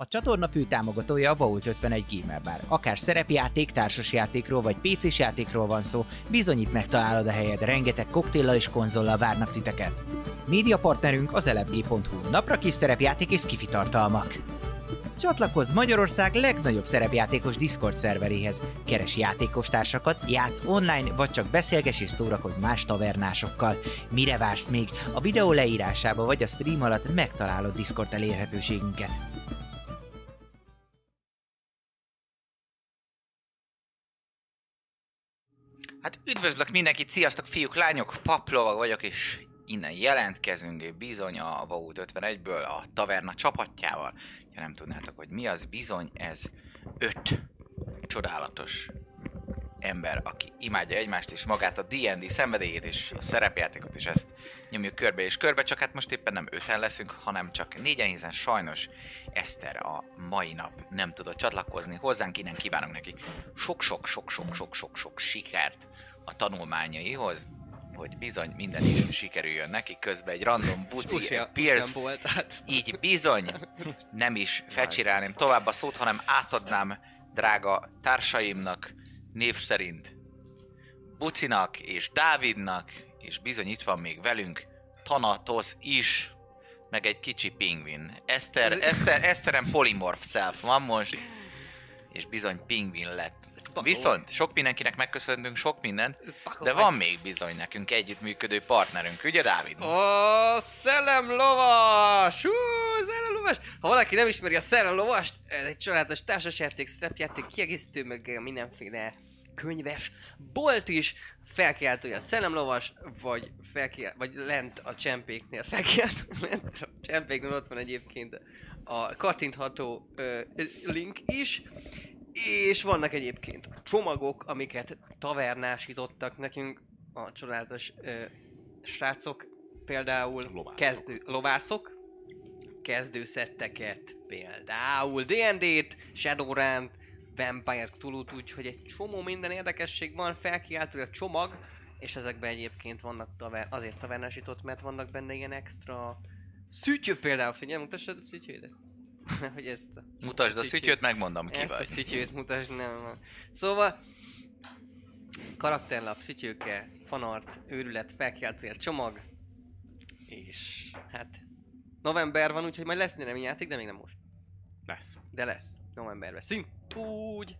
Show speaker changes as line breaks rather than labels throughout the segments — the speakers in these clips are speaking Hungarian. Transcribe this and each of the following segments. A csatorna fő támogatója a Vault 51 Gamer Bar. Akár szerepjáték, társasjátékról vagy PC-s játékról van szó, bizonyít megtalálod a helyed, rengeteg koktéllal és konzollal várnak titeket. Média partnerünk az elebg.hu, napra kis szerepjáték és kifi tartalmak. Csatlakozz Magyarország legnagyobb szerepjátékos Discord szerveréhez. Keres játékostársakat, játsz online, vagy csak beszélges és szórakozz más tavernásokkal. Mire vársz még? A videó leírásába vagy a stream alatt megtalálod Discord elérhetőségünket. Hát üdvözlök mindenkit, sziasztok fiúk, lányok, paplovag vagyok, és innen jelentkezünk bizony a Vault 51-ből a taverna csapatjával. Ha nem tudnátok, hogy mi az, bizony ez öt csodálatos ember, aki imádja egymást és magát a D&D szenvedélyét és a szerepjátékot, és ezt nyomjuk körbe és körbe, csak hát most éppen nem öten leszünk, hanem csak négyen, hiszen sajnos Eszter a mai nap nem tudott csatlakozni hozzánk, innen kívánunk neki sok-sok-sok-sok-sok-sok-sok sikert a tanulmányaihoz, hogy bizony minden is sikerüljön neki, közben egy random buci, egy Pierce,
volt, hát.
így bizony nem is fecsirálném tovább a szót, hanem átadnám drága társaimnak név szerint Bucinak és Dávidnak, és bizony itt van még velünk Thanatos is, meg egy kicsi pingvin. Eszter, Eszter, Eszterem polimorf self van most, és bizony pingvin lett. Viszont sok mindenkinek megköszöntünk sok mindent, de van még bizony nekünk együttműködő partnerünk, ugye Dávid?
Ó, szellemlovas! Hú, szellemlovas! Ha valaki nem ismeri a szellemlovast, ez egy családos társasjáték, szerepjáték, kiegészítő, meg mindenféle könyves bolt is, felkiáltója a szellemlovas, vagy, felkiált, vagy lent a csempéknél, felkiáltó lent a csempéknél, ott van egyébként a kattintható ö, link is, és vannak egyébként csomagok, amiket tavernásítottak nekünk a csodálatos ö, srácok, például
Lovászok.
kezdő lovászok, kezdőszetteket, például D&D-t, Shadowrun-t, Vampire Cthulhu-t, úgyhogy egy csomó minden érdekesség van, felkiáltó a csomag, és ezekben egyébként vannak taver- azért tavernásított, mert vannak benne ilyen extra szütyő például, figyelj, mutassad a szütyődet. hogy ezt a
Mutasd a
Szütyőt.
szütyőt, megmondom ki
ezt a
vagy.
szityőt mutasd, nem van. Szóval, karakterlap, szityőke, fanart, őrület, felkiáltszél, csomag, és hát november van, úgyhogy majd lesz némi játék, de még nem most.
Lesz.
De lesz, novemberben. Szint úgy,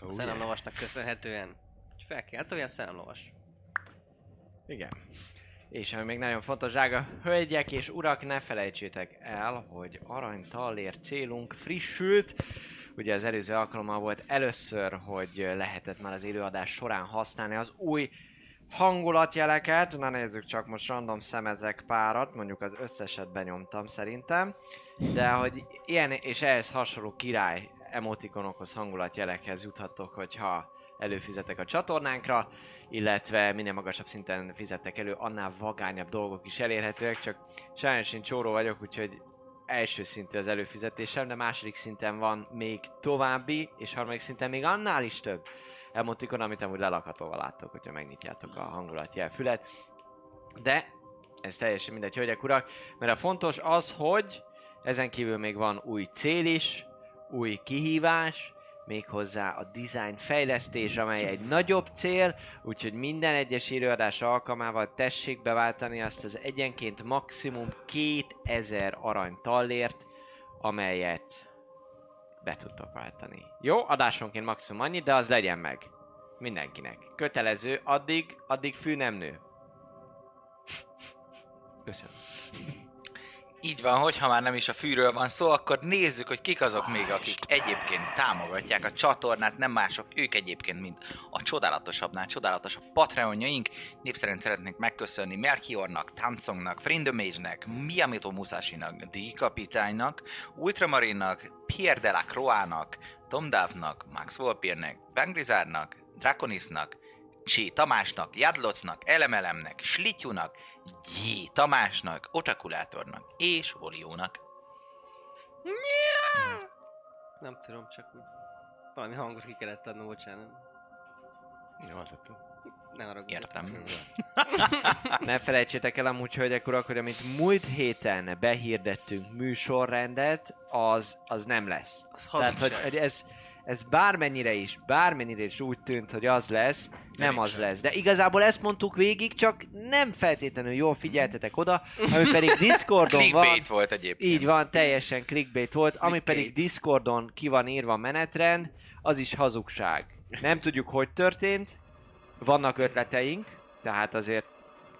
Oh,
a szellemlovasnak köszönhetően. És felkiált olyan szellemlovas.
Igen. És ami még nagyon fontos, drága hölgyek és urak, ne felejtsétek el, hogy arany tallér célunk frissült. Ugye az előző alkalommal volt először, hogy lehetett már az élőadás során használni az új hangulatjeleket. Na nézzük csak, most random szemezek párat, mondjuk az összeset benyomtam szerintem. De hogy ilyen és ehhez hasonló király emotikonokhoz, hangulatjelekhez juthatok, hogyha előfizetek a csatornánkra illetve minél magasabb szinten fizettek elő, annál vagányabb dolgok is elérhetőek, csak sajnos én csóró vagyok, úgyhogy első szintű az előfizetésem, de második szinten van még további, és harmadik szinten még annál is több emotikon, amit amúgy lelakhatóval láttok, hogyha megnyitjátok a hangulatjelfület. De ez teljesen mindegy, hölgyek, urak, mert a fontos az, hogy ezen kívül még van új cél is, új kihívás, méghozzá a design fejlesztés, amely egy nagyobb cél, Úgyhogy minden egyes írőadás alkalmával tessék beváltani azt az egyenként maximum 2000 arany tallért, amelyet be tudtok váltani. Jó, adásonként maximum annyi, de az legyen meg. Mindenkinek. Kötelező, addig, addig fű nem nő. Köszönöm.
Így van, hogyha már nem is a fűről van szó, akkor nézzük, hogy kik azok még, akik egyébként támogatják a csatornát, nem mások, ők egyébként, mint a csodálatosabbnál csodálatosabb Patreonjaink. Népszerűen szeretnék megköszönni Melchiornak, Tamsongnak, Frindomage-nek, Miyamoto Musashi-nak, D. Kapitánynak, Ultramarinnak, Pierre de la Croix-nak, Tom Dávnak, Max Volpirnek, Bangrizárnak, Draconisnak, Csé Tamásnak, Jadlocnak, Elemelemnek, Slityunak, J. Tamásnak, Otakulátornak és Oliónak.
Nem tudom, csak úgy. Valami hangot ki kellett adnom, bocsánat.
Jó, az lett.
Ne haragudj.
Értem.
Ne felejtsétek el amúgy, hölgyek urak, hogy amit múlt héten behirdettünk műsorrendet, az, az nem lesz.
Az
Tehát, hogy,
hazugság.
hogy ez, ez bármennyire is, bármennyire is úgy tűnt, hogy az lesz, nem,
Nem
az
sem.
lesz. De igazából ezt mondtuk végig, csak nem feltétlenül jól figyeltetek oda, ami pedig Discordon van.
Clickbait volt egyébként.
Így van, teljesen clickbait volt, ami pedig
Clickbait.
Discordon ki van írva a menetrend, az is hazugság. Nem tudjuk, hogy történt, vannak ötleteink, tehát azért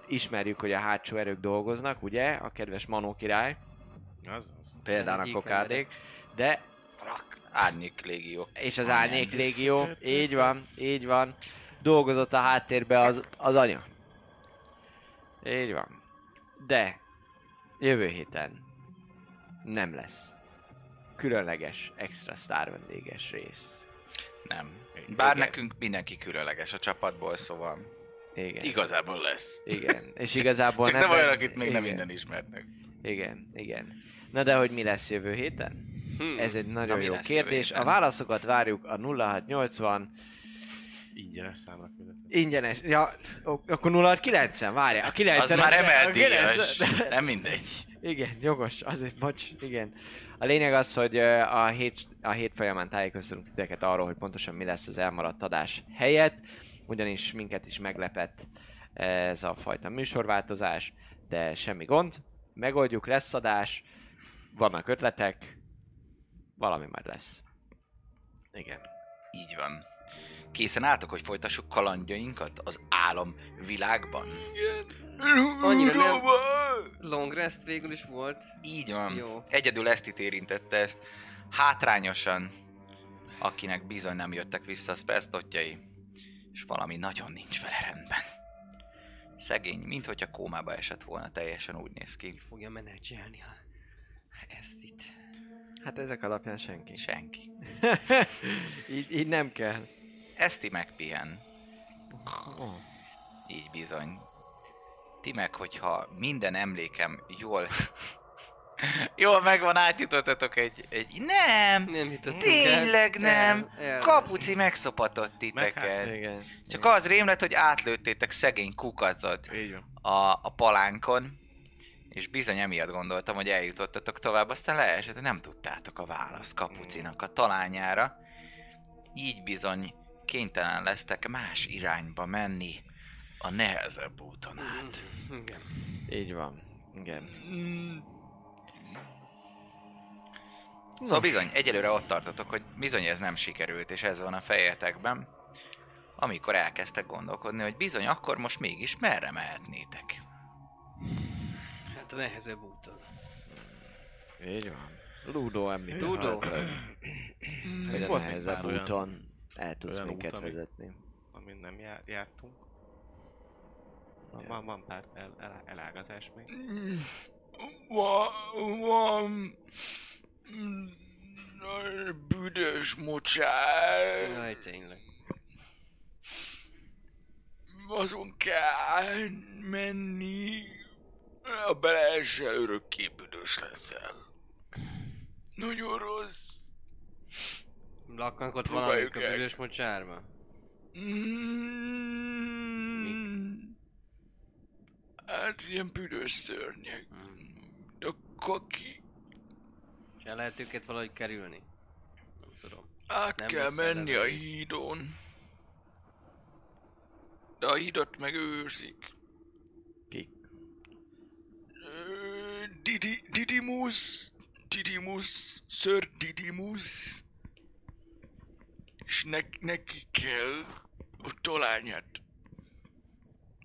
ismerjük, hogy a hátsó erők dolgoznak, ugye, a kedves Manó király,
Az,
például a
Egyik
kokádék, de
Árnyék légió.
és az
Anyám.
Árnyék Légió, így van, így van, dolgozott a háttérbe az, az anya. Így van. De jövő héten nem lesz különleges, extra sztár vendéges rész.
Nem. Bár
Igen.
nekünk mindenki különleges a csapatból, szóval
Igen.
igazából lesz.
Igen. És igazából
Csak nem olyan, akit még
igen.
nem minden ismernek.
Igen, igen. Na de hogy mi lesz jövő héten?
Hmm.
Ez egy nagyon
mi
jó
lesz jövő
kérdés. A
héten?
válaszokat várjuk a 0680
ingyenes számra küldött.
Ingyenes. Ja, ok- akkor 0,9-en, várja. A 9
Az már emelt díjas. Nem mindegy.
Igen, jogos, azért, bocs, igen. A lényeg az, hogy ö, a hét, a hét folyamán tájékoztatunk titeket arról, hogy pontosan mi lesz az elmaradt adás helyett, ugyanis minket is meglepett ez a fajta műsorváltozás, de semmi gond, megoldjuk, lesz adás, vannak ötletek, valami majd lesz. Igen.
Így van. Készen álltok, hogy folytassuk kalandjainkat az álom világban?
Annyira nem. Long rest végül is volt.
Így van.
Jó.
Egyedül ezt itt érintette ezt. Hátrányosan, akinek bizony nem jöttek vissza a spesztotjai, és valami nagyon nincs vele rendben. Szegény, minthogyha kómába esett volna, teljesen úgy néz ki.
Fogja menedzselni a... ezt itt.
Hát ezek alapján senki.
Senki.
így, így nem kell.
Eszti megpihen. Így bizony. Ti meg, hogyha minden emlékem jól... jól megvan, átjutottatok egy... egy... Nem!
Nem jutottunk
Tényleg nem.
Mm, hát El, hát el.
Kapuci megszopatott titeket.
hát Igen.
Csak az rém lett, hogy átlőttétek szegény kukacot
Így van.
a, a palánkon, és bizony emiatt gondoltam, hogy eljutottatok tovább, aztán leesett, hogy nem tudtátok a választ kapucinak a talányára. Így bizony kénytelen lesztek más irányba menni a nehezebb úton át.
Mm, Igen.
Így van. Igen.
Mm. Szóval bizony, egyelőre ott tartotok, hogy bizony ez nem sikerült, és ez van a fejetekben, amikor elkezdtek gondolkodni, hogy bizony akkor most mégis merre mehetnétek.
Hát a nehezebb úton.
Így van. Ludo említ.
Ludo.
Hogy a
Volt még
nehezebb
pár olyan-
úton el tudsz
olyan
minket
út, ami-
vezetni.
Amin nem jár, jártunk. Van,
Ja.
van, van pár el, el, elágazás még.
Van... mm, Büdös mocsár,
Jaj, tényleg.
azon kell menni, ha beleesel, örökké büdös leszel. Nagyon rossz.
Laknak ott
Próbáljuk
valamik a
el.
bűnös mocsárba.
Mm. Hát ilyen büdös szörnyek. A kaki.
És el lehet őket valahogy kerülni. Nem tudom.
Át
Nem
kell
lesz
menni a
eleve.
hídon. De a hídat megőrzik.
Kik?
Ö, Didi, Didimus, Didimus, Sir Didimus. És ne, neki kell a talányát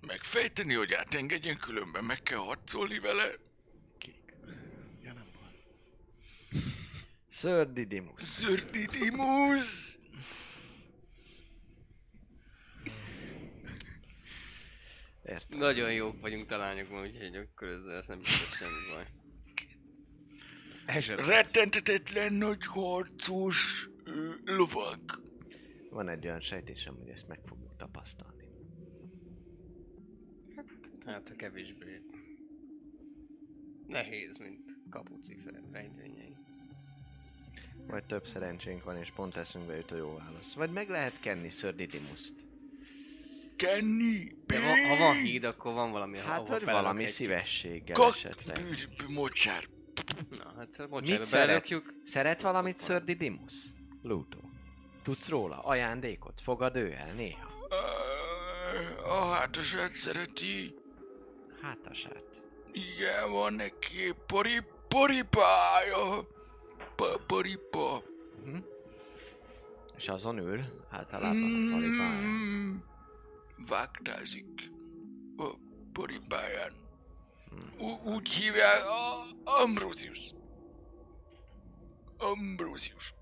megfejteni, hogy átengedjen, különben meg kell harcolni vele.
Kék. Ja nem volt.
Sir Didymus.
Sir Didimus!
Értem.
Nagyon jók vagyunk talányok ma, úgyhogy akkor ezzel ez nem biztos semmi baj.
Rettentetetlen nagy harcos ö, lovak.
Van egy olyan sejtésem, hogy ezt meg fogjuk tapasztalni.
Hát a kevésbé. Nehéz, mint kapuci fel- rejtvényei.
Vagy több szerencsénk van, és pont eszünkbe jut a jó válasz. Vagy meg lehet kenni Sir Didymust.
kenni?
De va- ha van híd, akkor van valami,
Hát,
ahova
hogy
belelök
valami
egy-
szívességgel esetleg.
Kak... Mocsár.
Na, hát
Mit
bocsánat,
szeret?
belökjük.
Szeret valamit Sir Didymus? Luto. Tudsz róla? Ajándékot? Fogad ő el néha?
A hátasát szereti.
Hátasát.
Igen, van neki pori, poripája. Pa, poripa.
Hm? És azon ül általában
Hmm.
a talibán.
Mm, Vágtázik. A poripáján. Ú- úgy hívják a Ambrosius. Ambrosius.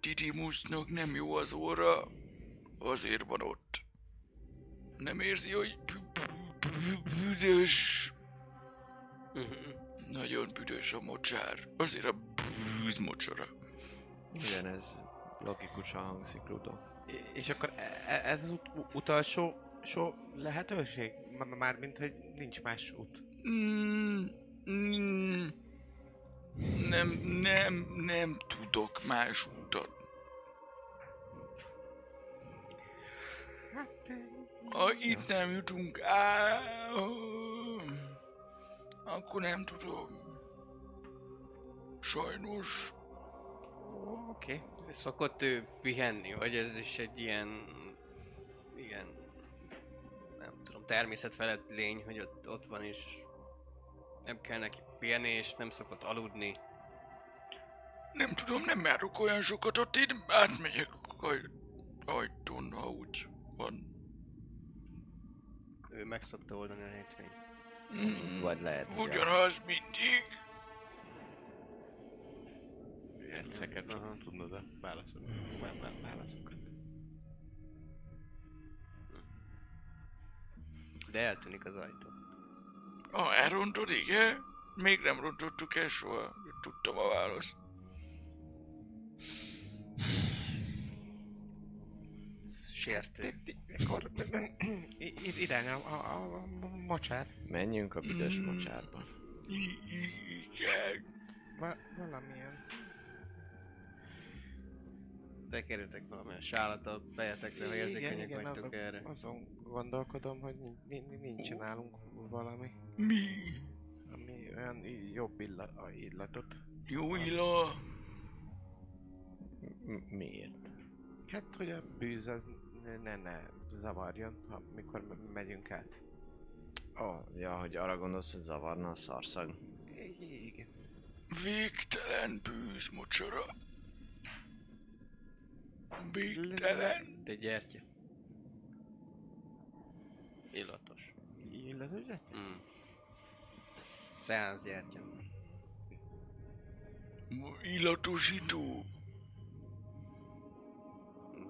Didymusnak nem jó az óra, azért van ott. Nem érzi, hogy bü- bü- bü- büdös
Mhm.
nagyon büdös a mocsár. Azért a bűz mocsora.
Ugyanez logikusan hangzik, Ludo.
É- És akkor e- e- ez az ut- u- utolsó so lehetőség? M- m- Mármint, hogy nincs más út.
Mm, mm, nem, nem, nem tudok más utat. Ha itt nem jutunk á, akkor nem tudom. Sajnos.
Ó, Oké. Okay.
Szokott ő pihenni, vagy ez is egy ilyen... ilyen... nem tudom, természet felett lény, hogy ott, ott van és... nem kell neki pihenés, nem szokott aludni.
Nem tudom, nem járok olyan sokat ott, én átmegyek aj, ajtón, ha úgy van.
Ő meg szokta oldani a hétvényt.
Mm.
Vagy lehet, hogy a-
Ugyanaz mindig.
Egyszerűen
Aha.
tud- tudnod a válaszokat. Vá- vá- válaszokat.
De eltűnik az ajtó.
Ah, elrontod, igen? Még nem rontottuk el soha. Tudtam a választ.
Sértő.
Akkor i- i- irány a, a, a, a mocsár.
Menjünk a büdös
Mm.
mocsárba.
I- i- Igen.
Va- valamilyen.
Bekerültek valamilyen sálata, fejetekre, ha érzékenyek vagytok
azon,
erre.
azon gondolkodom, hogy ni- ni- ni- nincs nálunk valami,
Mi?
ami olyan i- jobb illa- a illatot.
Jó illa.
M- miért?
Hát, hogy a bűz az ne, ne, ne zavarjon, amikor me- megyünk át.
Ó, oh, ja, hogy arra gondolsz, hogy zavarna a szarszag.
I- Igen.
Végtelen bűz, mocsora.
Le-
Végtelen.
De gyertya. Illatos.
Illatos lett?
Mm. Szeánsz gyertya.
Illatosító.
Mm.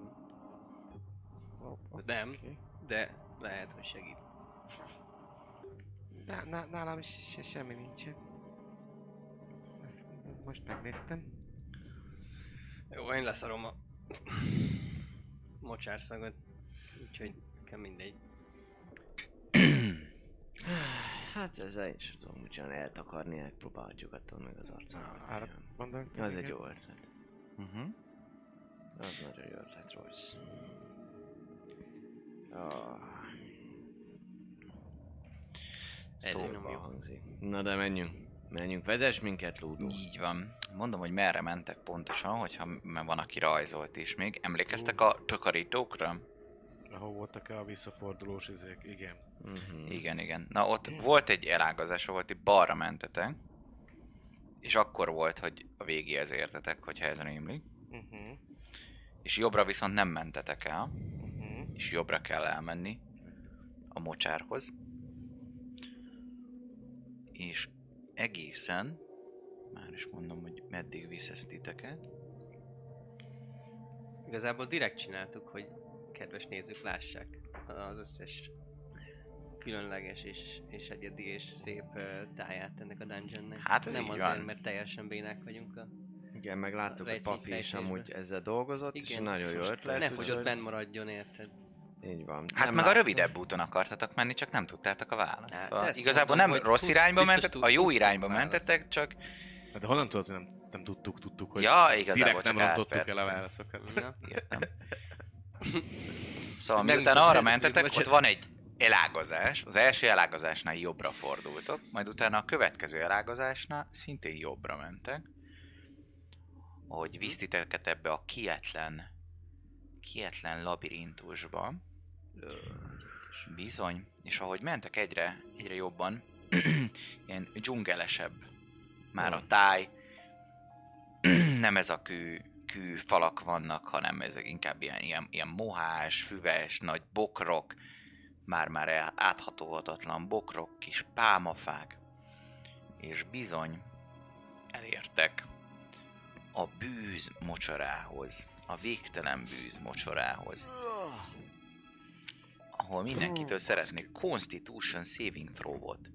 Ó, ó,
Nem.
oké.
De lehet, hogy segít.
Ná- ná- Nálam se- se- semmi nincsen. Ezt Most megnéztem.
Jó, én leszarom a mocsárszagot. Úgyhogy nekem mindegy.
Hát ezzel én sem tudom, hogy olyan eltakarni, elpróbálhatjuk attól meg az arcomat.
Arra
igen.
gondoltam.
Az egy
igen.
jó ötlet.
Mhm.
Uh-huh.
Az nagyon jó ötlet, Royce. Ah,
Szóval.
szóval hangzik. Na de menjünk. Menjünk, vezess minket, Ludo.
Így van. Mondom, hogy merre mentek pontosan, hogyha mert van, aki rajzolt is még. Emlékeztek a takarítókra?
Ahol voltak a visszafordulós izék, igen.
Hm.
Uh-huh.
Igen, igen. Na ott volt egy elágazás, ahol ti balra mentetek, és akkor volt, hogy a végéhez értetek, hogyha ez rémlik.
Mhm,
Uh-huh.
És jobbra viszont nem mentetek el,
mhm.
Uh-huh.
és jobbra kell elmenni a mocsárhoz. És egészen, már is mondom, hogy meddig visz ez titeket.
Igazából direkt csináltuk, hogy kedves nézők lássák az összes különleges és, és egyedi és szép ö, táját ennek a dungeonnek.
Hát ez
Nem
így
azért,
van. Hát
mert teljesen bénák vagyunk a...
Igen, meg láttuk, hogy papi is
Rejtvény
amúgy ezzel dolgozott, és
Igen.
nagyon jó
Szóval
ötlet.
ne, hogy ott
úgyhogy-
benn maradjon, érted?
Így van.
Hát
Nem
meg a
látszott.
rövidebb úton akartatok menni, csak nem tudtátok a választ.
Hát,
szóval
ezt
igazából
mondom,
nem
hogy
rossz
tud-
irányba
biztos
mentetek,
tud-
a jó
tudtuk
irányba
a választ.
mentetek, csak
Hát de honnan tudod, hogy nem, nem tudtuk, tudtuk, hogy
Ja, igazából
direkt
csak
nem rontottuk el
átvertem.
a válaszokat.
Na,
értem. Szóval
Nem
miután
tudom,
arra
nem
mentetek,
tudom,
ott van egy elágazás, az első elágazásnál jobbra fordultok, majd utána a következő elágazásnál szintén jobbra mentek, hogy visztiteket ebbe a kietlen, kietlen labirintusba. Bizony, és ahogy mentek egyre, egyre jobban, ilyen dzsungelesebb már a táj, nem ez a kő, kő falak vannak, hanem ezek inkább ilyen, ilyen, ilyen mohás, füves, nagy bokrok, már-már el- áthatóhatatlan bokrok, kis pálmafák, és bizony elértek a bűz mocsarához, a végtelen bűz mocsarához, ahol mindenkitől szeretnék Constitution Saving Throw-ot.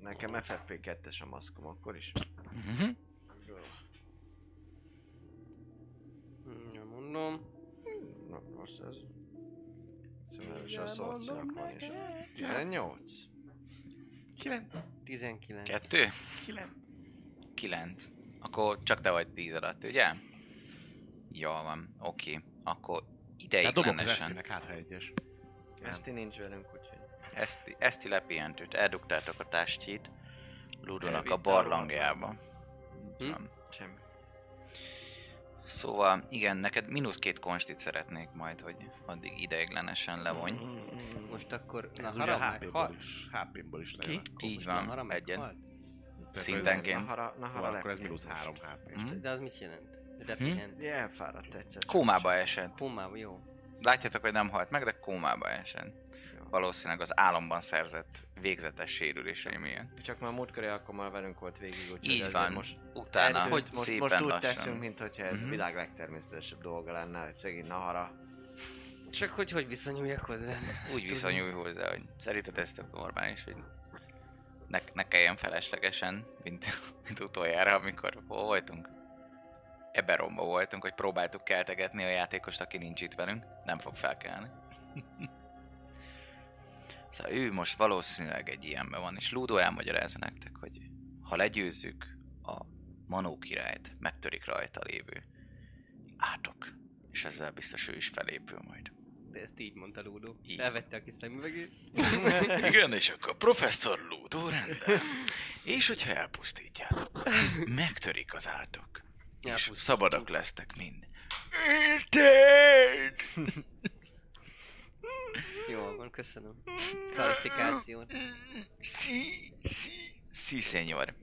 Nekem FFP2-es a maszkom akkor is.
Mhm.
Hm, nem Mondom.
Na, most ez... Szóval is a szociak van is. 18.
9,
19.
Kettő?
9.
9. Akkor csak te vagy 10 alatt, ugye? Jól van, oké. Akkor
Hát dobok az
ideiglenesen.
esztének, hát ha egyes.
Hát.
Ezt ti nincs velünk, úgyhogy...
Ezt, ezt ti lepihentőt, eldugtátok a tástjét Ludonak a
Elvitte
barlangjába.
Mhm.
Hm?
Hm?
Semmi.
Szóval igen, neked mínusz két konstit szeretnék majd, hogy addig ideiglenesen
Mhm.
levonj.
Mm,
Most akkor... Na,
Ez ugye
harap
HP-ból
meghal.
is, HP-ból is lejön.
Így
Na,
van,
harap
egyen.
meghal.
Tehát
Szintenként.
ez-
Nahara, nahara
Van, akkor ez
lepihent.
mínusz 3
hát
HP.
Hm?
De az mit jelent? Repihent.
Ja, Elfáradt egyszer. csak.
Kómába esett.
Komába, jó.
Látjátok, hogy nem halt meg, de kómába esett. Valószínűleg az álomban szerzett végzetes sérülései miatt.
Csak már múltkori alkalommal velünk volt végig, úgyhogy
Így
azért
van,
most
most utána
Hát, hogy most,
szépen
most úgy
lassan.
teszünk, mintha ez
Mhm.
a világ legtermészetesebb dolga lenne, hogy szegény Nahara.
Csak hogy hogy viszonyuljak hozzá?
úgy viszonyulj hozzá, hogy szerinted ez tök normális, hogy ne, ne kelljen feleslegesen, mint, mint utoljára, amikor hol voltunk. Eberomba voltunk, hogy próbáltuk keltegetni a játékost, aki nincs itt velünk. Nem fog felkelni. szóval ő most valószínűleg egy ilyenben van, és Ludo elmagyarázza nektek, hogy ha legyőzzük a Manó királyt, megtörik rajta lévő átok. És ezzel biztos ő is felépül majd.
De ezt így mondta Ludo.
Így.
Elvette a kis szemüvegét.
Igen, és akkor professzor Ludo rendben. És hogyha elpusztítjátok, megtörik az átok. És
Elpusztítjuk.
szabadak lesztek mind. Érted?
Jól van, köszönöm. Klarifikációt.
Sí, sí, sí, señor.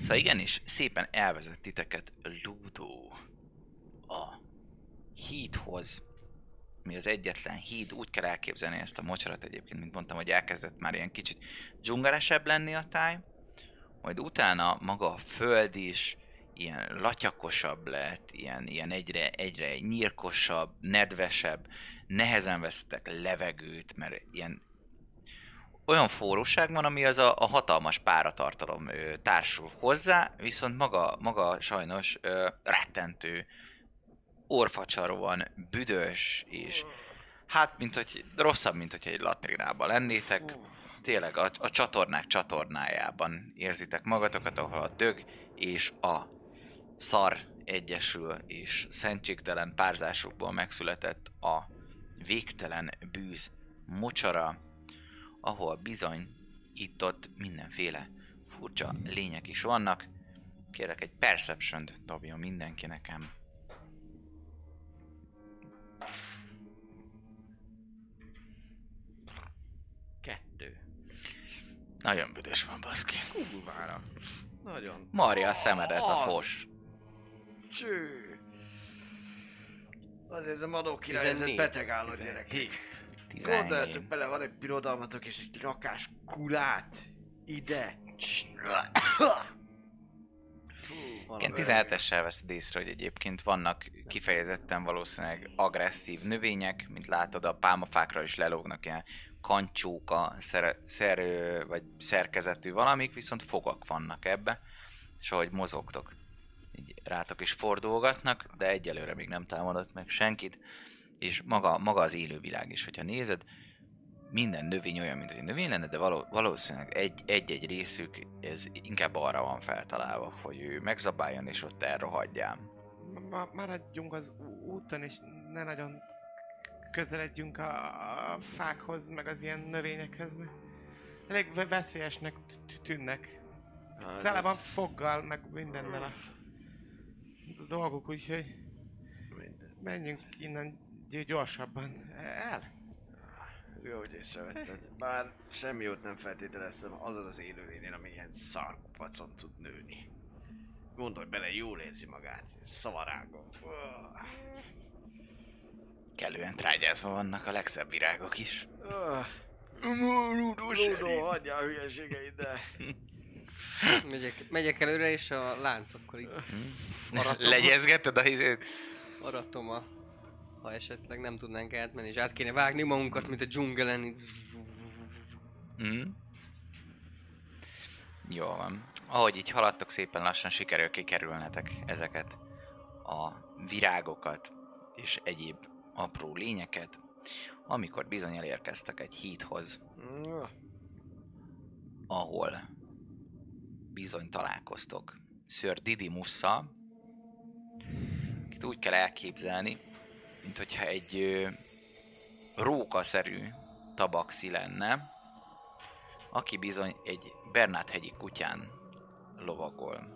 szóval igenis, szépen elvezet titeket Ludo a hídhoz, mi az egyetlen híd, úgy kell elképzelni ezt a mocsarat egyébként, mint mondtam, hogy elkezdett már ilyen kicsit dzsungelesebb lenni a táj, majd utána maga a föld is ilyen latyakosabb lett, ilyen, ilyen egyre, egyre nyírkosabb, nedvesebb, nehezen vesztek levegőt, mert ilyen olyan forróság van, ami az a, a hatalmas páratartalom ö, társul hozzá, viszont maga, maga sajnos ö, rettentő, orfacsaróan büdös, és hát, mint hogy rosszabb, mint hogy egy latrinában lennétek. Tényleg a, a csatornák csatornájában érzitek magatokat, ahol a dög és a szar egyesül, és szentségtelen párzásokból megszületett a végtelen bűz mocsara, ahol bizony itt-ott mindenféle furcsa lények is vannak. Kérlek egy perception dobjon mindenki nekem.
Kettő.
Nagyon büdös van, baszki.
Kurvára. Nagyon.
Marja a szemedet a
Az.
fos.
Cső. Azért ez a madó király, ez egy
14.
beteg álló gyerek.
17.
Gondoljatok
17.
bele, van egy birodalmatok és egy rakás kulát. Ide. Fú,
Igen,
valami
17-essel veszed észre, hogy egyébként vannak kifejezetten valószínűleg agresszív növények, mint látod a pálmafákra is lelógnak ilyen kancsóka, szer, szer ö, vagy szerkezetű valamik, viszont fogak vannak ebbe, és ahogy mozogtok, így rátok is fordulgatnak, de egyelőre még nem támadott meg senkit, és maga, maga az élővilág is, hogyha nézed, minden növény olyan, mint hogy növény lenne, de való, valószínűleg egy- egy-egy részük ez inkább arra van feltalálva, hogy ő megzabáljon és ott elrohadjál.
Ma- ma- Maradjunk az ú- úton, és ne nagyon közeledjünk a, a fákhoz, meg az ilyen növényekhez, mert elég ve- veszélyesnek t- tűnnek.
Hát
Tele
ez-
van foggal, meg mindennel a dolgok, úgyhogy menjünk innen gy- gyorsabban el.
Jó, hogy észrevetted. Bár semmi jót nem feltételeztem azon az élőlényen, ami ilyen szarkupacon tud nőni. Gondolj bele, jól érzi magát. Szavarágon. Öh,
Kellően trágyázva vannak a legszebb virágok is.
öh, Ludo, hagyja a hülyeségeiddel.
Megyek, megyek előre, és a láncokkal így Maradt.
Legyezgeted a hizét?
aratom a... Ha esetleg nem tudnánk átmenni, és át kéne vágni magunkat, mint a dzsungelen. így.
Mm. Jó van. Ahogy így haladtok, szépen lassan sikerül kikerülnetek ezeket a virágokat és egyéb apró lényeket, amikor bizony elérkeztek egy híthoz,
Öh,
ahol bizony találkoztok Sir Didymusszal, akit úgy kell elképzelni, mint hogyha egy ö, rókaszerű tabaxi lenne, aki bizony egy Bernát-hegyi kutyán lovagol.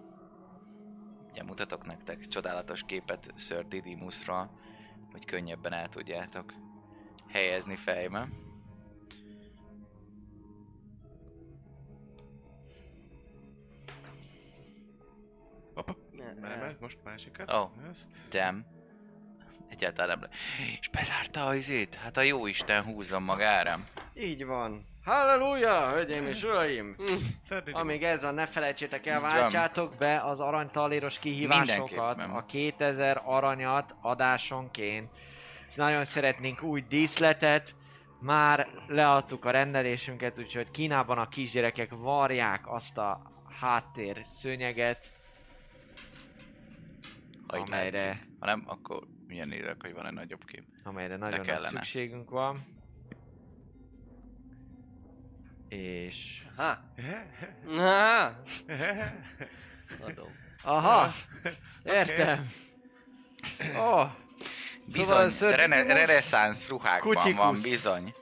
Ugye mutatok nektek csodálatos képet Sir Didymusra, hogy könnyebben el tudjátok helyezni fejbe.
Apa,
Ne,
nem, most másikat.
Ó.
Ezt.
Tem. Egyáltalán nem le... És bezárta a izét? Hát a jó Isten húzza magára.
Így van. Halleluja, hölgyeim és uraim!
Tudod,
Amíg ez van, ne felejtsétek el,
Így van.
váltsátok be az aranytaléros kihívásokat,
Mindenképpen.
a 2000 aranyat adásonként. Ezt Nagyon szeretnénk új díszletet, már leadtuk a rendelésünket, úgyhogy Kínában a kisgyerekek varják azt a háttér szőnyeget,
Ha így látszik.
amelyre,
Ha nem, akkor milyen nézek, hogy van egy nagyobb kép.
amelyre nagyon nagy
kellene.
szükségünk van. És...
Ha!
igen.
Ha! Adom.
Aha! Értem! Oh!
Bizony,
Sir
szóval rene-
Didymus
reneszánsz ruhákban
kutyikusz.
van bizony.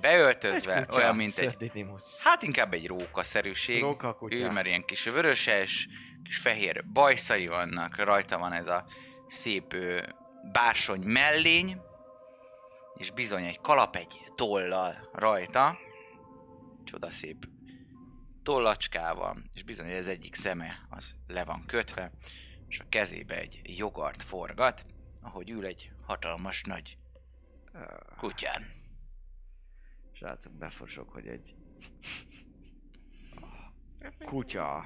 Beöltözve,
Kutya,
olyan, mint
Sir
egy...
Didymus.
Hát inkább egy rókaszerűség.
Róka kutya.
Ő, mert ilyen kis vöröses, kis fehér bajszai vannak, rajta van ez a szép ö, bársony mellény, és bizony egy kalap egy tollal rajta, csoda szép tollacskával, és bizony ez egyik szeme az le van kötve, és a kezébe egy jogart forgat, ahogy ül egy hatalmas nagy kutyán.
Srácok, befosok, hogy egy kutya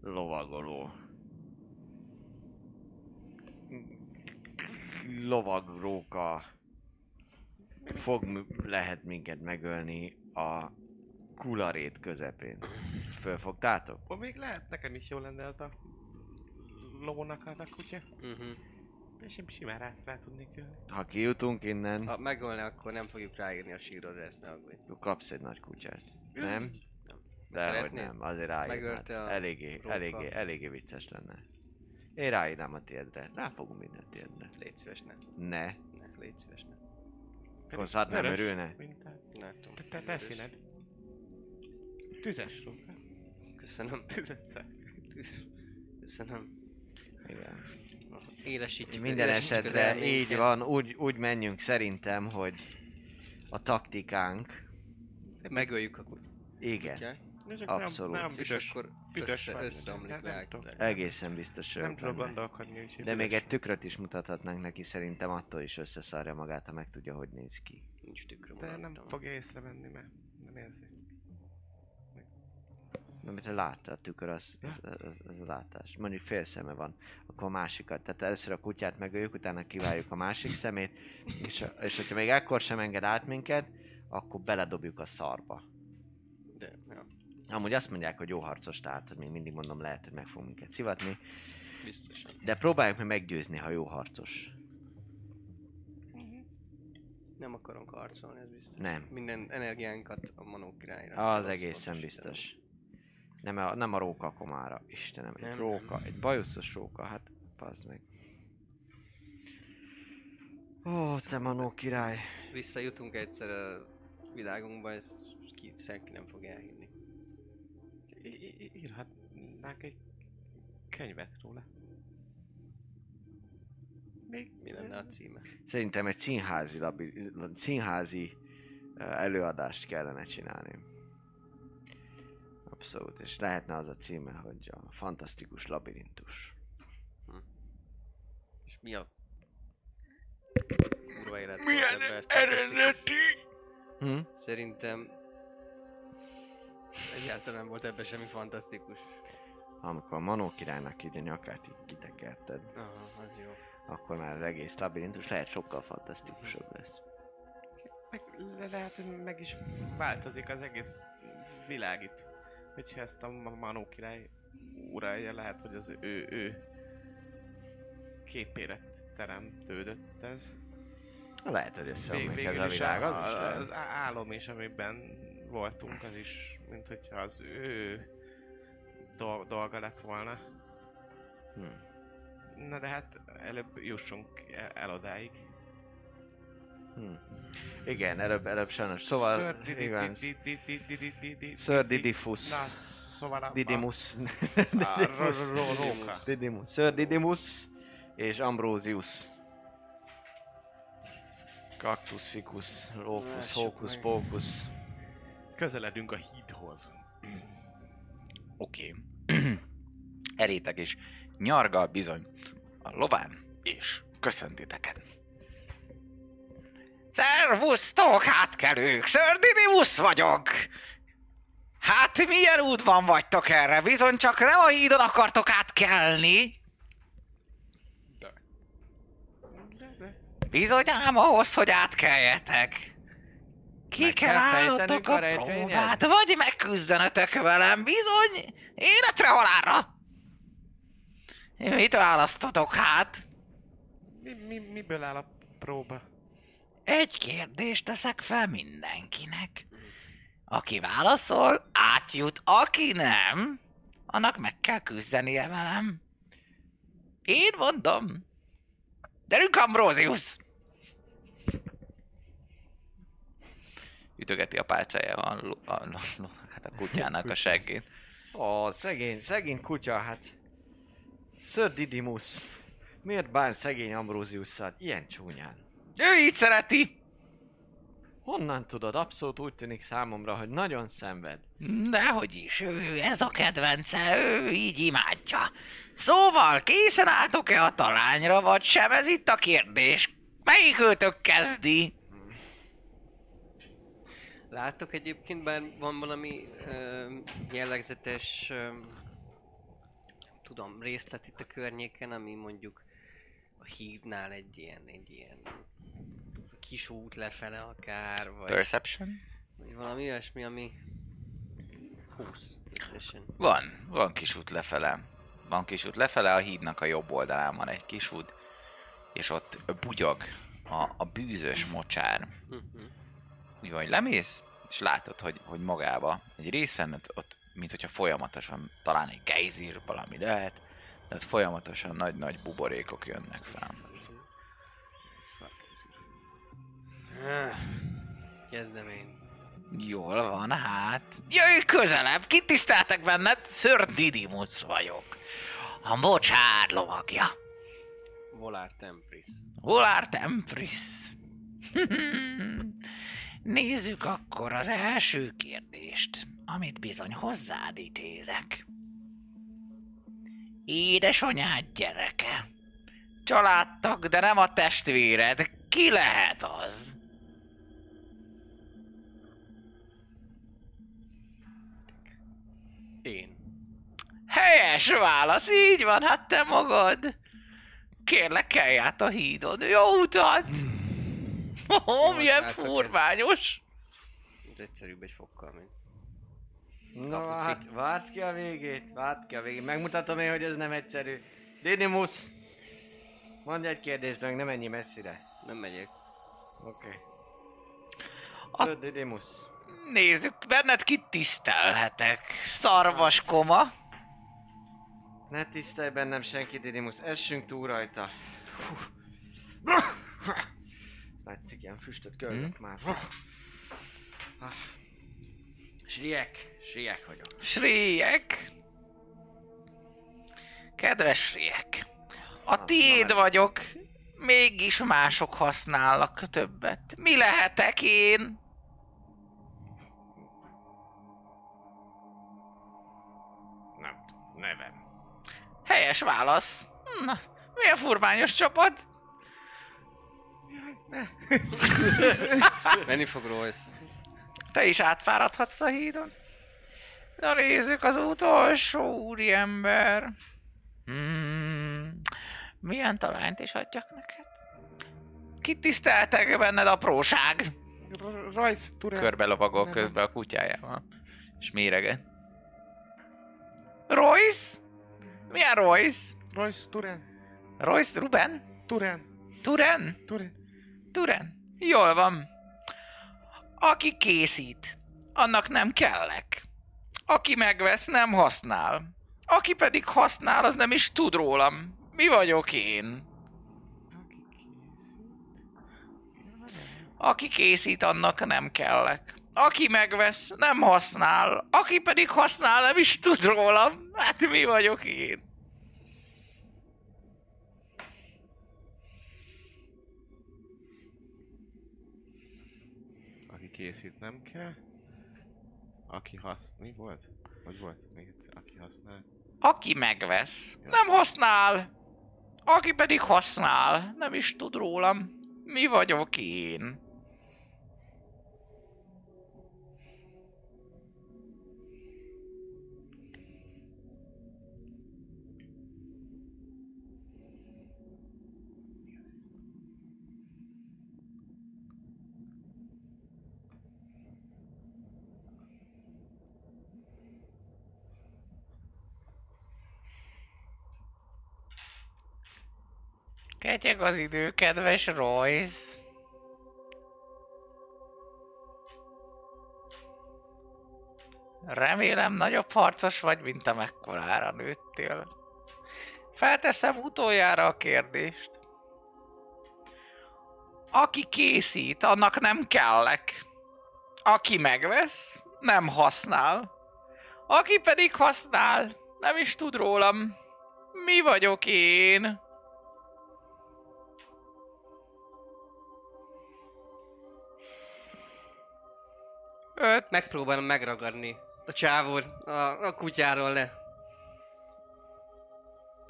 lovagoló lovagróka fog m- lehet minket megölni a kularét közepén. Ezt Fölfogtátok?
Ó, még lehet, nekem is jó lenne az a lónak az a kutya.
Mhm.
És én simán rá, rá tudnék jönni.
Ha kijutunk innen,
Ha megölne, akkor nem fogjuk ráírni a sírodra, ezt ne aggódj.
Jó, kapsz egy nagy kutyát. Nem?
Hm? Nem.
De hogy
Szeretnéd?
nem, azért ráírnád.
Megölte a
Eléggé,
róka.
eléggé, eléggé vicces lenne. Én ráírnám a tiédre. Ráfogunk minden tiédre.
Légy szíves, ne.
Ne.
Ne, légy szíves, ne.
Konszát nem
Vörös
örülne.
mintát.
Ne tudom.
Te- Te beszéled. Tüzes róka.
Köszönöm.
Tüzes szá-
Köszönöm.
Igen.
Élesítjük.
Minden
élesítjük az
esetre
elménket.
így van, úgy, úgy menjünk szerintem, hogy a taktikánk,
Megöljük a kutyát.
igen,
Na, csak
Abszolút.
Nem, nem
És
büdös.
akkor
büdös
össze,
vagy.
összeomlik
Nem tudom.
lelkileg.
egészen biztos
Nem
vagyok
tudok
benne.
gondolkodni, úgyhogy
De még
büdös.
egy tükröt is mutathatnánk neki, szerintem attól is összeszarja magát, ha meg tudja, hogy néz ki.
Nincs tükröm
De nem
alattam.
fogja észrevenni, mert nem érzi.
Nem, mert látta a tükör, az, az, az, az a látás. Mondjuk fél szeme van, akkor a másikat. Tehát először a kutyát megöljük, utána kiváljuk a másik szemét, és, és hogyha még ekkor sem enged át minket, akkor beledobjuk a szarba.
De, ja,
Amúgy azt mondják, hogy jó harcos, tehát hogy még mindig mondom, lehet, hogy meg fog minket szivatni,
biztosan.
de próbáljuk meg meggyőzni, ha jó harcos.
Nem akarunk harcolni, ez biztos.
Nem.
Minden energiánkat a Manó királyra.
Az egészen biztos. szóval Nem a, nem a róka a komára. Istenem, egy
Nem.
róka, egy bajuszos róka, hát pazd meg. Ó, te manó király.
Visszajutunk egyszer a világunkba, ezt ki, senki nem fog elhinni.
í- í- Írhatnánk egy könyvet róla. Még
Mi lenne a címe?
Szerintem egy színházi, labi, színházi ö, előadást kellene csinálni. Abszolút, és lehetne az a címe, hogy a fantasztikus labirintus.
És mi a... Kurva élet Milyen eredeti?
Hm?
Szerintem... Egyáltalán nem volt ebben semmi fantasztikus.
Amikor a Manó királynak így a nyakát így kitekerted,
Aha, az jó.
akkor már az egész labirintus lehet sokkal fantasztikusabb lesz.
meg, le- lehet, hogy meg is változik az egész világ itt. Hogyha ezt a Ma- Manó király uralja, lehet, hogy az ő, ő képére teremtődött ez.
Lehet, hogy
Vég-
összeomlik ez a
is
világ,
a,
az is
a,
lehet.
az á- álom is, amiben voltunk, az is, mint hogyha az ő dol- dolga lett volna.
Hm.
Na de hát előbb jussunk el, el odáig.
Hm. Igen, előbb, előbb sajnos. Szóval,
Sir Didi-
igen,
Didi- Didi- Didi- Didi-
Sir Didifus,
Na, szóval a...
Didimus,
a- a ro- ro- ro- róka.
Didimus, Sir Didimus és Ambrosius. Kaktusz, fikusz, lókusz,
Lássuk
hókusz,
meg.
pókusz.
Közeledünk a hídhoz.
Oké. Okay. Erétek is nyargal bizony a lován, és köszöntiteket. Szervusztok, hátkelők! Szördidimus vagyok! Hát milyen útban vagytok erre? Bizony csak nem a hídon akartok átkelni.
De, de.
Bizony ám ahhoz, hogy átkeljetek. Ki
Meg
kell
kell
állnotok
fejtenünk
a
a rejtvényed?
próbát, vagy megküzdenötök velem, bizony, életre halálra. Mit választotok hát?
Mi, mi, miből áll a próba?
Egy kérdést teszek fel mindenkinek. Aki válaszol, átjut, aki nem, annak meg kell küzdenie velem. Én mondom. Gyerünk, Ambrosius! Ütögeti a pálcájával a, lo- a, lo- lo- hát a kutyának a seggét.
Ó, szegény, szegény kutya, hát. Sir Didimus, miért bánt szegény Ambrosiusszal ilyen csúnyán?
Ő így szereti!
Honnan tudod? Abszolút úgy tűnik számomra, hogy nagyon szenved.
Dehogy is, ő, ez a kedvence, ő így imádja. Szóval, készen álltok-e a talányra, vagy sem? Ez itt a kérdés. Melyik őtök kezdi?
Látok egyébként, bár van valami ö, jellegzetes, ö, nem tudom, részlet itt a környéken, ami mondjuk a hídnál egy ilyen, egy ilyen kis út lefele akár, vagy,
Perception?
vagy valami olyasmi, ami 20 összesen.
Van, van kis út lefele. Van kis út lefele, a hídnak a jobb oldalán van egy kis út, és ott bugyog a, a bűzös mocsár.
Mhm.
úgy van, hogy lemész, és látod, hogy, hogy magába egy részen, ott, ott mint hogyha folyamatosan, talán egy gejzír valami lehet, de ott folyamatosan nagy-nagy buborékok jönnek fel.
Ah, Kezdem én.
Jól van, hát. Jöjj közelebb, kitiszteltek benned, Sir Didimus vagyok. A mocsár lovagja.
Volár Tempris.
Volár Tempris. Nézzük akkor az első kérdést, amit bizony hozzád intézek. Édesanyád gyereke. Családtag, de nem a testvéred. Ki lehet az?
Én.
Helyes válasz, így van, hát te magad. Kérlek, kelj át a hídon. Jó utat! Oh,
Jó,
milyen
srácok, ez-
furványos!
Ez egyszerűbb egy fokkal, mint.
Na,
Kapucik.
hát várt ki a végét, várt ki a végét. Megmutatom én, hogy ez nem egyszerű. Didimus! Mondj egy kérdést, de nem ennyi messzire.
Nem megyek.
Oké. Okay.
A-
Didimus.
Nézzük, benned kit tisztelhetek. Szarvaskoma.
Ne tisztelj bennem senki, Didimus, essünk túl rajta. Hú. Látszik, ilyen füstöt kölgök már. Ah. Siek, siek vagyok.
Sriek. Kedves Sriek. A
na
tiéd
meg-
vagyok. Mégis mások használnak többet. Mi lehetek én?
Nem tudom, nevem.
Helyes válasz. Na, milyen furmányos csapat?
Menni fog Royce.
Te is átfáradhatsz a hídon. Na nézzük az utolsó úriember. Hmm. Milyen talányt is adjak neked? Kit tiszteltek benned apróság?
R- Rajz Turel.
Körbe lovagol
Nem.
közben a kutyájával. És mérege. Royce? Milyen Royce?
Rajz Turel.
Royce Ruben?
Turel.
Turen?
Turel.
Turen, jól van. Aki készít, annak nem kellek. Aki megvesz, nem használ. Aki pedig használ, az nem is tud rólam. Mi vagyok én?
Aki készít.
Aki készít, annak nem kellek. Aki megvesz, nem használ. Aki pedig használ, nem is tud rólam. Hát mi vagyok én?
Aki készít nem kell. Aki hasz... Mi volt? Hogy volt? Még egyszer, aki használ.
Aki megvesz, nem használ. Aki pedig használ, nem is tud rólam. Mi vagyok én? Ketyeg az idő, kedves Royce. Remélem nagyobb harcos vagy, mint amekkorára nőttél. Felteszem utoljára a kérdést. Aki készít, annak nem kellek. Aki megvesz, nem használ. Aki pedig használ, nem is tud rólam. Mi vagyok én? Öt.
Megpróbálom megragadni a csávót a, a kutyáról le.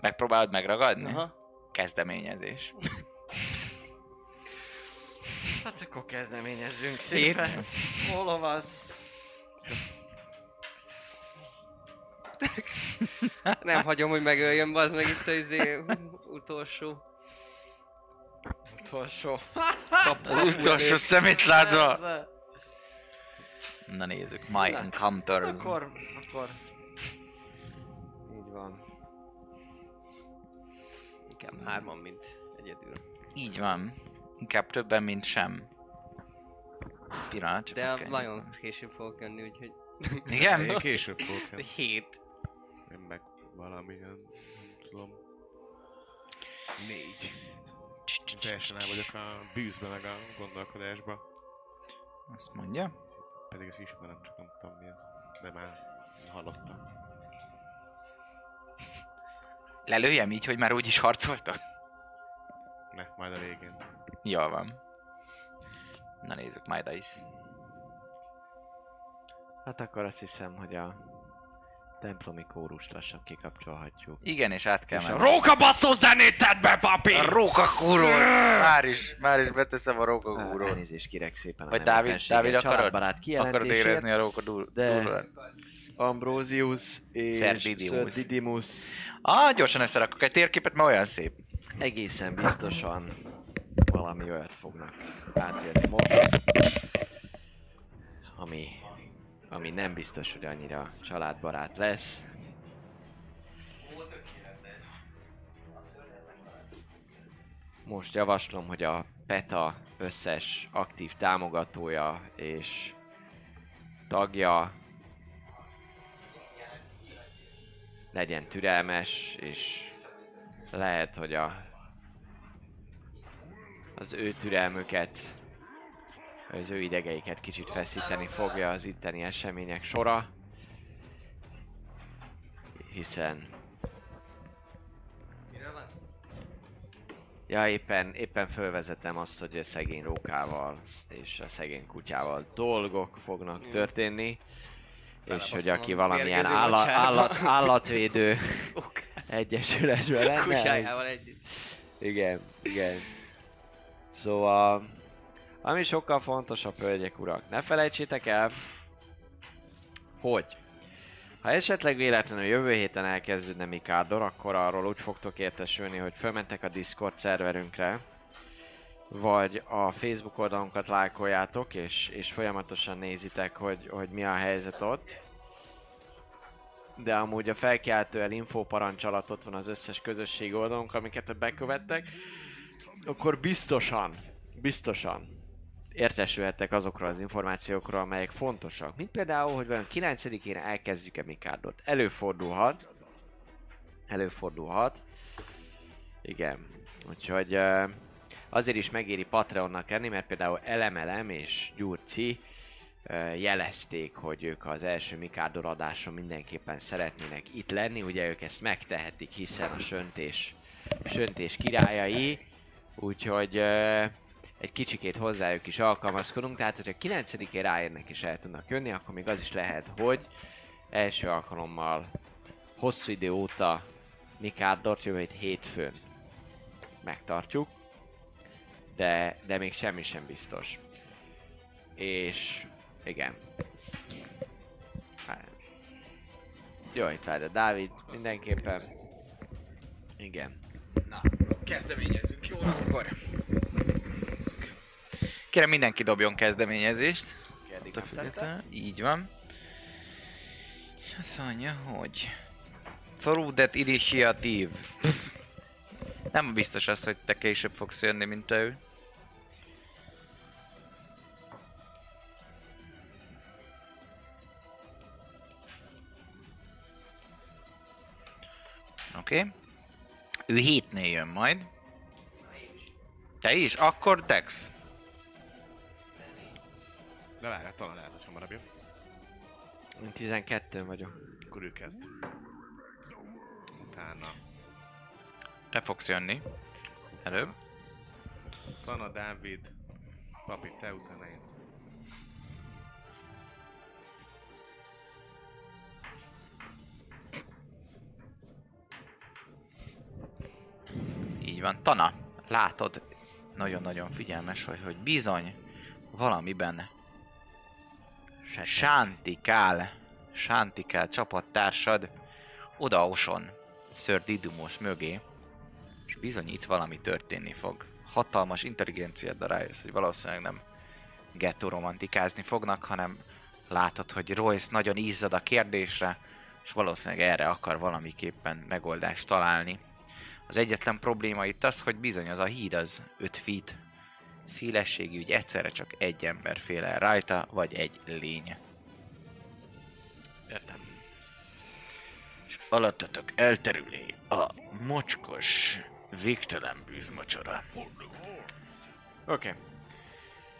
Megpróbálod megragadni? Aha.
Aha.
Kezdeményezés.
Hát akkor kezdeményezzünk
szépen.
szépen. Hol lovasz?
Nem hagyom, hogy megöljön, bazd meg itt az izé utolsó.
Utolsó.
Az utolsó szemét látva. Na nézzük, my
Na,
encounters.
Akkor, akkor. Így van.
Inkább hárman, mint egyedül.
Így van. Inkább többen, mint sem. Pillanat, csak
De
meg kell
nagyon később fogok jönni, úgyhogy
nyitnom. Igen?
Én később fogok. hát
hét.
Én meg valamilyen... Nem tudom. Négy. Teljesen el vagyok a bűzbe, meg a gondolkodásba.
Azt mondja.
Pedig ezt ismerem, csak nem tudom mi ez. De már hallottam.
Lelőjem így, hogy már úgy is harcoltak?
Ne, majd a végén.
Jól van. Na nézzük, my dice.
Hát akkor azt hiszem, hogy a templomi kórust lassan kikapcsolhatjuk.
Igen, és át kell
És a
menni.
róka
basszó zenét tedd be, papi! Róka kuró! Már is, már is beteszem a róka
Úr,
kuró.
elnézést kérek szépen. a
Vagy
nem
Dávid-
éppenséggel
Dávid, akarod?
családbarát
Akarod
kijelentésért.
érezni a róka dur-
De-
durrát?
Ambrosius és
Szerbidimus.
Szerbidimus
Ah, gyorsan összerakok egy térképet, mert olyan szép.
egészen biztosan valami olyat fognak átélni most, ami, ami nem biztos, hogy annyira családbarát lesz. Most javaslom, hogy a PETA összes aktív támogatója és tagja legyen türelmes, és lehet, hogy a, az ő türelmüket, az ő idegeiket kicsit feszíteni fogja az itteni események sora, hiszen
Miről van szó?
Ja, éppen, éppen fölvezetem azt, hogy a szegény rókával és a szegény kutyával dolgok fognak
Igen.
történni. És hogy
Belebasszom
aki
a
valamilyen
mérgező
álla,
kacsába.
állat, állatvédő
Ok.
egyesületben lenne.
Kutyájával együtt.
Igen, igen. Szóval, ami sokkal fontosabb, hölgyek, urak, ne felejtsétek el, hogy ha esetleg véletlenül jövő héten elkezdődne Mikádor, akkor arról úgy fogtok értesülni, hogy fölmentek a Discord szerverünkre, vagy a Facebook oldalunkat lájkoljátok, és, és folyamatosan nézitek, hogy, hogy mi a helyzet ott. De amúgy a felkiáltó el infóparancs alatt ott van az összes közösségi oldalunk, amiket bekövettek, akkor biztosan, biztosan értesülhettek azokról az információkról, amelyek fontosak. Mint például, hogy vajon 9-én elkezdjük-e Mikárdot. Előfordulhat. Előfordulhat. Igen. Úgyhogy ö, azért is megéri Patreonnak lenni, mert például Elemelem és Gyurci ö, jelezték, hogy ők az első Mikádor adáson mindenképpen szeretnének itt lenni. Ugye ők ezt megtehetik, hiszen a söntés, söntés királyai. Úgyhogy ö, egy kicsikét hozzájuk is alkalmazkodunk, tehát hogyha 9-én ráérnek és el tudnak jönni, akkor még az is lehet, hogy első alkalommal hosszú idő óta Mikárdort jövő hét hétfőn megtartjuk, de, de még semmi sem biztos. És igen. Hát. Jó étvágyat, Dávid, mindenképpen. Igen.
Na, kezdeményezzük, jó akkor. Kérem mindenki dobjon kezdeményezést.
Eddig
Attól
nem tettem.
függetlenül. Így van. És azt mondja, hogy... Through that initiative. Pff. Nem biztos az, hogy te később fogsz jönni, mint ő. Oké. Okay. Ő hétnél jön majd. Te is? Akkor Dex.
De várjál, talán lehet, hogy hamarabb jön.
Én 12 vagyok.
Akkor ő kezd. Utána.
Te fogsz jönni. Előbb.
Utána Dávid. Papi, te utána én.
Így van. Tana, látod, nagyon-nagyon figyelmes vagy, hogy bizony valamiben sántikál, sántikál csapattársad odaoson Sir Didumos mögé, és bizony itt valami történni fog. Hatalmas intelligenciáddal rájössz, hogy valószínűleg nem gettó romantikázni fognak, hanem látod, hogy Royce nagyon izzad a kérdésre, és valószínűleg erre akar valamiképpen megoldást találni. Az egyetlen probléma itt az, hogy bizony az a híd az 5 feet szélességű, így egyszerre csak egy ember fél el rajta, vagy egy lény. Értem. És alattatok elterüli a mocskos, végtelen bűzmocsora.
Oké. Okay.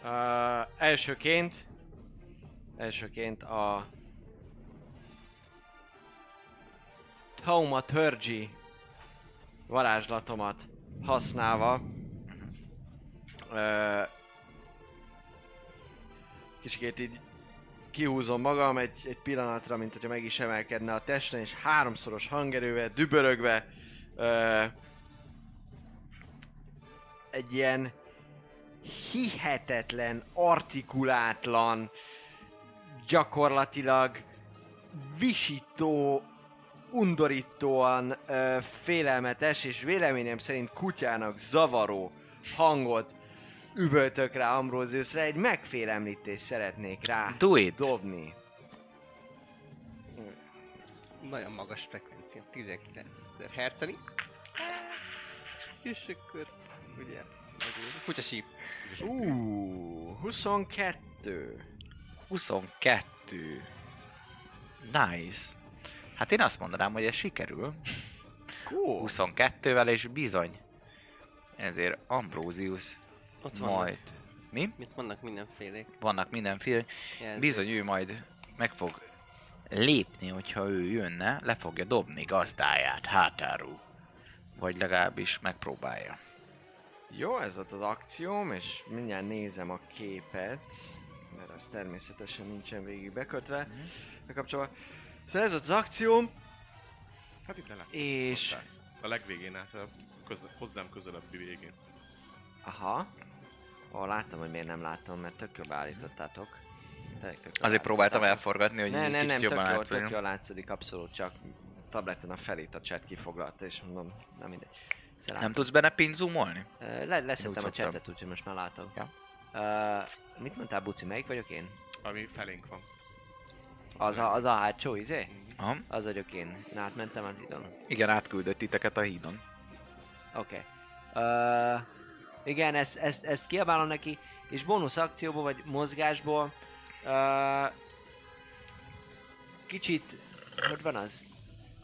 Uh, elsőként, elsőként a Taumaturgy varázslatomat használva uh, kicsikét így kihúzom magam egy, egy pillanatra, mint hogyha meg is emelkedne a testre, és háromszoros hangerővel, dübörögve uh, egy ilyen hihetetlen, artikulátlan, gyakorlatilag visító, undorítóan ö, félelmetes és véleményem szerint kutyának zavaró hangot üvöltök rá Ambróziuszra, egy megfélemlítést szeretnék rá
Do it!
dobni.
Nagyon magas frekvencia, 19 ezer herceni. És akkor ugye? Kutya síp.
Ú, 22.
22. Nice. Hát én azt mondanám, hogy ez sikerül.
Cool.
22-vel és bizony. Ezért Ambrosius
Ott van.
majd. Mi?
Mit vannak mindenfélék?
Vannak mindenféle.
Jelző.
Bizony ő majd meg fog lépni, hogyha ő jönne, le fogja dobni gazdáját hátárú. Vagy legalábbis megpróbálja.
Jó, ez volt az akcióm, és mindjárt nézem a képet, mert az természetesen nincsen végig bekötve,
Mhm.
bekapcsolva. Szóval ez volt az akcióm,
Hát itt leláttam.
és...
A legvégén át, a köze- hozzám közelebbi végén.
Aha. Ó, láttam, hogy miért nem látom, mert tök jobb állítottátok. Te- tök jobb
Azért próbáltam
állítottátok.
elforgatni, hogy
Ne,
így
ne,
kicsit
nem, tök
jobban
jól,
látszódjon.
tök jól látszódik, abszolút, csak tableten a felét a chat kifoglalta, és mondom, nem mindegy. Szóval
Nem tudsz benne pinzumolni?
Ö, Le, leszettem
Én
a
úgy szoktam.
chatet, úgyhogy most már látom.
Ja.
Ö, mit mondtál, Buci, melyik vagyok én?
Ami felénk van.
Az a, az a hátsó, izé?
Aha.
Az vagyok én. Na, hát átmentem az idon.
Igen, átküldött titeket a hídon.
Oké. Okay. Uh, igen, ezt, ezt, ezt kiabálom neki, és bónusz akcióból, vagy mozgásból uh, kicsit, hogy van az?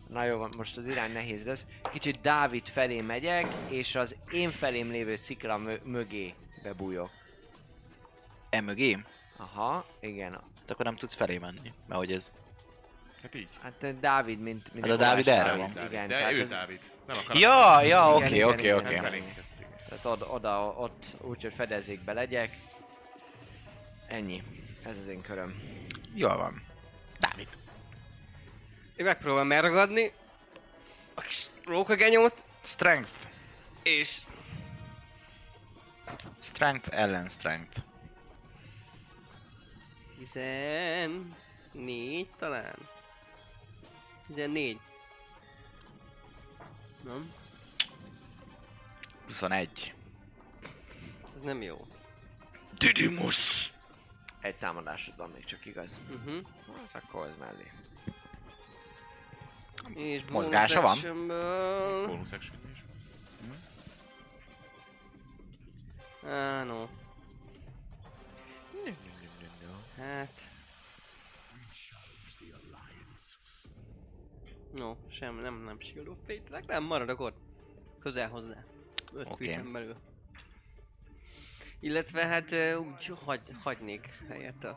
Na jó, van, most az irány nehéz lesz. Kicsit Dávid felé megyek, és az én felém lévő szikla mö- mögé bebújok.
E mögé?
Aha, igen.
Hát Akkor nem tudsz felé menni, mert hogy ez...
Hát így.
Hát ö, Dávid, mint... mint
Hát a
Kovács
Dávid erre
Dávid,
van.
Igen,
de
tehát
ő
ez-
Dávid. Nem akarom.
Ja, ja,
Igen,
oké,
igen,
oké,
igen,
oké.
igen.
Felénk.
Tehát oda, oda ott úgy, hogy fedezékbe legyek. Ennyi. Ez az én köröm.
Jól van. Dávid.
Én megpróbálom elragadni a kis rókagenyót,
Strength.
és
Strength ellen strength.
14 talán. 14. Nem?
21.
Ez nem jó.
Didymus!
Egy támadásod van még csak igaz.
Uh-huh.
Hát akkor ez mellé.
És bonus
Mozgása van?
actionből-
Bónusz action is.
Á, Ah, no. Hát... No, sem, nem, nem Shield of Fate. Legalább maradok ott. Közel hozzá. Öt
Oké.
okay. belül. Illetve hát ö, úgy hagy, hagynék helyette.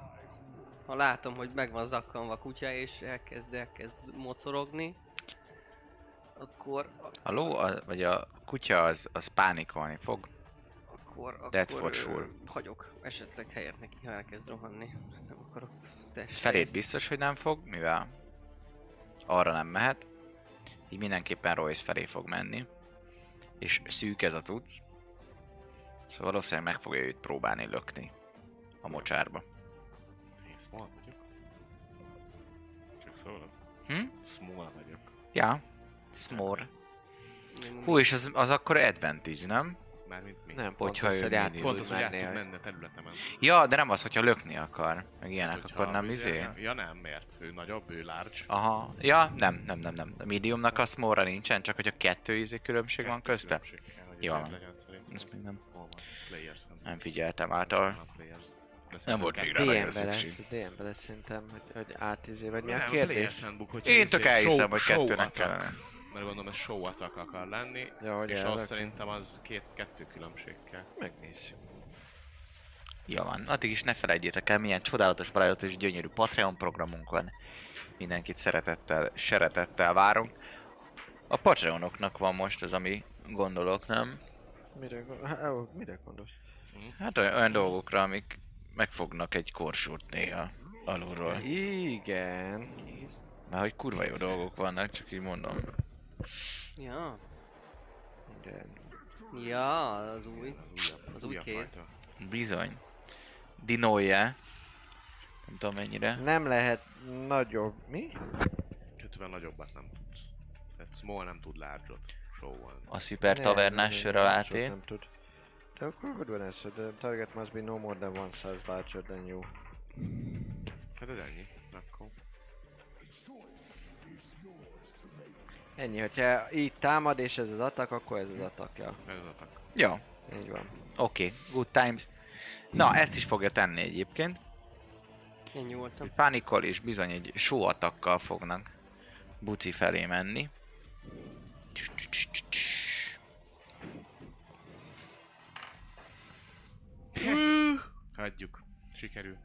Ha látom, hogy meg van zakkanva a kutya és elkezd, elkezd mocorogni, akkor,
A ló, a, vagy a kutya az, az pánikolni fog.
akkor, akkor
That's for
ö,
sure.
hagyok esetleg helyet neki, ha elkezd rohanni. Nem akarok test.
Felét biztos, hogy nem fog, mivel arra nem mehet. Így mindenképpen Royce felé fog menni. És szűk ez a cucc. Szóval valószínűleg meg fogja őt próbálni lökni a mocsárba.
Én small vagyok. Csak szólom.
Hm?
Small vagyok.
Ja. Smor.
Még mindig-
Hú, és az, az akkor advantage, nem?
Mármint mi? Hát
Nem,
Hogyha
pont az,
ő
hogy
mini.
át
Pont
tud
az, hogy át tud
menni,
menne területemen.
Ja, de nem az, hogyha lökni akar. Meg ilyenek,
Hát, hogyha
akkor nem
ugye-
izé.
Ja nem, mert ő nagyobb, ő large.
Aha. Ja, nem, nem, nem, nem. A mediumnak a smallra nincsen, csak hogy a kettő izé különbség van közte. Jó. Ezt még nem,
Hol van? Players.
nem figyeltem által. Nem volt még rá. nagyon
DM-be lesz,
szükség.
DM-be lesz szerintem, hogy, hogy átizé, vagy mi
Nem,
a
a Players
kérdés?
Handbook, hogyha
Én
izé,
tök elhiszem,
show-
hogy
show
kettőnek
attack.
kellene.
Mert gondolom ez show attack akar lenni,
Ja, hogy
és
el-
azt szerintem az két, kettő különbségkel.
Megnézzük.
Jó van, addig is ne felejtjétek el, milyen csodálatos, barátos és gyönyörű Patreon programunk van. Mindenkit szeretettel, szeretettel várunk. A Patreonoknak van most az, ami gondolok, nem?
Mire, gond- há, ó, mire gondolsz?
Hát olyan, olyan dolgokra, amik megfognak egy korsót néha alulról.
Igen.
Mert hogy kurva jó dolgok vannak, csak így mondom.
Ja,
Igen.
ja, az új. Az új
Újabb
kéz.
fajta.
Bizony. Dinolje. Nem tudom mennyire.
Nem lehet nagyobb, mi?
Kettővel nagyobbat nem tudsz. Tehát small nem tud large-ot. Show-on.
A
Nem,
szuper tavernás
nem,
sör
nem,
alá
nem sok
átér.
Nem tud. De akkor good van ez, the target must be no more than one size larger than you.
Hát ez ennyi. Akkor.
Ennyi, hogyha így támad és ez az atak, akkor ez az atakja.
Ez az atak.
Jó,
Így van.
oké, okay. good times. Na, ezt is fogja tenni egyébként.
Ennyi voltam.
Pánikol és bizony egy sóatakkal fognak buci felé menni.
Hagyjuk. Sikerül.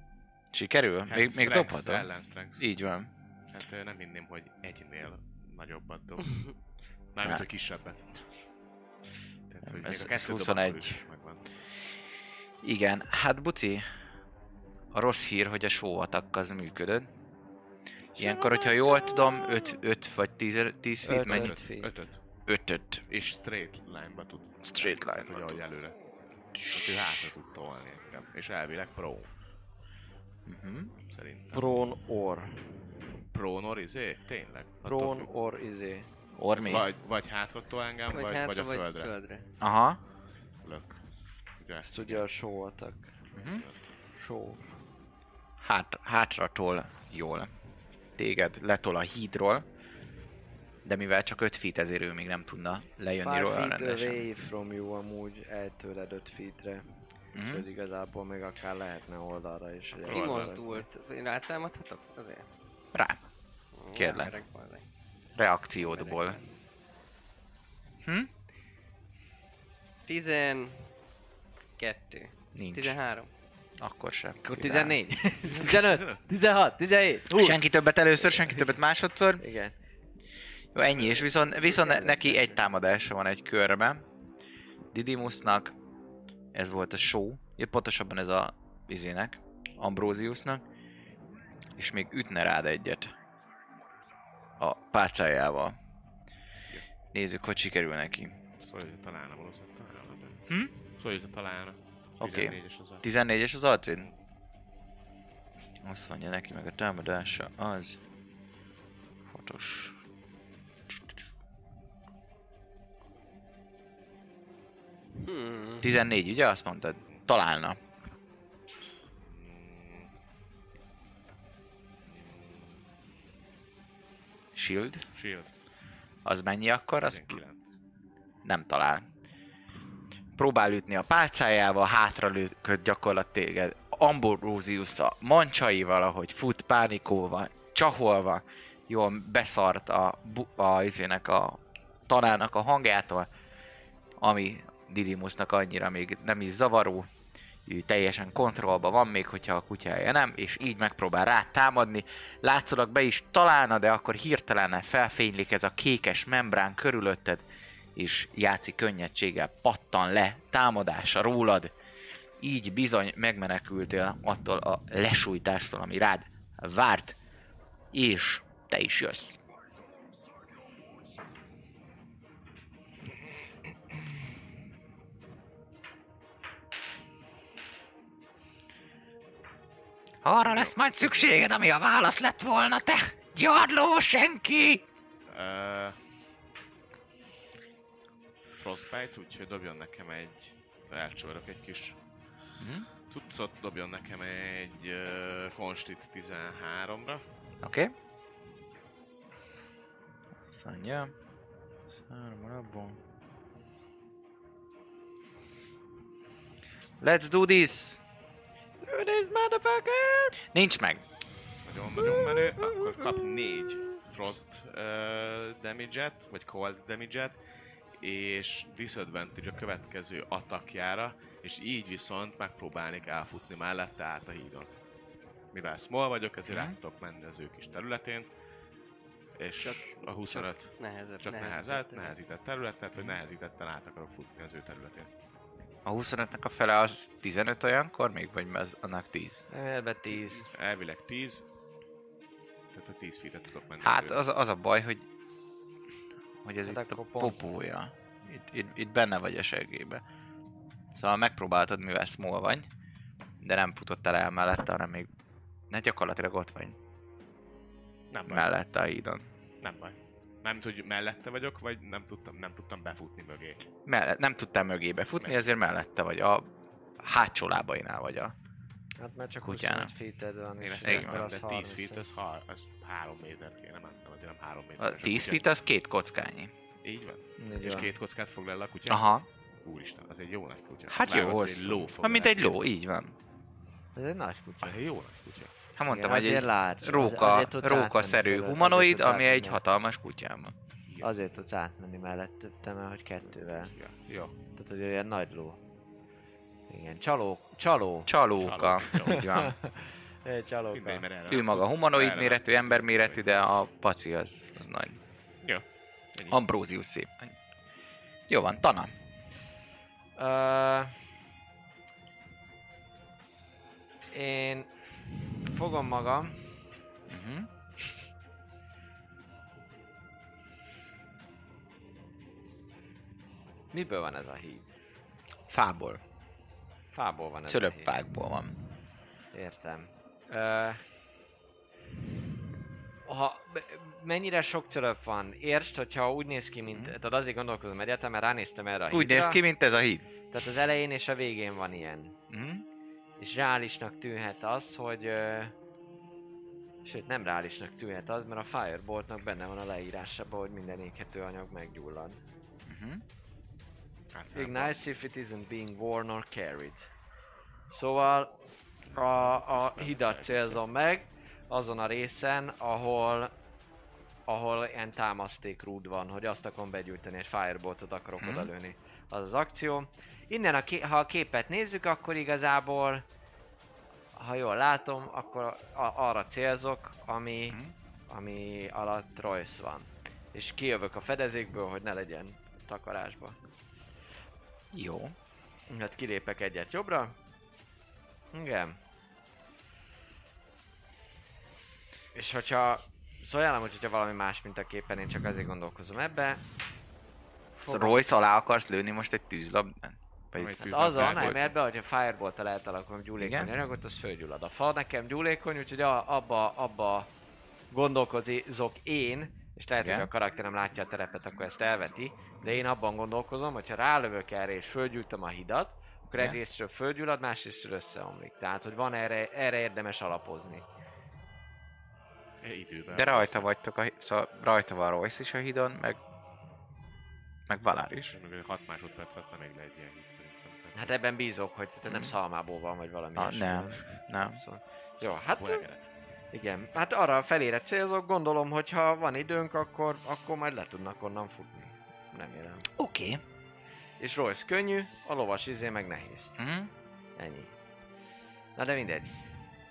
Sikerül?
Hát
Még, még
strength
dobhatom?
Ellen strength.
Így van.
Hát ö, nem hinném, hogy egynél nagyobbat dob.
Hát.
Mármint, hogy kisebbet. Tehát,
Nem, ez-
hogy még a
ez
kettő dob,
21.
akkor is megvan.
Igen, hát buci, a rossz hír, hogy a sóatak az működött. Ilyenkor, hogyha jól tudom, 5, 5 vagy 10, 10 feet
Öt,
mennyi?
öt. Fény.
Ötöt.
5 5
És straight line-ba tud.
Straight
Tehát, hogy ahogy előre. Hát ő hátra tud tolni engem. És elvileg pro.
Uh-huh.
Szerintem.
Prone or.
Prónor, izé? Tényleg? Attól
Prone
függ.
or izé.
Ormi.
Vagy, vagy hátra tol engem, vagy,
Vagy,
vagy,
hátra,
a
vagy
földre.
földre.
Aha.
Lök. Ugye?
Ezt ugye a show atak.
Mhm.
Show.
Hát, hátra tol jól. Téged letol a hídról. De mivel csak 5 feet, ezért ő még nem tudna lejönni
Five
róla
feet
rendesen.
away from you amúgy eltőled 5 feetre.
Hm?
Mhm.
Úgyhogy igazából még akár lehetne oldalra is. Ugye
Kimozdult. Én rátámadhatok? Azért.
Rá. Kérlek.
Merek, merek.
Reakciódból. Hm?
Tizen... Kettő.
Nincs.
Tizenhárom.
Akkor sem.
Akkor
Kiváló.
14, 15, 16, 17, 20.
Senki többet először, senki többet másodszor.
Igen.
Jó, ennyi, és viszont, viszont ne- neki egy támadása van egy körben. Didymusnak, ez volt a show, ja, pontosabban ez a izének, Ambrosiusnak, és még ütne rád egyet a pálcájával. Nézzük, hogy sikerül neki.
Szóval, hogy találna valószínűleg találna. de-
Hm?
Szóval, hogy találna.
Oké.
14-es az a...
14-es az acid? Azt mondja neki meg a támadása az... 6-os.
Hmm.
14, ugye azt mondtad? Találna.
Hmm,
Shield.
Shield.
Az mennyi akkor? Az
19.
nem talál. Próbál ütni a pálcájával, hátra lőköd gyakorlat téged. Ambrosius a mancsaival, ahogy fut, pánikolva, csaholva, jól beszart a, bu- a, izének a tanának a hangjától, ami Didymusnak annyira még nem is zavaró, ő teljesen kontrollba van, még hogyha a kutyája nem, és így megpróbál rá támadni. Látszólag be is találna, de akkor hirtelen felfénylik ez a kékes membrán körülötted, és játszik könnyedséggel pattan le támadása rólad. Így bizony megmenekültél attól a lesújtástól, ami rád várt, és te is jössz. Arra lesz majd szükséged, ami a válasz lett volna, te gyarló senki!
Uh, Frostbite, úgyhogy dobjon nekem egy... Elcsórok egy kis
Mhm.
cuccot, dobjon nekem egy uh, Konstit 13-ra.
Oké. Okay. Azt mondja. 23 abból. Let's do this! Do this, motherfucker! Nincs meg.
Nagyon-nagyon menő. Akkor kap 4 Frost uh, damage-et, vagy Cold damage-et, és disadvantage a következő atakjára, és így viszont megpróbálnék elfutni mellette át a hídon. Mivel small vagyok, ezért
Mhm.
át tudok menni az ő kis területén, és a 25
Nehezebb.
Csak nehezett, nehezített terület, Mhm. tehát hogy nehezítetten át akarok futni az ő területén.
A 25-nek a fele az 15 olyankor még, vagy az annak 10?
Elbe 10.
Elvileg 10, tehát hogy 10 feet tudok menni.
Hát
tőle.
az, az a baj, hogy... Hogy ez
Hát
itt a
akkor pont.
popója. Itt, itt, itt benne vagy a seggébe. Szóval megpróbáltad, mivel small vagy, de nem futottál el mellette, hanem még... Ne gyakorlatilag ott vagy hát
nem baj,
mellette a hídon.
nem baj. Nem hogy mellette vagyok, vagy nem tudtam, nem tudtam befutni mögé.
Mellett, nem tudtál mögébe futni,
Meg.
ezért mellette vagy, a hátsó lábainál vagy a
Hát mert csak
Kutyának.
25 feet van.
Én
és
ezt
Igen.
nem
akkor
mentem,
az
de 10
30.
feet, az, har, az 3 méter kéne mentem, azért nem 3 méter.
A 10 feet az két kockányi.
Így van.
Így
És
van.
két kockát fog le a kutya?
Aha.
Úristen, az egy jó nagy kutya.
Hát
Lehet,
jó,
hogy
hosszú.
Egy ló fog
Hát mint egy
lenni.
ló, így van.
Ez egy nagy kutya.
Az egy jó nagy kutya.
Hát mondtam,
Igen,
hogy
azért
egy
large.
róka,
azért tudsz átmenni
rókaszerű
fölött, azért
humanoid,
tudsz
ami egy
átmenni.
hatalmas kutyában.
Azért tudsz átmenni mellette, mert hogy kettővel.
Ja, jó.
Tehát, hogy olyan nagy ló. Igen, csaló, csaló.
Csalóka.
Csalóka.
Így van.
Egy
Mindegy,
csalóka.
mert erre
Ő maga humanoid
Erre
méretű,
nem-
ember méretű, de a paci az, az nagy.
Jó. Ennyi.
Ambrózius szép. Jó van, Tana.
Ö, Én fogom magam, Mhm.
Uh-huh.
miből van ez a híd?
Fából.
Fából van ez a híd.
Cölöppákból van.
Értem. Ö, ha, b- mennyire sok cölöp van? Értsd, hogyha úgy néz ki, mint...
Mhm.
Tehát azért gondolkozom egyáltalán, mert ránéztem erre a
Úgy
hídra.
néz ki, mint ez a híd.
Tehát az elején és a végén van ilyen.
Uh-huh.
És reálisnak tűnhet az, hogy... Ö, sőt, nem reálisnak tűnhet az, mert a Fireboltnak benne van a leírásában, hogy minden éghető anyag meggyullad.
Uh-huh.
Mhm. Hát nem.
Ignites if it isn't being worn or carried. Szóval a, a hidat célzom meg, azon a részen, ahol ahol ilyen támaszték rúd van, hogy azt akarom begyűjteni, egy fireboltot akarok
Mhm.
hmm. odalőni. Az az akció. Innen, a ké- ha a képet nézzük, akkor igazából, ha jól látom, akkor a- arra célzok, ami,
Mhm.
ami alatt Royce van. És kijövök a fedezékből, hogy ne legyen takarásba.
Jó.
Hát kilépek egyet jobbra. Igen. És hogyha... Szóval ajánlom, hogy hogyha valami más, mint a képen, én csak azért gondolkozom ebbe.
Szóval Royce alá akarsz lőni most egy tűzlabdán?
Ami
Vagy...
tűz
Hát az a
labdából.
nem, ebbe, hogyha fireball-t eltalálom gyúlékony
Igen.
anyagot, az fölgyullad. A fa nekem gyúlékony, úgyhogy a, abba, abba gondolkozok én, és lehet,
Igen.
hogy a karakterem látja a terepet, akkor ezt elveti, de én abban gondolkozom, hogyha rálövök erre és fölgyűjtöm a hidat, akkor
Igen.
egyrésztről fölgyullad, másrésztről összeomlik. Tehát, hogy van erre, erre érdemes alapozni.
E, idővel.
De rajta vagytok, a... hí- szóval rajta van Royce is a hídon, meg... Meg Valár is.
És még 6 másodperc alatt nem még le egy ilyen hit szerintem.
Hát ebben bízok, hogy te
Mhm.
nem szalmából van, vagy valami
Ah,
ilyesmi.
nem, nem.
Szóval- Jó, hát
Bolyageret.
Igen, hát arra a felére célzok, gondolom, hogy ha van időnk, akkor, akkor majd le tudnak onnan futni. Remélem.
Oké. Okay.
És Royce könnyű, a lovas izé meg nehéz.
Uh-huh.
Ennyi. Na de mindegy.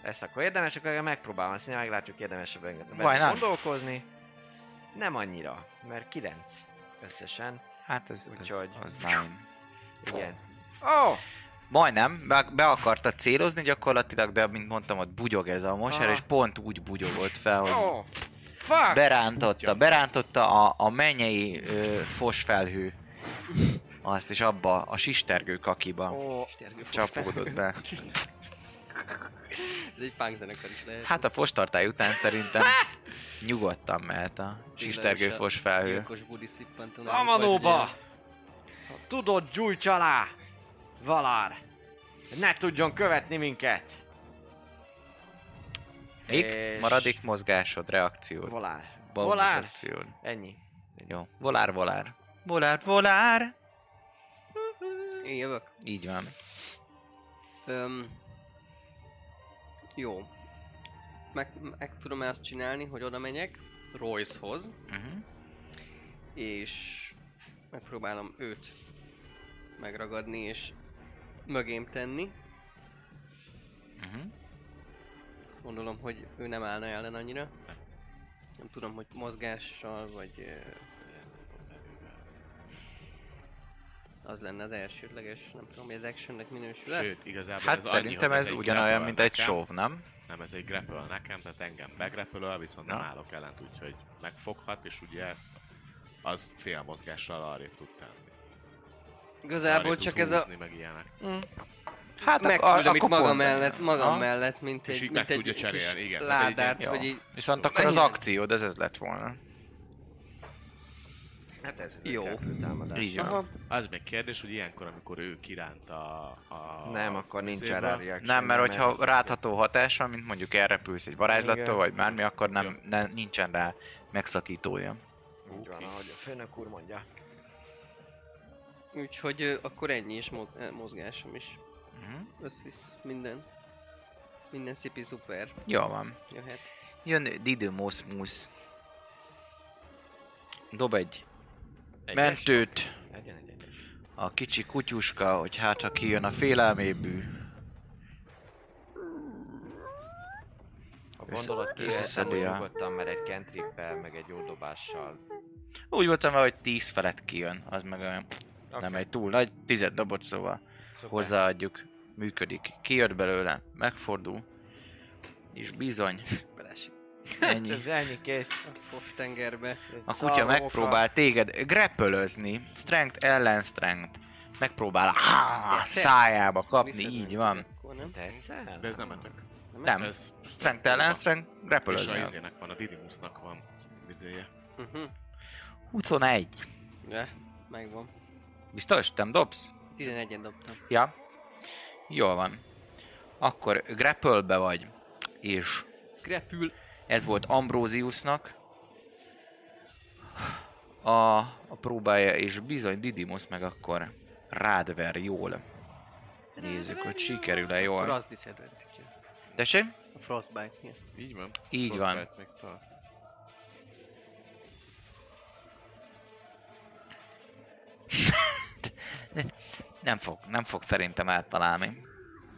Ezt akkor érdemes, akkor megpróbálom, aztán meglátjuk érdemesebb engedni.
Why not?
gondolkozni. Nem annyira, mert 9 összesen.
Hát ez, ez
Úgyhogy-
az nine.
Igen. Ó! Oh!
Majdnem, be, be akarta célozni gyakorlatilag, de mint mondtam, ott bugyog ez a moser,
Aha.
és pont úgy bugyogott fel, hogy
Oh!
hát
Fuck!
berántotta, berántotta a, a mennyei ö, fosfelhő. Azt is abba a sistergő kakiba
Ó,
csapódott be.
Ez egy punk zenekar is lehet.
Hát a postartály után szerintem nyugodtan mehet a sistergő
Tényleg is a
fosfelhő.
Gyilkos budi szippant. onnan,
Amanóba!
vagy ugye-
Ha Tudod, gyújts alá! Valár! Ne tudjon követni minket!
Még
És-
maradik mozgásod, reakciód,
Valár.
bonus
Volár.
akciód.
Ennyi.
Jó. Volár, volár. Volár, volár!
Én jövök.
Így van.
Öm, jó. Meg, meg tudom azt csinálni, hogy oda megyek Royce-hoz,
Uh-huh.
és megpróbálom őt megragadni és mögém tenni.
Uh-huh.
Gondolom, hogy ő nem állna ellen annyira. Nem tudom, hogy mozgással, vagy ö, az lenne az elsődleges, nem tudom, hogy ez actionnek minősül.
Sőt, igazából
Hát
ez
szerintem
annyi, hogy
ez
egy
ugyanolyan,
grapple
mint egy
nekem.
show, nem?
Nem, ez egy grapple nekem, tehát engem begrepelöl, viszont nem
Na.
állok ellent, úgyhogy megfoghat, és ugye az fél mozgással arrébb tud tenni.
Igazából
Arrébb
csak
tud
ez a...
húzni, Meg ilyenek.
Hát
Megküldöm itt magam
pont ennyi.
mellett, magam
Aha.
mellett, mint
És
egy,
így
mint
meg
egy
tudja
kis
cserélni, igen. Tehát egy
ládát,
Jó.
hogy így
Viszont akkor az
Mennyire?
akciód, ez ez lett volna.
Hát ez az
Jó.
ötletű támadás.
Így
Aha.
van. Az meg kérdés, hogy ilyenkor, amikor ő kiránt a... a
Nem, akkor nincs
izéből,
erre reaction.
Nem, mert
az-
hogyha rátható hatása, mint mondjuk elrepülsz egy varázslattól,
Igen.
vagy bármi, akkor nem,
Igen.
ne, nincsen rá megszakítója.
Így van,
Oké.
ahogy a főnök úr mondja.
Úgyhogy ö, akkor ennyi is mo- ö, mozgásom is.
Mhm.
Összvisz minden. Minden szipi szuper
Jó van.
jöhet.
Jön Didymos Mus. Dob egy
Egyes.
mentőt
Legyen egy egyes.
a kicsi kutyuska, hogy hát ha kijön a félelmébű.
A
Össze-
gondolat
összeszedi
kiszeszedi
a-
nyugodtan, mert egy kentrippel, meg egy jó dobással.
Úgy voltam vele, hogy 10 felett kijön, az meg olyan,
Oké,
nem egy túl nagy, tized dobott, szóval
szuper.
hozzáadjuk, működik. Kijött belőle, megfordul, és bizony,
Belesik
Ennyi.
ennyi.
Ez ennyi kész.
a fof tengerbe.
A kutya megpróbál téged grepölözni, strength ellen strength. Megpróbál a
Érted?
szájába kapni,
Viszed
így
neki
van.
Akkor nem?
Tetszel?
De ez nem etek.
Nem,
Ez
strength ellen strength,
és a
grepölözni.
izének van, a Didymusnak van izéje.
Uh-huh.
21.
De, megvan.
Biztos? Nem dobsz?
11-en dobtam.
Ja. Jól van. Akkor grapple vagy, és
Krepül.
ez volt Ambrosiusnak a, a próbája, és bizony Didymus meg akkor rádver jól. Nézzük, hogy sikerül-e
Akkor
jól.
az disadvantage
Tessék?
A frostbite igen.
Így van?
Így van.
Frostbite meg tart.
Nem fog, nem fog szerintem eltalálni.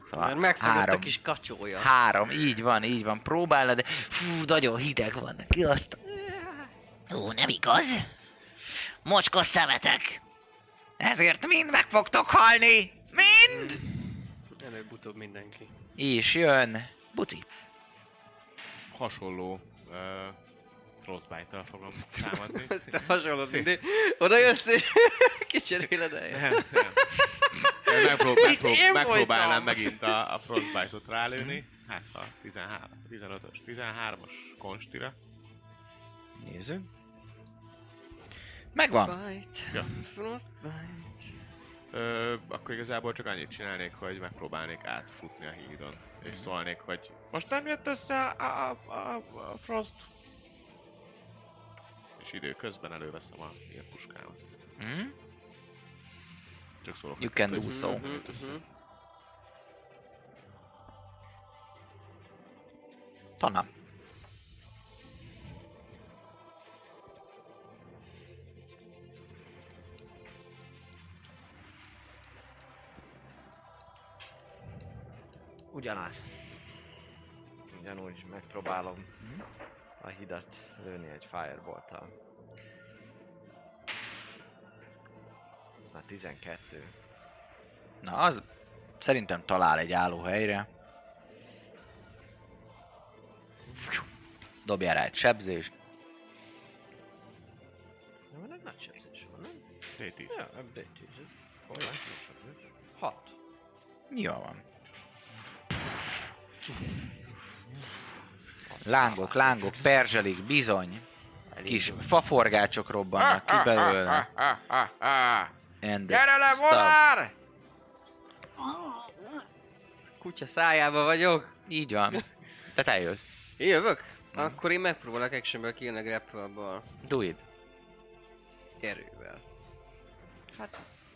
Szóval
Mert megfagyott a
három.
kis kacsója.
Három, így van, így van. Próbálna, de fú, nagyon hideg van neki azt. Ó, nem igaz? Mocskos szemetek! Ezért mind meg fogtok halni! Mind!
Előbb-utóbb mindenki.
És jön Buci.
Hasonló uh, Frostbite-tal fogom támadni.
Te hasonlod mindig. Oda jössz és kicseréled el.
Nem, nem. Én Megprób- megprób-
én
megpróbálnám
voltam.
megint a, a Frostbite-ot rálőni. Hát a 13, 15-ös, 13-as konstira.
Nézzük. Megvan.
Bite.
Ja.
Frostbite.
Ö, akkor igazából csak annyit csinálnék, hogy megpróbálnék átfutni a hídon. És szólnék, hogy most nem jött össze a, a, a, a Frost. És időközben előveszem a ilyen puskámat.
Mm?
Csak szólok.
You
nekik,
can do
hogy
so.
nem jött össze.
Mhm.
Tana.
Ugyanaz. Ugyanúgy megpróbálom a hidat lőni egy fireball-tal. Ez már 12.
Na, az szerintem talál egy állóhelyre. Dobjál rá egy sebzést.
Nem, van egy nagy sebzés van, nem?
T10.
Ja, nem bőtjük. Hol van? 6.
Jó van. Lángok, lángok, perzselik, bizony. Kis faforgácsok robbannak ki belőle. And
Gyere le,
stop.
vonár!
Kutya szájába vagyok.
Így van. Tehát eljössz.
Én jövök? Akkor én megpróbálok actionből kijönni a grapple
Do it.
erővel.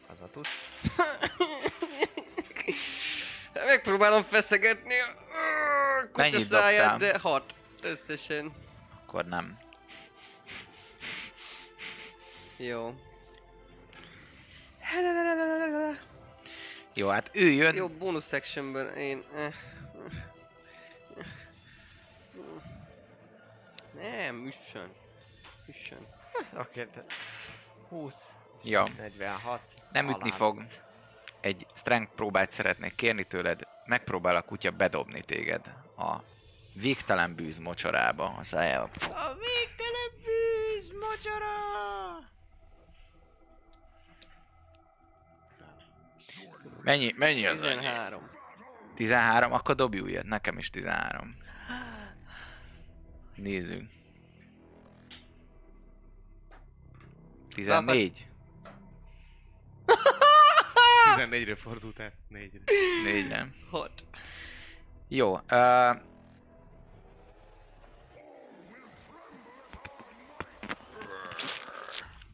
Az a tudsz.
Megpróbálom feszegetni a a kutya
Mennyit
száját,
dobtál?
de hat összesen.
Akkor nem.
Jó.
Jó, hát ő jön.
Jó, bonus actionből én... eh. Nem, üssön. Üssön.
Oké, te- 20,
Jó.
46.
Nem ütni
halál.
fog. Egy strength próbát szeretnék kérni tőled. Megpróbál a kutya bedobni téged a végtelen bűz mocsarába, a szájába. Fú,
A végtelen bűz, mocsora!
Mennyi, mennyi az annyi?
13.
13, akkor dobj újat, nekem is 13. Nézzük. 14.
14-re fordult át, 4-re.
4 nem.
Hat.
Jó. Uh...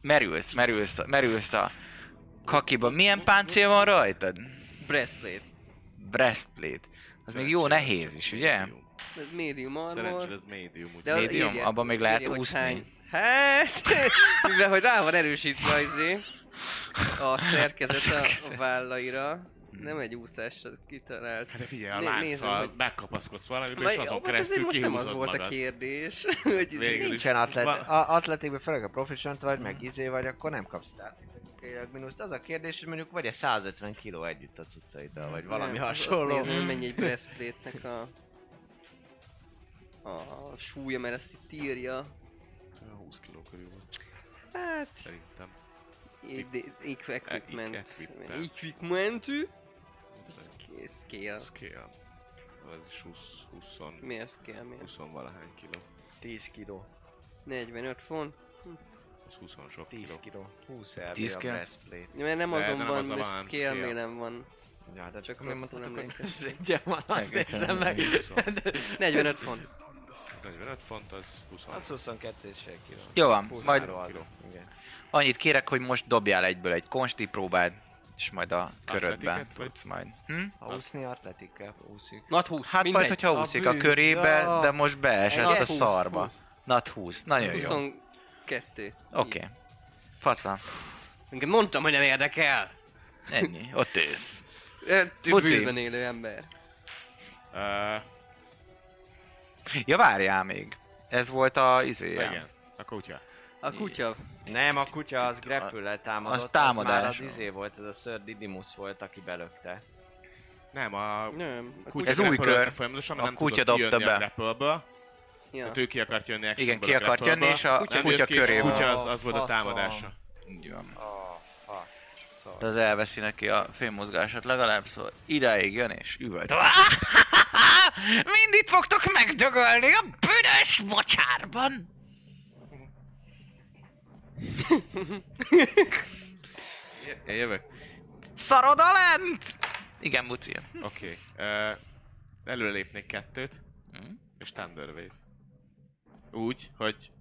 Merülsz, merülsz, merülsz a kakiba. Milyen páncél van rajtad?
Breastplate.
Breastplate. Az még jó nehéz is, ugye?
Ez medium
Szerencsére
armor.
ez medium, úgy.
De az
Medium,
írja-
abban még lehet
írja, hogy
úszni.
hány- Hát, mivel hogy rá van erősítve az izé, a
A
szerkezet a,
szerkezet.
a vállaira. Nem egy úszásra kitalált.
Hát de figyelj,
Né-
a
nézem,
lánccal
hogy-
megkapaszkodsz valamiből,
Vagy-
és azon
hát azért
keresztül
most nem az
kihúzod
volt a
magad.
kérdés, hogy izé-
Végül is.
Nincsen atlet,
Van-
a, atletikben, főleg a proficient vagy, meg izé vagy, akkor nem kapsz statikailag mínuszt. Az a kérdés, hogy mondjuk vagy-e 150 kiló együtt a cuccaiddal, vagy valami
Nem, azt-
hasonló.
Azt nézem, hogy mennyi egy breastplate-nek a... a súlya, mert ezt itt írja.
20 kiló körül van,
Hát...
szerintem. E,
id- Equipment.
Equipment.
Equipment. Sk- Scale.
Scale. Ez is 20, 20,
Mi a scale? Mi a-
20 valahány kiló.
10 kiló,
45 font.
Ez 20 sok
10
kiló.
kiló, 20 elvi
10
a
kiló?
breastplate.
Mert nem
De
azon
nem
van,
az a
de
van,
scale
scale.
mi nem van.
Ja, de csak
Csak
nem
rosszul
mondhatok, hogy
emlékszem.
közrendje van, azt
Igen,
nézem meg.
igen.
45 font.
45 font, az 20.
Az 22 és fél kiló.
Jó van,
20
majd
kiló.
kiló.
Igen.
annyit kérek, hogy most dobjál egyből egy konsti próbád, és majd a körödben
Atletiket, vagy?
tudsz majd. Hm?
Ha úszni atletikkel, úszik.
Nat 20,
Hát
mindegy.
majd, hogyha
A
úszik a,
bűz,
körébe,
ja.
de most beesett
Nat
a
20,
szarba.
20.
Nat 20, nagyon jó.
22.
Oké. Okay. Fasza.
Engem mondtam, hogy nem érdekel.
Ennyi. Ott ősz.
Több
Buci.
bűnben élő ember.
Uh,
Ja, várjál még. Ez volt a izé, izéje.
igen. A kutya.
A kutya.
Nem, a kutya az grepüllel támadott.
Az támadás.
már az izé volt, ez a Sir Didymus volt, aki belökte.
Nem, a
Nem. A
kutya
kutya.
Ez új
grapple-ölte
kör.
Folyamatosan,
A
mert nem
kutya
tudott
dobta
kijönni
be.
a grapple-ből.
Ja.
Hát ő ki akart jönni action
Igen, ki akart jönni, és a kutya köréből.
A kutya az, az volt a
Faszom.
támadása.
Így van.
Oh, fuck.
De
Szóval.
az elveszi neki a fénymozgását legalább, szóval idáig jön és üvölt. Mind itt fogtok megdögölni a büdös mocsárban!
Én jövök.
Szarod a lent! Igen, Buci.
Oké. Okay. előlépnék kettőt,
Mhm.
és Thunder Wave. Úgy, hogy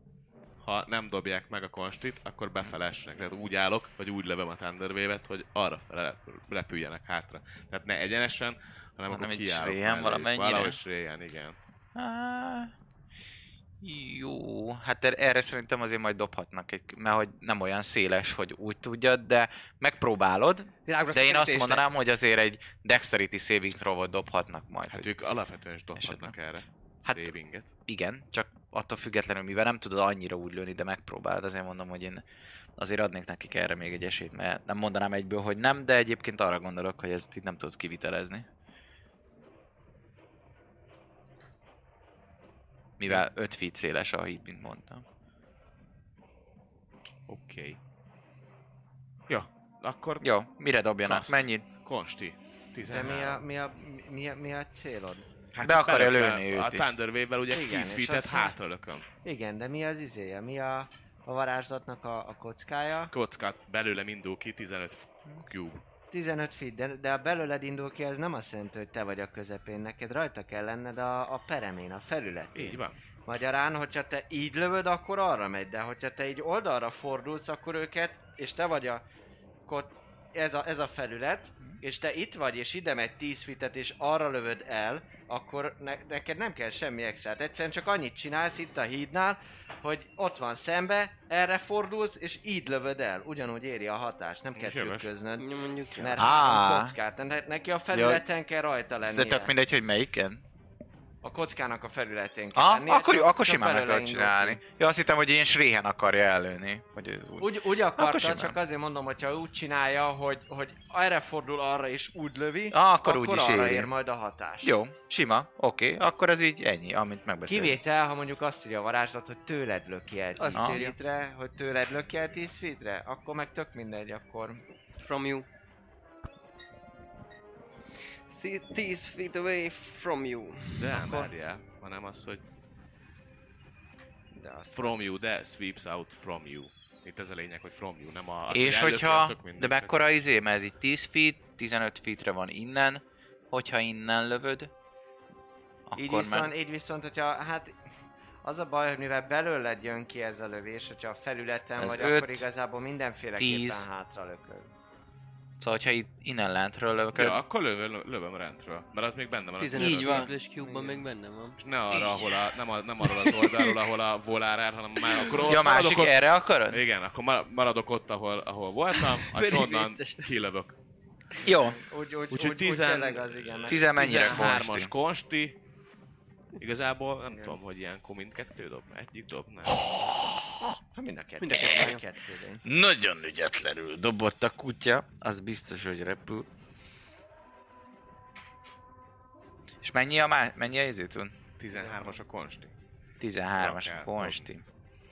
ha nem dobják meg a konstit, akkor befelesnek. Tehát úgy állok, vagy úgy lövöm a Thunder Wave-et, hogy arra fele rep- repüljenek hátra. Tehát ne egyenesen, hanem
Hanem
akkor
így
kiállok.
sréjen
melléjük.
valamennyire?
Valahogy sréjen, igen.
Á, Jó, hát er- erre szerintem azért majd dobhatnak, egy, mert hogy nem olyan széles, hogy úgy tudjad, de megpróbálod,
Világos
de én azt
kerítésnek.
mondanám, hogy azért egy dexterity saving throw dobhatnak majd.
Hát
hogy-
ők alapvetően is dobhatnak erre.
hát
Savinget.
igen, csak attól függetlenül, mivel nem tudod annyira úgy lőni, de megpróbálod, azért mondom, hogy én azért adnék nekik erre még egy esélyt, mert nem mondanám egyből, hogy nem, de egyébként arra gondolok, hogy ezt itt nem tudod kivitelezni. Mivel 5 feet széles a híd, mint mondtam.
Oké. Okay. Ja, akkor
Jó, mire dobjanak?
Klassz.
Mennyit?
konsti.
De
13.
mi a, mi a, mi a, mi a célod?
Hát
Be akarja
belököm.
lőni őt
A
is.
Thunder Wave-vel ugye
Igen,
10
és
feet-et
aztán-
hátra lököm.
Igen, de mi az izéje? Mi a, a varázslatnak a, a kockája?
Kockát belőlem indul ki 15 f- cube.
15 feet, de, de a belőled indul ki, ez nem azt jelenti, hogy te vagy a közepén, neked rajta kell lenned a, a peremén, a felület.
Így van.
Magyarán, hogyha te így lövöd, akkor arra megy, de hogyha te így oldalra fordulsz, akkor őket, és te vagy a kot, ez, a, ez a felület, és te itt vagy, és ide megy 10 fitet, és arra lövöd el, akkor ne, neked nem kell semmi extrát. Egyszerűen csak annyit csinálsz itt a hídnál, hogy ott van szembe, erre fordulsz, és így lövöd el. Ugyanúgy éri a hatást, nem kell
Jogos.
trükköznöd.
Ja, Mondjuk,
Mert
Á.
a kockát, ne- neki a felületen kell rajta
Ez
lennie.
Szóval tök mindegy, hogy melyiken?
A kockának a felületén kell
Ah,
lennie,
akkor jó,
csak-
akkor
csak
simán meg
belőle
tudod
indul ki.
csinálni. Ja, azt hittem, hogy ilyen sréhen akarja előni. Hogy ez úgy.
Úgy, úgy akarta,
simán.
csak azért mondom, hogyha úgy csinálja, hogy, hogy erre fordul, arra is úgy lövi,
Ah, akkor úgy is
arra
éri.
ér majd a hatás.
Jó, sima, oké, akkor ez így ennyi, amit megbeszéltünk.
Kivétel, ha mondjuk azt írja a varázslat, hogy tőled löki el 10
Azt
Na.
írja.
feetre, hogy tőled löki el 10 feetre, akkor meg tök mindegy, akkor...
from you. See, 10 feet away from you.
De nem
Akkor-
várjál, hanem az, hogy
De azt...
from you, de sweeps out from you. Itt ez a lényeg, hogy from you, nem a... azt,
És
előtt
hogyha...
választok
De
mindent.
mekkora izé, mert ez itt 10 feet, 15 feetre van innen. Hogyha innen lövöd,
Így
akkor
viszont,
meg...
így viszont, hogyha hát az a baj, hogy mivel belőled jön ki ez a lövés, hogyha a felületen
Ez
vagy,
öt,
akkor igazából mindenféleképpen
tíz.
hátra lököd.
Szóval, hogyha itt innen lentről lövök,
Ja, akkor lövöm, lövöm rendről, mert az még benne van. a
15
Így van.
Flash Cube-ban meg benne van.
És ne arra, ahol a, nem, a, nem arról az oldalról, ahol a volár áll, hanem már akkor ott
Ja, másik
maradok
erre akarod?
ott, Igen, akkor mar- maradok ott, ahol, ahol voltam, és
Pedig
onnan
vicces.
kilövök.
Jó.
Úgy, úgy, úgy,
Úgyhogy
úgy,
tizen-
tényleg az igen. Mert...
Tizen mennyire
13-as
konsti?
konsti. Igazából nem tudom, hogy ilyenkor mindkettő dob, egyik dob, nem.
Ha Mind a kettő.
Mind a kettő.
Mind a kettő.
Nagyon ügyetlenül dobott a kutya, az biztos, hogy repül. És mennyi a, má- mennyi a izétun?
13-as a konsti.
13-as
Rakjál.
konsti.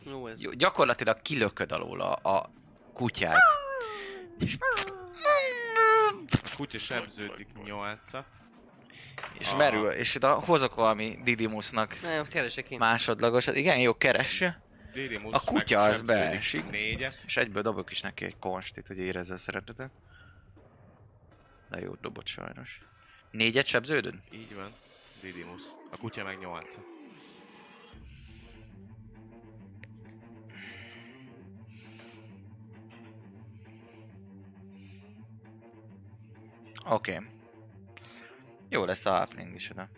Jó, ez
Jó, gyakorlatilag kilököd alól a, a kutyát.
A kutya sebződik 8-at.
És
Aha.
merül, és itt a- hozok valami Didimusnak
Nem, keresek én.
másodlagosat. hát Igen, jó, keresse.
Dirimus
A kutya az beesik.
4-et.
És egyből dobok is neki egy konstit, hogy érezze a szeretetet. De jó, dobott sajnos. Négyet sebződöd?
Így van. Didimus. A kutya meg 8
Oké. Okay. Jó lesz a halfling is oda.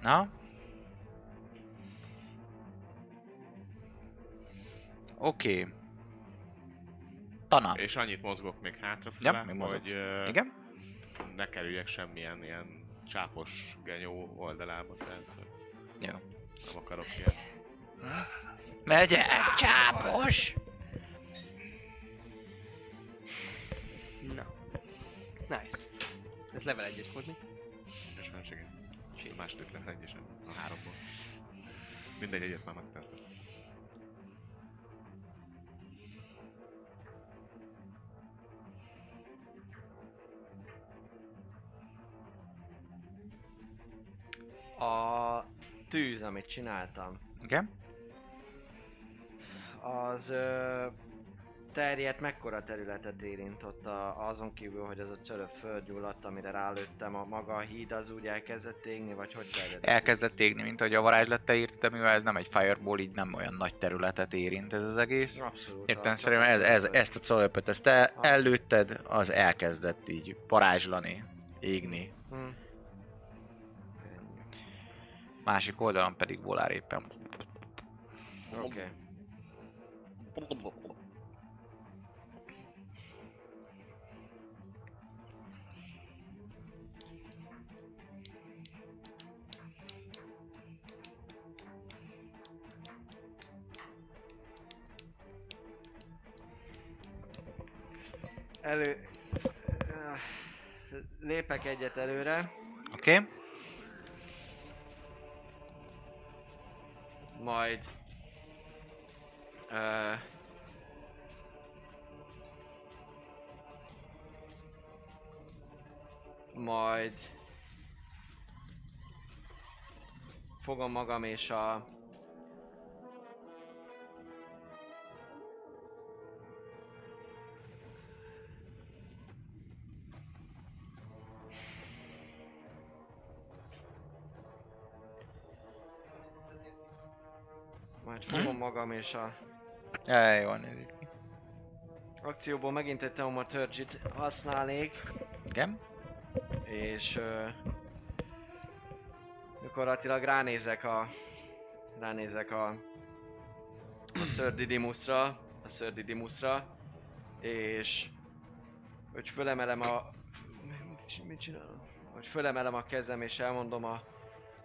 Na? Oké. Okay. Tana.
És annyit mozgok még
Ja,
hátrafelé,
még mozogsz.
hogy ö,
Igen?
ne kerüljek semmilyen ilyen csápos genyó oldalába, tehát hogy
Jó.
nem akarok ilyen.
Megy el, csápos!
Na. Nice. Ez level 1-es volt, mi?
És más igen. A második lett egyesen. A háromból. Mindegy, egyet már megtettem.
A tűz, amit csináltam,
Igen?
az ö, terjedt mekkora területet érintott a, azon kívül, hogy az a cölöp földgyulladt, amire rálőttem, a maga a híd az úgy elkezdett égni, vagy hogy terjedt?
Elkezdett égni, mint ahogy a varázslat te írt, de mivel ez nem egy fireball, így nem olyan nagy területet érint ez az egész.
Abszolút.
Értelemszerűen ez, ez, ezt a colöpöt, ezt el, előtted, az elkezdett így parázslani, égni,
Hm.
másik oldalon pedig Volár éppen.
Oké. Okay. Elő... Lépek egyet előre,
Oké? Okay?
majd... Ö, majd... Fogom magam és a... Majd fogom magam és a...
Ja, Eh, jól nézik. ki.
Akcióból megint egy Teoma Törcsit használnék.
Igen?
és ö, gyakorlatilag ránézek a ránézek a a Sir Didymusra, a Sir Didymusra, és hogy fölemelem a mit, is- mit csinálom? Hogy fölemelem a kezem és elmondom a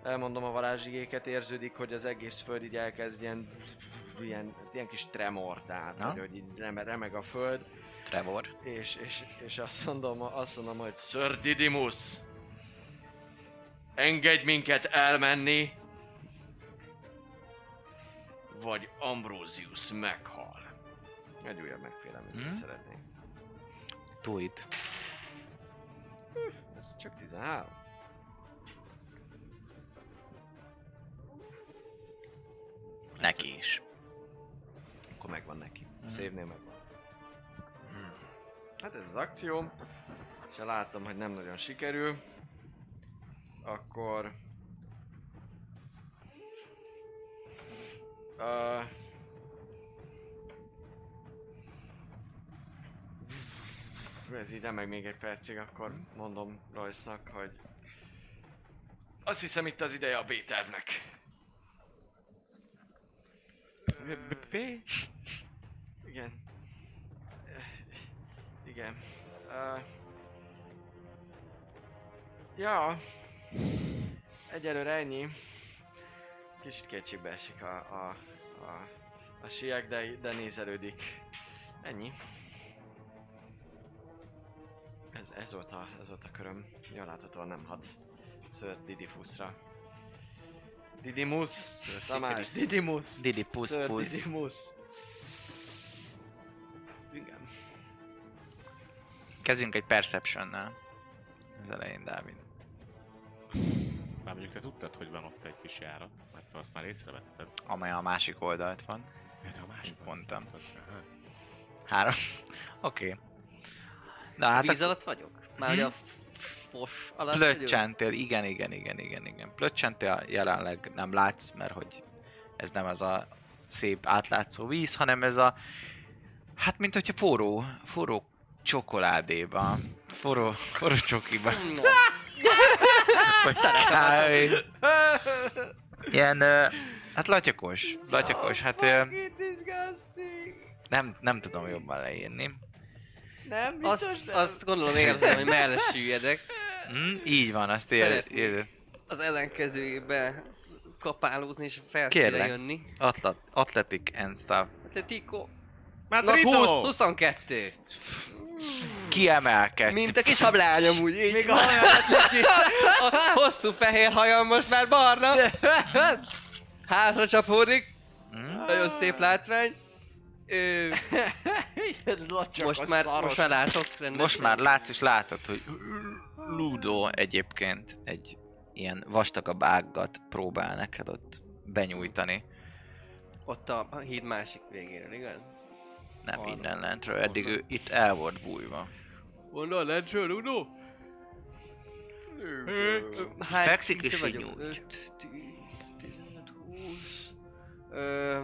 elmondom a varázsigéket, érződik, hogy az egész föld így elkezd ilyen ilyen, ilyen kis tremor, tehát
Na.
hogy, hogy így reme- remeg a föld,
Trevor.
és, és, és azt mondom, azt mondom, hogy Sir Didymus, engedj minket elmenni, vagy Ambrosius meghal. Egy újabb megfélemlítést
Mhm.
szeretnék.
Do it.
Ez csak 13.
Neki is.
akkor megvan neki. A szévnél megvan. Hát ez az akció. És ha láttam, hogy nem nagyon sikerül, akkor... Uh, ez így meg még egy percig, akkor mondom Royce-nak, hogy azt hiszem itt az ideje a B-tervnek. B? Igen. Eh, Igen. Uh, ja. Egyelőre ennyi. Kicsit kétségbe esik a, a, a, a siek, de, de nézelődik. Ennyi. Ez, ez, volt a, ez volt a köröm. Jól láthatóan nem hat. Sir Didifuszra. Didimus! Tamás, Didimus!
Didi pusz
Sir
pusz.
Didimus! Igen.
Kezdjünk egy Perception-nel. Az elején, Dávid.
Már mondjuk te tudtad, hogy van ott egy kis járat, mert te azt már észrevetted.
Amely a másik oldalt van.
Hát a másik
Így mondtam.
Aha.
Három. Oké. Okay. Na hát
Víz
akkor Hm?
alatt vagyok? Már hogy a fos alatt vagyok?
plöccsentél, igen, igen, igen, igen, igen. Plöccsentél jelenleg nem látsz, mert hogy ez nem az a szép átlátszó víz, hanem ez a, hát mint hogyha forró, forró csokoládéba, forró, forró csokiba.
Na,
Vagy kávé. Ilyen, ö, hát latyakos, latyakos, hát ö,
Fucking disgusting!
nem, nem tudom jobban leírni.
Nem biztos,
Azt,
nem.
azt gondolom érzem, hogy merre süllyedek.
Hm, így van, azt ér,
Szeretnék.
ér,
Az ellenkezőjébe kapálózni és felszíre
Kérlek.
jönni.
atlat, athletic and stuff.
Atletico. Na
Madrido!
20, 22.
Kiemelkedsz.
Hm. Mint a kis hablányom úgy. Így. Még a hajam A hosszú fehér hajam most már barna. Házra csapódik.
Hm?
Nagyon szép látvány. Ö,
Ilyen lacsak a
most, már,
szaros.
most már látok rendesen.
Most már látsz és látod, hogy Ludo egyébként egy ilyen vastagabb ággat próbál neked ott benyújtani.
Ott a híd másik végéről, igaz?
Nem
Arra.
innen lentről, eddig ő itt el volt bújva.
Onnan lentről, Uno? Hány
Fekszik
szinte
és így
Hát, vagyok?
nyújt.
Öt, tíz, tizenöt, húsz. Ö,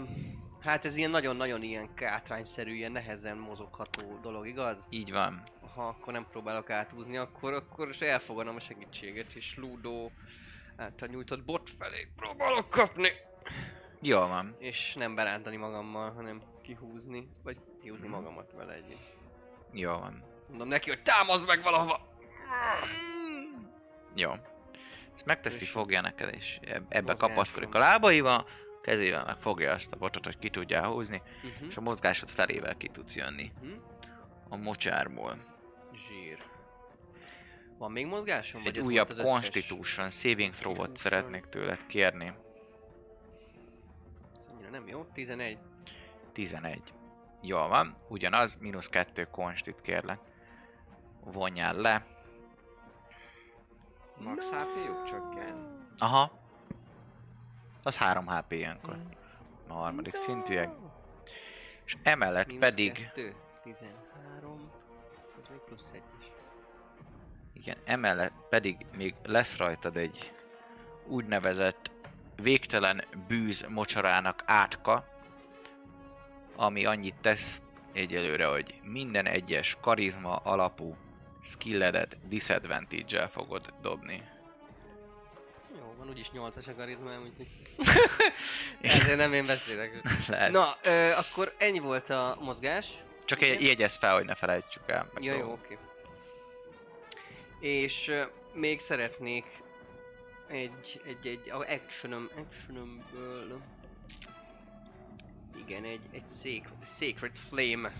Hát ez ilyen nagyon-nagyon ilyen kátrányszerű, ilyen nehezen mozogható dolog, igaz?
Így van.
Ha akkor nem próbálok átúzni, akkor, akkor is elfogadom a segítséget, és Ludo által nyújtott bot felé próbálok kapni.
Jól van.
És nem berántani magammal, hanem kihúzni, vagy kihúzni magamat vele együtt.
Jól van.
Mondom neki, hogy támaszd meg valahova!
Jó. Ezt megteszi,
És-
fogja neked, és eb- ebbe
Mozgás
kapaszkodik a
van.
lábaival, kezével meg fogja azt a botot, hogy ki tudja húzni,
Uh-huh.
és a mozgásod felével ki tudsz jönni
Mhm.
a mocsárból.
Zsír. Van még mozgásom?
Egy
ez
újabb
volt az összes?
Constitution saving throw-ot
Constitution.
szeretnék tőled kérni.
Ez Annyira nem jó, 11.
11. Jól van, ugyanaz, mínusz 2 konstit kérlek. Vonjál le.
Max hp csökken.
Aha. Az 3 HP ilyenkor. A harmadik szintűek. És emellett
Mínusz
pedig,
2, 13. Ez még plusz 1 is.
igen, emellett pedig még lesz rajtad egy úgynevezett végtelen bűz mocsarának átka, ami annyit tesz egyelőre, hogy minden egyes karizma alapú skilledet disadvantage-el fogod dobni.
Jó, van úgyis 8-as a karizmám, úgyhogy... Ezért nem én beszélek.
Lehet.
Na, ö, akkor ennyi volt a mozgás.
Csak egy, jegyez fel, hogy ne felejtsük el. meg
Ja, jó,
dolgok.
oké. És ö, még szeretnék egy, egy, egy, a actionöm, actionömből, igen, egy, egy Sacred, Sacred Flame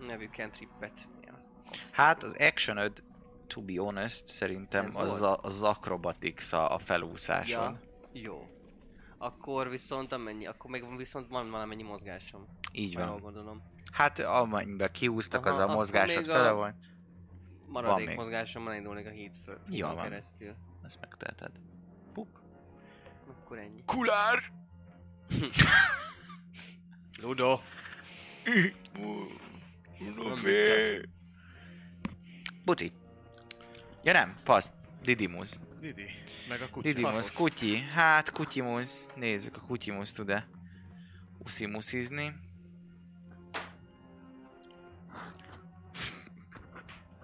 nevű cantrippet. Ja.
Hát az action to be honest, szerintem
Ez
az, a, az acrobatics a, a felúszáson.
ja. Jó. Akkor viszont amennyi, akkor meg van- viszont van valamennyi mozgásom.
Így
Így van.
van.
gondolom.
Hát amennyiben kiúztak, az
Aha,
a
akkor
mozgásod
még a-
fele van.
Maradék
még.
mozgásommal elindulnék a hídtől.
Jól
hídon
van.
keresztül.
Ezt megteheted. Pup.
Akkor ennyi.
Kulár!
Ludo!
Buci. Ja nem, passz. Didimus.
Didi, meg a kutya.
Didimus, kutyi. Hát, kutyimus. Nézzük, a kutyimus tud-e uszimuszizni.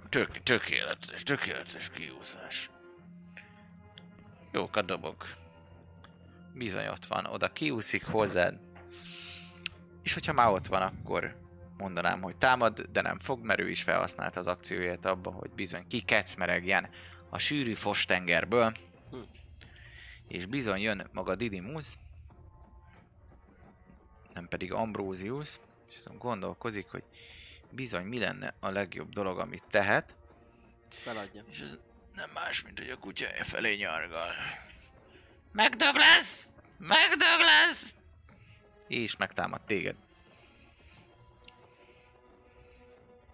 Tök, tökéletes, tökéletes kiúszás. Jókat dobok.
Bizony ott van, oda kiúszik hozzád. És hogyha már ott van, akkor mondanám, hogy támad, de nem fog, mert ő is felhasználta az akcióját abba, hogy bizony kikecmeregjen a sűrű fostengerből. És bizony jön maga Didimus, nem pedig Ambrózius, és azon gondolkozik, hogy bizony mi lenne a legjobb dolog, amit tehet.
Feladja.
És ez nem más, mint hogy a
e
kutya felé nyargal. Megdög lesz! Megdög lesz!
és megtámad téged.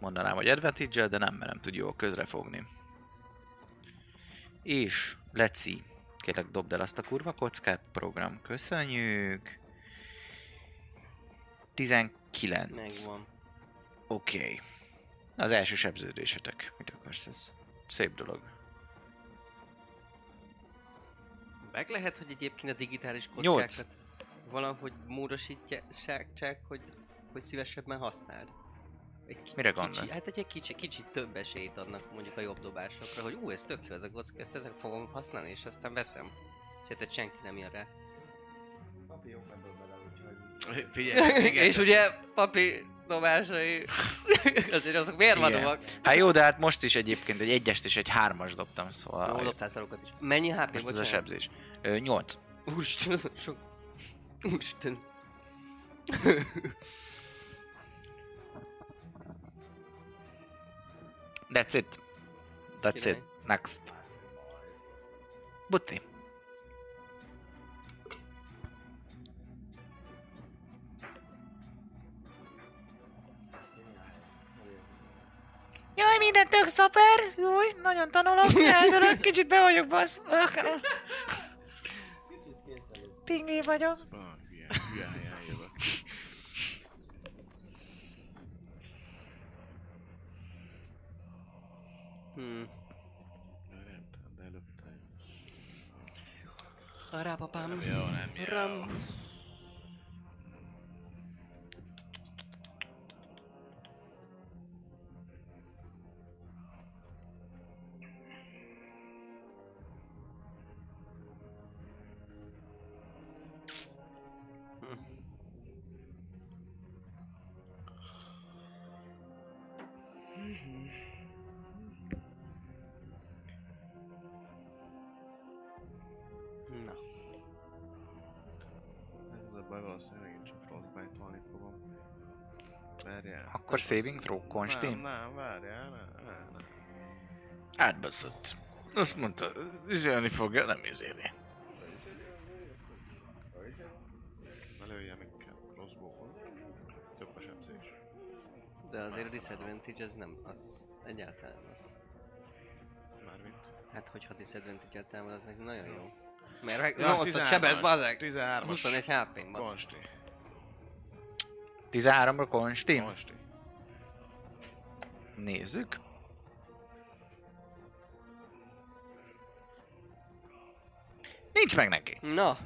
Mondanám, hogy advantage de nem merem tud jól közrefogni. És Leci, kérlek dobd el azt a kurva kockát, program, köszönjük. 19.
Megvan.
Oké. Okay. Az első sebződésetek. Mit akarsz ez? Szép dolog.
Meg lehet, hogy egyébként a digitális
Nyolc.
kockákat valahogy módosítják, csak hogy, hogy szívesebben használd. Egy ki-
Mire
Kicsi,
gondolsz?
hát egy egy kicsi, kicsit több esélyt adnak mondjuk a jobb dobásokra, hogy ú, ez tök jó ez a kocka, ezt ezek fogom használni, és aztán veszem. És hát senki nem jön rá.
Figyelj, igen,
és ugye papi dobásai, azért azok miért
Igen.
vannak?
Hát jó, de hát most is egyébként egy egyest és egy hármas dobtam, szóval...
Jó, dobtál szarokat is. Mennyi HP,
most ez a
bocsánat?
sebzés. Ö, 8.
Úristen, az nagyon sok. Úristen.
That's it. That's
Király.
it. Next. Buti.
Jaj, minden tök szaper! Júj, nagyon tanulok, eldörök, kicsit be vagyok, basz. Pingvi vagyok.
Van, hülye, hülye helyen jövök.
Hmm.
Nem tudom, de előtte.
Rápapám.
Jó, nem jó.
Ram. Na.
Ez a baj, valószínűleg megint csak frostbite-olni fogom. Várjál.
Akkor saving throw,
Nem,
konstin.
nem, várjál, nem, nem, nem.
Átbaszott. Azt mondta, üzelni fogja, nem izélni.
Ne lőjem inkább crossbow-on. Több a sebzés.
De azért a disadvantage ez nem az. Egyáltalán nem az.
Mármint.
Hát hogyha disadvantage el támad, az neki nagyon jó. Mert meg,
Ja,
na ott a
13-as,
sebez, bazeg!
13-as.
21 hp van.
Konsti.
13-ra konstin.
Konsti.
Nézzük. Nincs meg neki.
Na,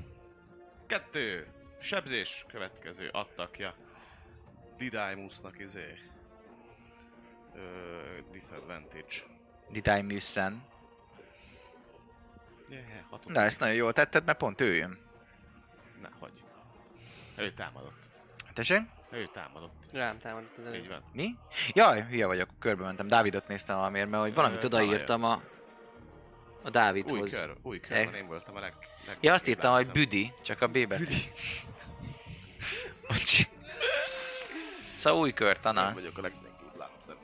Kettő. Sebzés következő. Attakja. Didymusnak izé. Ö, disadvantage.
Did I miss -en?
Yeah, hatot.
Na, ezt nagyon jól tetted, mert pont ő jön.
Ne, hogy. Ő támadott.
Tessék?
Ő támadott.
rám támadott az
Így
előbb.
van.
Mi? Jaj, hülye vagyok, körbe mentem. Dávidot néztem valamiért, mert hogy valamit
Ö,
odaírtam a... A
Új
Dávidhoz.
kör, új
Eh.
kör, van, én voltam a leg... leg
Ja, azt írtam, hogy
láncem.
büdi, csak a B-bet. Bocs. Szóval új kör,
Én
tanár.
vagyok a leggyengébb látszem.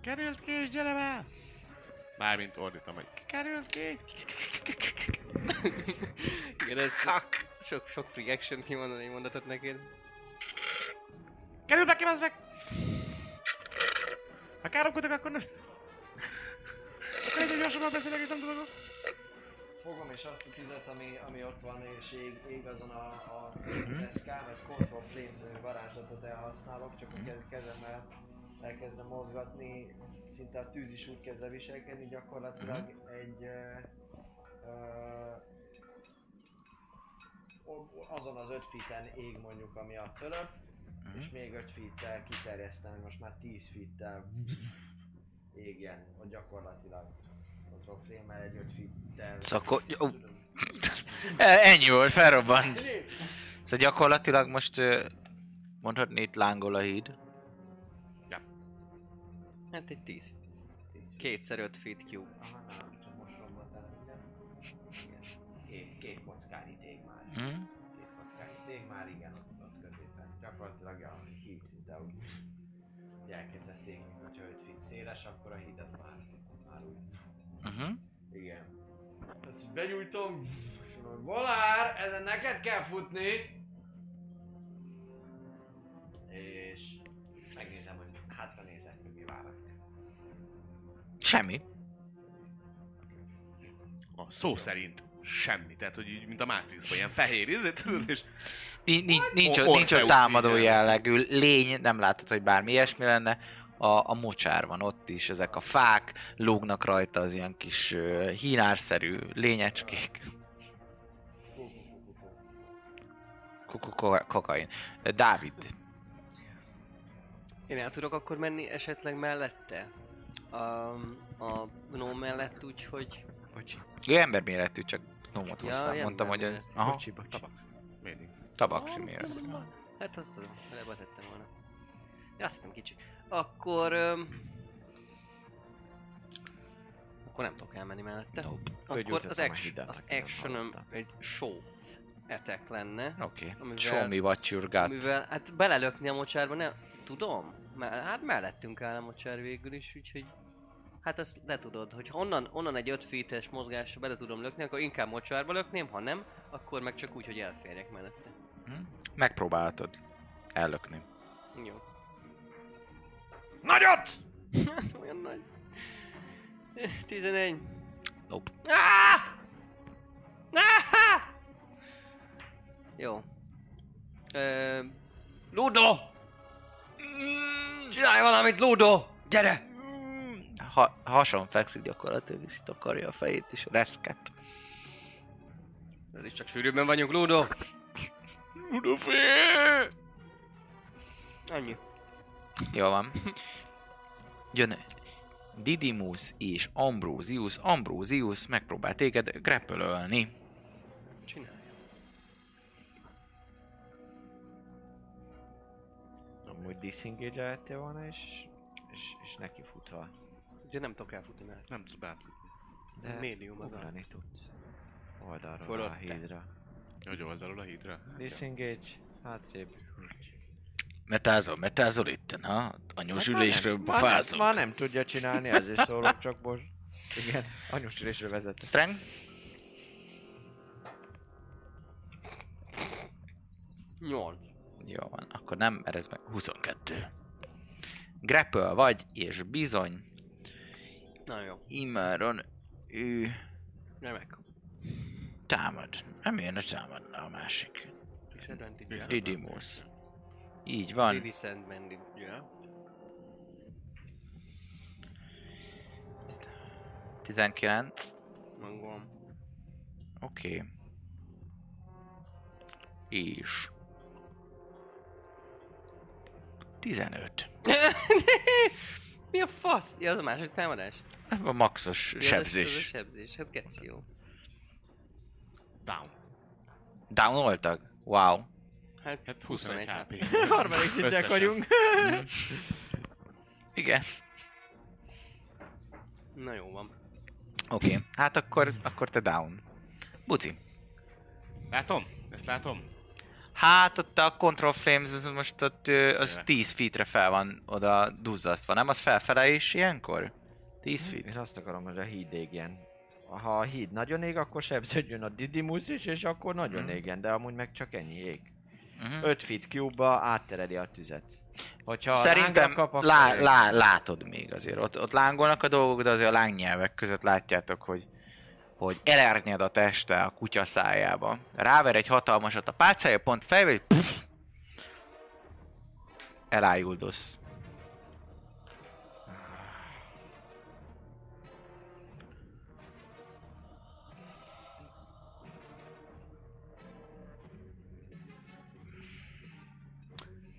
Került ki és gyere be! Mármint ordítom, hogy került ki!
Igen, ez sok, sok free action kimondani egy mondatot neked.
Kerül be ki, bazd meg! Ha káromkodok, akkor nem... Akkor egyre gyorsabban beszélek, és nem tudok...
fogom és azt a tüzet, ami, ami ott van, és ég, ég azon a, a
Mhm.
deszkán, egy Control Flame varázslatot elhasználok, csak
Mhm.
a kez- kezemmel elkezdem mozgatni, szinte a tűz is úgy kezd el viselkedni, gyakorlatilag
Mhm.
egy ö, ö, o- azon az 5 feet-en ég mondjuk, ami a cölöp,
Mhm.
és még 5 feet-tel kiterjesztem, most már 10 feet-tel égjen, hogy gyakorlatilag. Control Flame egy 5 feet-tel
Szóval akkor... Ó. E, Ennyi volt, felrobbant. Szóval gyakorlatilag most ö, mondhatni itt lángol a híd.
Hát egy 10. Kétszer 5 feet cube.
Aha, nem, csak most romlott el, igen. Igen. Két, két kockányi tég már.
Hm?
Hmm?
Két kockányi tég már, igen, ott, ott középen. Gyakorlatilag a híd szinte úgy úgy elkezdett égni, hogyha 5 feet széles, akkor a hídet már, már úgy.
Uh-huh.
Igen. Hát Ezt így begyújtom, és mondom, Volár, ezen neked kell futni! És megnézem, hogy hátra nézek, hogy mi vár.
Semmi.
A szó szerint semmi. Tehát, hogy így, mint a Matrixban, ilyen fehér izé, tudod, és
Nincs, nincs, nincs,
O-
ott- nincs ott
Orpheus
támadó
így
jellegű lény, nem látod, hogy bármi ilyesmi lenne. A, a mocsár van ott is, ezek a fák, lógnak rajta az ilyen kis ö, hínárszerű lényecskék. Kuku- ko- Kokain. Ö, Dávid.
Én el tudok akkor menni esetleg mellette? A, a gnóm mellett úgy, hogy... Bocsi.
Ő emberméretű, csak nomot
Ja,
húztam.
ilyen
Mondtam, hogy ez...
emberméretű.
Aha,
tabax. Mindig.
tabaxi méretű.
Hát azt tudom, beleba tettem volna. Ja, azt nem kicsi. Akkor... Öm... Akkor nem tudok elmenni mellette.
Nope.
Akkor az,
Fölgyújtottam a
action,
hidat,
az
aki nem
actionöm
hallotta.
egy show attack lenne.
Oké.
Amivel-
Show me what you got.
Mivel hát belelökni a mocsárba, nem tudom. Már, hát mellettünk áll a mocsár végül is, úgyhogy... Hát azt le tudod, hogy onnan, onnan egy 5 feet-es mozgásra bele tudom lökni, akkor inkább mocsárba lökném, ha nem, akkor meg csak úgy, hogy elférjek mellette.
Hm? Megpróbálhatod ellökni.
Jó.
Nagyot!
Olyan nagy. 11.
Nope.
Ah! Ah! Jó. Ö, Ludo! Csinálj valamit, Ludo! Gyere!
Ha, hason fekszik gyakorlatilag, és itt akarja a fejét, és reszket.
Ez is csak sűrűbben vagyunk, Ludo!
Ludofé!
Annyi.
Jó van. Jön Didymus és Ambrosius. Ambrosius megpróbál téged grappölölni.
Csinálj.
Amúgy disengage lettél volna, és, és, és neki futva.
Ugye nem tudok elfutni mellett.
Nem tud bát.
De
Médium az a...
ugrani tudsz. Oldalról
Fölötte.
a hídra.
Hogy oldalról a hídra?
Disengage, hátrébb.
Metázol, metázol itten, ha? Anyós ülésről
ma, Hát nem,
fázol.
ma nem tudja csinálni, ezért szólok csak most. Igen, anyus ülésről vezet.
Strength?
Nyolc.
Jó van, akkor nem, mert ez meg 22. Grapple vagy, és bizony,
Na jó.
immáron ő
Remek.
támad. Nem jön a támadna a másik.
Disadvantage.
Didymus. Így van.
Lady Sandman, ugye?
19.
Magam.
Oké. És... 15.
Mi a fasz? Ja, az a másik támadás.
A maxos
Ja, Ez a, ez a
sebzés.
sebzés, hát geci jó.
Down.
Downoltag? Wow.
Hát,
Hát 21 HP.
Harmadik szintek
Összesen.
vagyunk.
Igen.
Na jó van.
Oké, hát akkor, akkor te down. Buci.
Látom? Ezt látom?
Hát ott a Control Flames, az most ott, ö, az
Tényleg.
10 feetre fel van oda duzzasztva, nem? Az felfele is ilyenkor? 10 feet?
Én azt akarom, hogy a híd égjen. Ha a híd nagyon ég, akkor sebződjön a Didymus is, és akkor nagyon
Mhm.
égjen, de amúgy meg csak ennyi ég.
Mhm.
5 feet cube-ba áttereli a tüzet. Hogyha
Szerintem
lángra kap, akkor
lá,
ég.
lá, látod még azért. Ott, ott lángolnak a dolgok, de azért a lángnyelvek között látjátok, hogy, hogy elernyed a teste a kutya szájába. Ráver egy hatalmasat a pálcája, pont fejbe, hogy puff, elájuldozsz.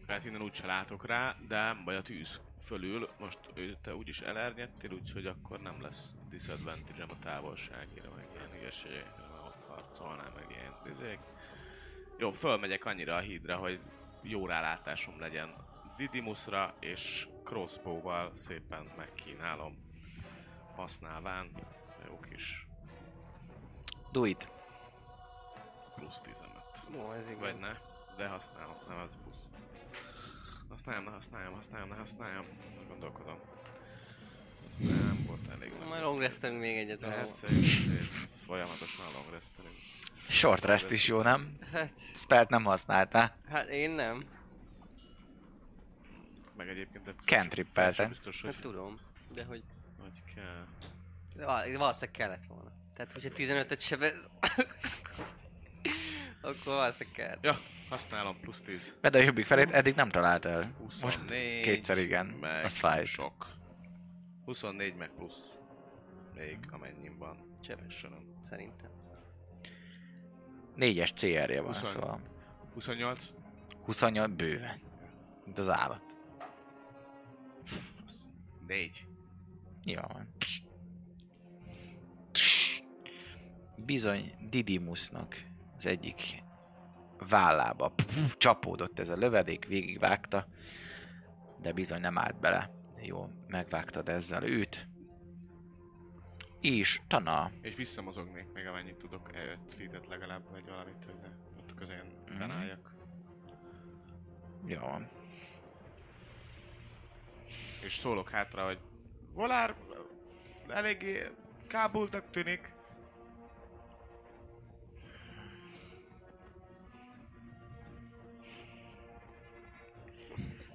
Hát innen úgy se látok rá, de vagy a tűz fölül, most ő, te úgyis elernyedtél, úgyhogy akkor nem lesz disadvantage a távolságira, meg ilyen ügyességekre, mert ott harcolnál, meg ilyen izék. Jó, fölmegyek annyira a hídra, hogy jó rálátásom legyen Didimusra, és crossbow-val szépen megkínálom használván a jó kis
Do it.
plusz 10-et.
Ó, ez igen.
Vagy ne, de használom, nem az plusz. Használjam, ne használjam, használjam, ne használjam. Gondolkodom. Ez nem volt elég.
Majd long restelünk még egyet valahol.
Persze, ezért folyamatosan long restelünk.
Short rest is jó, nem?
Hát,
Spelt nem használtál.
hát én nem.
Meg egyébként... de-
Cantrippeltem.
Biztos, hogy,
Hát tudom. De hogy
hogy kell.
Val- Valószínűleg kellett volna. Tehát, hogyha 15-öt sebez... akkor valószínűleg kellett.
Ja, használom, plusz 10.
Vedd a jobbik felét, eddig nem találtál.
24,
kétszer igen,
meg
az fájt.
Sok. 24 meg plusz. Még amennyim van.
Csep.
Söröm.
Szerintem.
Négyes CR-je van,
20.
szóval.
28.
28 bőven. Mint az állat.
4.
Nyilván van. Bizony Didimusnak az egyik vállába puf, csapódott ez a lövedék, végigvágta, de bizony nem állt bele. Jó, megvágtad ezzel őt. És Tana,
És visszamozognék még amennyit tudok, 5 feet legalább, vagy valamit, hogy ne ott közén
Mhm.
benálljak.
jó van.
És szólok hátra, hogy Volár eléggé kábultak tűnik.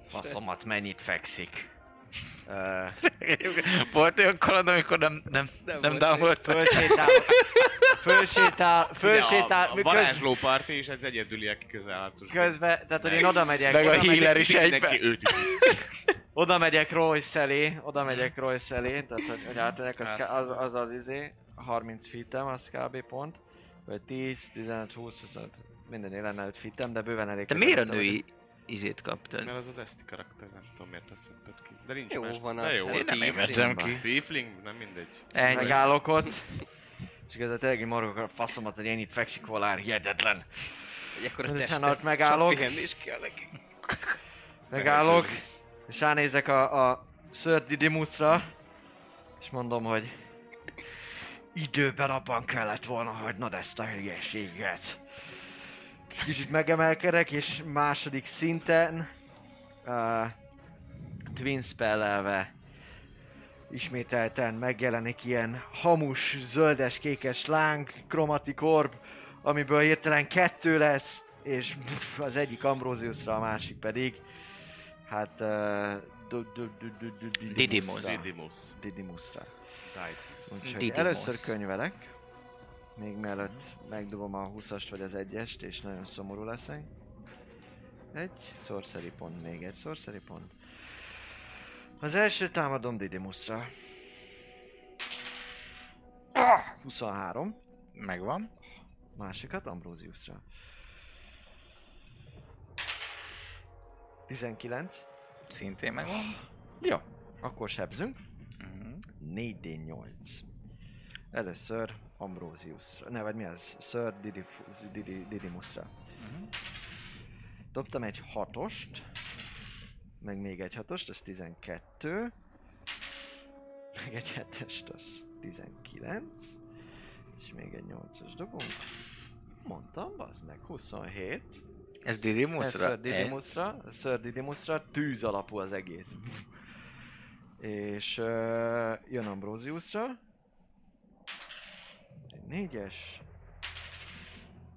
Faszomat mennyit fekszik. Ö,
Volt olyan kaland, amikor nem, nem, nem,
Nem volt.
nem downloadt?
Fölsétál, fölsétál, fölsétál,
Ugye a,
köz,
a varázsló parti is, ez egyedüli, aki közel harcos.
közben, tehát hogy én oda megyek,
Meg a
oda megyek,
healer is egyben.
Mindenki őt üti.
oda megyek Royce elé, oda megyek Royce elé, tehát hogy, hogy átmegyek, az,
Hát.
ká- az, az az izé, 30 fitem, az kb. pont, vagy 10, 15, 20, 25, minden lenne 5 fitem, de bőven elég.
Te
közel
miért a
oda vagyok.
női izét kaptad?
Mert az az eszti karakter, nem tudom miért azt vettett ki. De nincs
Jó
más.
van
de
az.
jó,
Hát
Én nem
Tiefling.
évettem ki.
Tiefling, nem mindegy.
Ennyi.
Megállok ott. És igazán tényleg így morgok a faszomat, hogy ennyit fekszik volár, hihetetlen.
Hogy akkor a
Aztán
testet.
ott megállok,
Pihenés kell neki.
megállok, és ránézek a, a Sir Didymusra, és mondom, hogy időben abban kellett volna hagynod ezt a hülyeséget. Kicsit megemelkedek, és második szinten uh, Twin spellelve ismételten megjelenik ilyen hamus, zöldes, kékes láng, kromatik orb, amiből hirtelen kettő lesz, és pff, az egyik Ambrosiusra, a másik pedig, hát... Uh, du- du- du- du- du-
Didymus.
Didymusra.
Didymus.
Didymusra.
Titus.
Úgyhogy
Didymos.
először könyvelek, még mielőtt megdobom a 20-ast vagy az 1-est, és nagyon szomorú leszek. Egy sorcery pont, még egy sorcery pont. Az első támadom Didymusra. Ah, 23,
Megvan.
másikat Ambrosiusra. 19.
Szintén megvan.
Jó, akkor sebzünk.
Mhm.
4D8. Először Ambrosiusra. Ne, vagy mi az? Sir Didif- Didi- Didymusra.
Mhm.
Dobtam egy hatost, meg még egy hatost, az 12, meg egy hetest, az 19, és még egy nyolcas dobunk. Mondtam, az meg 27.
Ez
Ez
Didymusra? E?
Sir Didymusra, Sir Didymusra, tűz alapú az egész. És ö, jön Ambrosiusra. Egy négyes.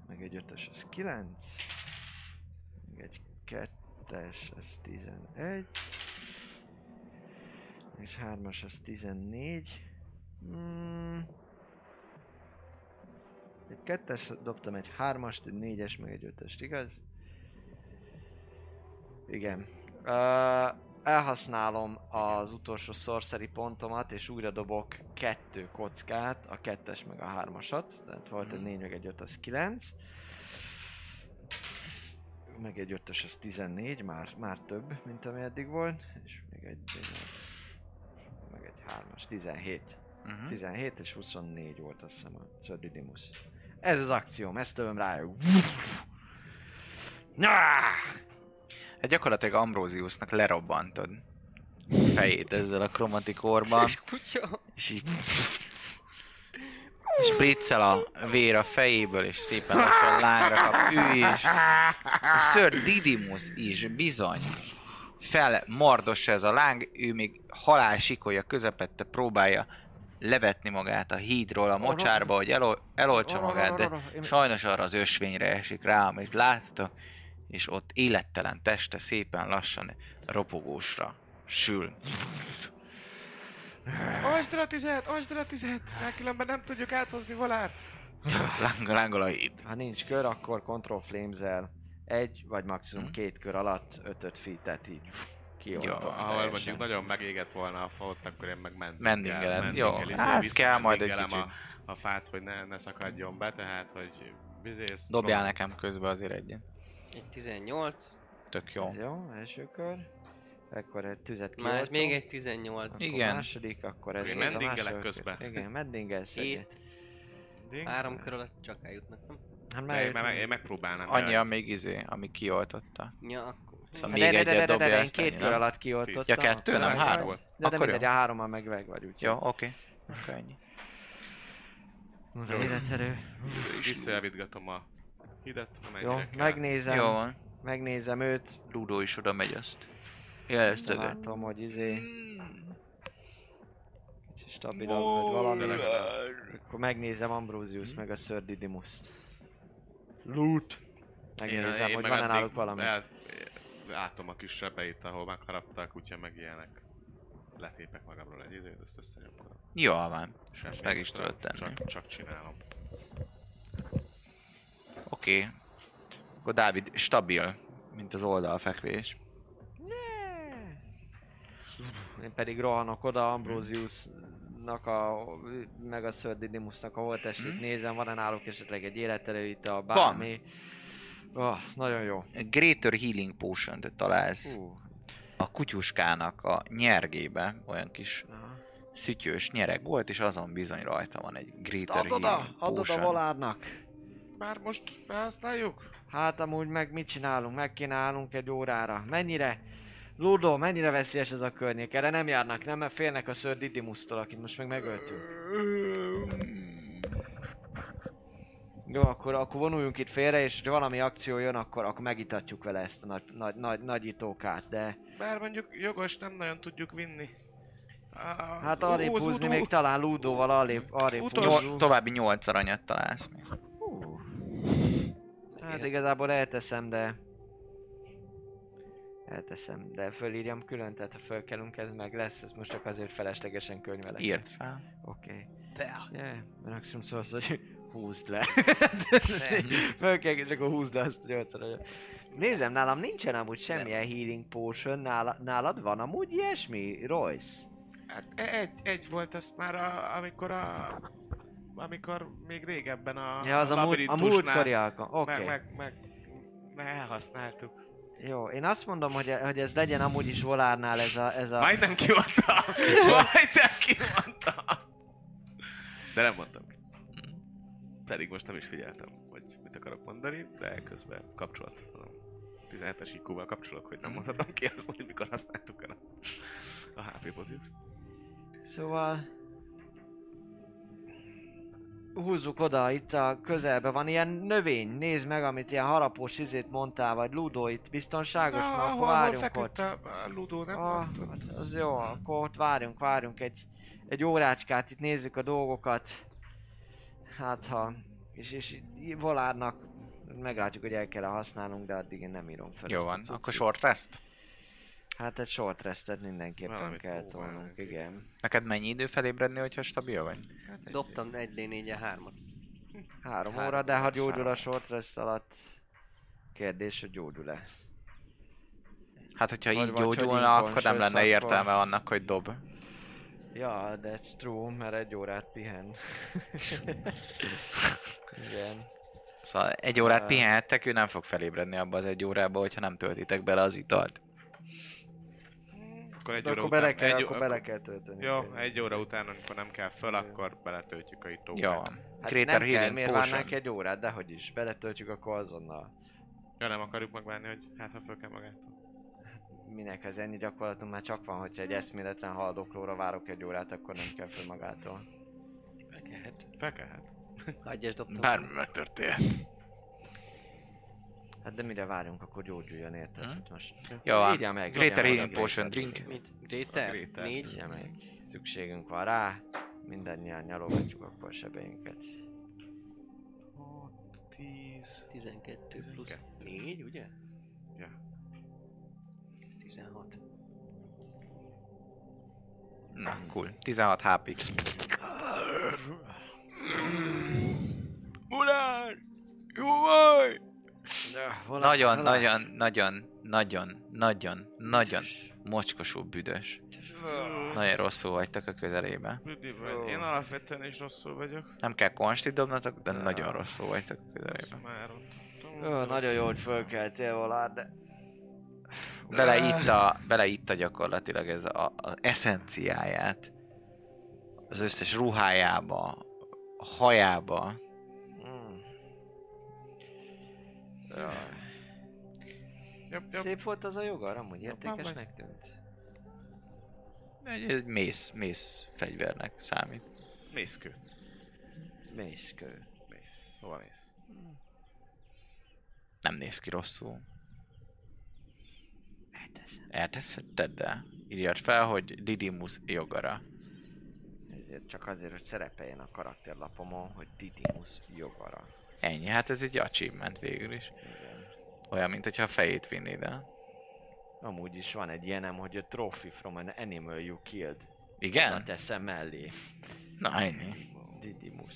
Meg egy ötös, ez kilenc. Meg egy kettes, ez tizenegy. Hmm. És hármas, ez tizennégy. Mm. Egy kettes, dobtam egy hármast, egy négyes, meg egy ötöst, igaz? Igen. Ö, elhasználom az utolsó sorcery pontomat, és újra dobok kettő kockát, a kettes meg a hármasat. Tehát volt egy négy, meg egy öt, az kilenc. Meg egy ötös, az 14, már, már több, mint ami eddig volt. És még egy, meg egy hármas, 17.
Uh-huh.
17 és 24 volt azt hiszem a Sördidimus. Ez az akcióm, ezt tövöm rájuk. Na!
Hát gyakorlatilag Ambróziusnak lerobbantod fejét ezzel a kromatikorban,
És kutya.
és így és priccel a vér a fejéből, és szépen lassan lányra kap ő is. A Sir Didymus is bizony felmardos ez a láng, ő még halál sikolja közepette próbálja levetni magát a hídról a mocsárba, hogy elol- eloltsa magát, de Sajnos arra az ösvényre esik rá, amit láttok, és ott élettelen teste szépen lassan ropogósra sül.
Ajtsd a tizet, ajtsd a tizet! Mert különben nem tudjuk áthozni valárt.
Láng- Lángol a híd.
Ha nincs kör, akkor Control Flames-el egy vagy maximum
Mhm.
két kör alatt 5 feet-et így
Jó,
kioltom
Ahol mondjuk
teljesen.
nagyon megégett volna a fa, ott akkor én meg mentem.
Mendingelem. Jó, hát ez kell majd egy kicsit.
A, a fát, hogy ne, ne szakadjon be, tehát, hogy bizész.
Dobjál nekem közbe azért egyet.
Egy 18.
Tök jó.
Ez jó, első kör. Akkor egy tüzet kioltom.
Már még egy 18.
Akkor
Igen.
második, akkor ez
Akkor én
volt a
mendingelek
második.
közben.
Igen, meddingelsz egyet.
Hét,
Ding.
három kör alatt csak eljutnak, nem?
Hát
De Én,
már
meg, én megpróbálnám.
Annyi,
de-
amíg izé, ami kioltotta.
Ja, akkor...
Szóval
Hát
még
de- de- de-
egyet
de- de- de-
dobja,
én
aztán
két
jön.
kör alatt kioltottam.
Ja, kettő,
akkor
nem
meg vagy.
három.
De, de
Akkor jó.
mindegy, a hárommal meg meg vagy, úgyhogy.
Jó, oké. Akkor ennyi.
Mondom, életerő.
Visszaelvidgatom a hidet, amelyre
Jó,
kell.
megnézem,
Jó van.
megnézem őt.
Ludo is oda megy azt.
De
Jelezted
látom, hogy izé...
Hmm.
Kicsit stabilabb, vagy valami. Akkor megnézem Ambrosius meg a Sir Didymus-t. Loot! Megnézem, hogy
meg
van-e
addig
náluk valami.
El, látom a kis sebeit, ahol megharapta a kutya, meg ilyenek. Letépek magamról egy időt, ezt összenyomkodom.
Jól van.
Semmi
Ezt meg is
extra,
tudod tenni.
Csak, csak csinálom.
Oké. Akkor Dávid stabil, mint az oldalfekvés.
Én pedig rohanok oda Ambrosiusnak a, meg a Sir Didymusnak a holtestét
Hm?
nézem, van-e náluk esetleg egy életerő itt a
Van.
bármi. Oh, nagyon jó.
Greater Healing Potion-t találsz.
Ú,
a kutyuskának a nyergébe olyan kis
na.
szütyős nyereg volt, és azon bizony rajta van egy
Ezt
Greater
Add oda,
Healing
add oda
Potion.
Volárnak.
Már most behasználjuk?
Hát amúgy meg mit csinálunk? Meg kéne állnunk egy órára. Mennyire? Ludo, mennyire veszélyes ez a környék? Erre nem járnak, nem? Mert félnek a Sir Didymus-tól, akit most meg megöltünk. Jó, akkor, akkor vonuljunk itt félre, és ha valami akció jön, akkor, akkor megitatjuk vele ezt a nagy, nagy, nagy, nagy itókát, de...
Bár mondjuk jogos, nem nagyon tudjuk vinni.
Hát arrébb húzni még talán Ludóval arrébb, arrébb
Utolsó-
húzunk.
Nyol- további 8 aranyat találsz még.
Hú. Hát igazából elteszem, de... Elteszem, de fölírjam külön, tehát ha fölkelünk, ez meg lesz, ez most csak azért feleslegesen könyvelek.
Írd fel.
Oké. Okay.
Fel.
Yeah, mert maximum szó az, hogy húzd le.
Ne.
Föl kell, és akkor húzd le azt nyolcszor. hogy- Nézem, nálam nincsen amúgy semmilyen healing potion, nála, nálad van amúgy ilyesmi, Royce?
Hát egy, egy volt ezt már, a, amikor a... Amikor még régebben a...
ja, az a, múlt, a
labirintusnál
múltkori alkalom. Oké.
Meg, meg, meg, meg elhasználtuk.
Jó, én azt mondom, hogy, hogy ez legyen amúgy is Volárnál ez a... Ez a...
Majdnem kimondtam! Majdnem kimondtam! De nem mondtam ki. Pedig most nem is figyeltem, hogy mit akarok mondani, de közben kapcsolat. 17-es IQ-val kapcsolok, hogy
Hmm.
nem mondhatom ki azt, hogy mikor használtuk el a, a HP botit.
Szóval... Húzzuk oda, itt a közelbe van ilyen növény, nézd meg, amit ilyen harapós izét mondtál, vagy Ludo itt biztonságos,
Na,
mert akkor
ahol, ahol
várjunk
feküdt
ott.
a, a Ludo, nem?
Ah,
Ott- ott-
az, az jó, akkor ott várjunk, várjunk egy, egy órácskát, itt nézzük a dolgokat. Hát ha... És, és í- volárnak meglátjuk, hogy el kell -e használnunk, de addig én nem írom fel.
Jó
ezt a
van,
cuccit.
akkor short rest.
Hát egy short restet mindenképpen
Valamit
kell
próbálunk,
tolnunk,
igen.
igen.
Neked mennyi idő felébredni, hogyha stabil vagy?
hát egy-
Dobtam 1 d 4 3 at
Három
Három
óra, de ha
óra,
gyógyul a
három.
short rest alatt, kérdés, hogy gyógyul-e.
Hát, hogyha
Vagy-
így
vagy, hogy
gyógyulna,
így
akkor nem
conscious,
lenne
akkor-
értelme annak, hogy dob.
Ja, that's true, mert egy órát pihen. Igen.
Szóval egy órát
Ah.
pihenhettek, ő nem fog felébredni abba az egy órába, hogyha nem töltitek bele az italt.
Akkor egy
De
óra
akkor
után...
bele kell,
egy,
akkor bele kell tölteni. Hát
Jó,
tényleg.
egy óra után, amikor nem kell föl,
Jó.
akkor beletöltjük a itókat.
Jó van.
Hát
Greater
nem kell,
Healing
miért
Potion.
várnánk egy órát, de hogy is, beletöltjük akkor azonnal.
Ja, nem akarjuk megvárni, hogy hát ha föl kell magától.
Minek az ennyi gyakorlatom már csak van, hogyha egy eszméletlen haldoklóra várok egy órát, akkor nem kell föl magától.
Fel kell hát.
Hagyjas dobtam.
Bármi megtörténhet.
Hát de mire várjunk, akkor gyógyuljon érted?
Hm?
Hát most...
Jó van.
Írjál meg,
Greater
dobjál
Healing
meg a
Potion,
Greater
drink.
Potion-t.
Gréter?
A Gréter.
Négy?
Írjál meg. Szükségünk van rá. Mindannyian nyalogatjuk akkor a sebeinket.
10...
12 plusz
12.
4, ugye?
Ja.
Ez 16.
Na, cool. 16 HP.
Mulár! Jó vagy!
Nagyon, nagyon, nagyon, nagyon, nagyon, nagyon mocskosú, büdös. Nagyon rosszul vagytok a közelébe.
Büdi vagy. Én alapvetően is rosszul vagyok.
Nem kell konstit dobnatok, de
Ja.
nagyon rosszul vagytok a közelébe.
Ezt Már rontottam.
Jó, nagyon jó, hogy fölkeltél volna, de...
Beleitta, beleitta gyakorlatilag ez a, a eszenciáját. Az összes ruhájába, a hajába.
Mm.
Jobb, jobb.
Szép volt az a jogar, amúgy értékes
baj.
megtűnt.
Egy, egy mész, mész fegyvernek számít.
Mészkő.
Méskő.
Mész. Hova mész?
Nem néz ki rosszul. Elteszed, de írjad fel, hogy Didymus jogara.
Ezért csak azért, hogy szerepeljen a karakterlapomon, hogy Didimus jogara.
Ennyi, hát ez egy achievement végül is.
Igen.
Olyan, mint hogyha a fejét vinnéd el.
Amúgy is van egy ilyenem, hogy a trophy from an animal you killed. Oda
Igen?
teszem mellé.
Na ennyi.
Didimus.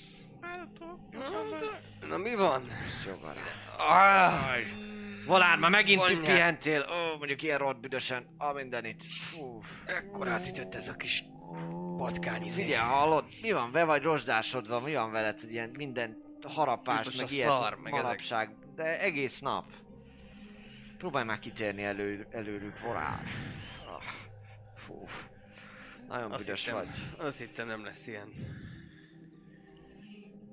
Na mi van?
Jogara.
Ah,
Volán, már megint
Vonja.
kipihentél. Ó, mondjuk ilyen rohadt büdösen. A mindenit. Fú.
ekkor átütött ez a kis patkány izé.
Ugye, hallod? Mi van? Be vagy rozsdásodva? Mi van veled? hogy Ilyen minden harapás,
Biztos
meg
a
ilyen
szar, meg ezek.
manapság. De egész nap. Próbálj már kitérni elő, előlük, volán. Ah, Fú. Nagyon
Azt
büdös
hittem,
vagy.
azt hittem nem lesz ilyen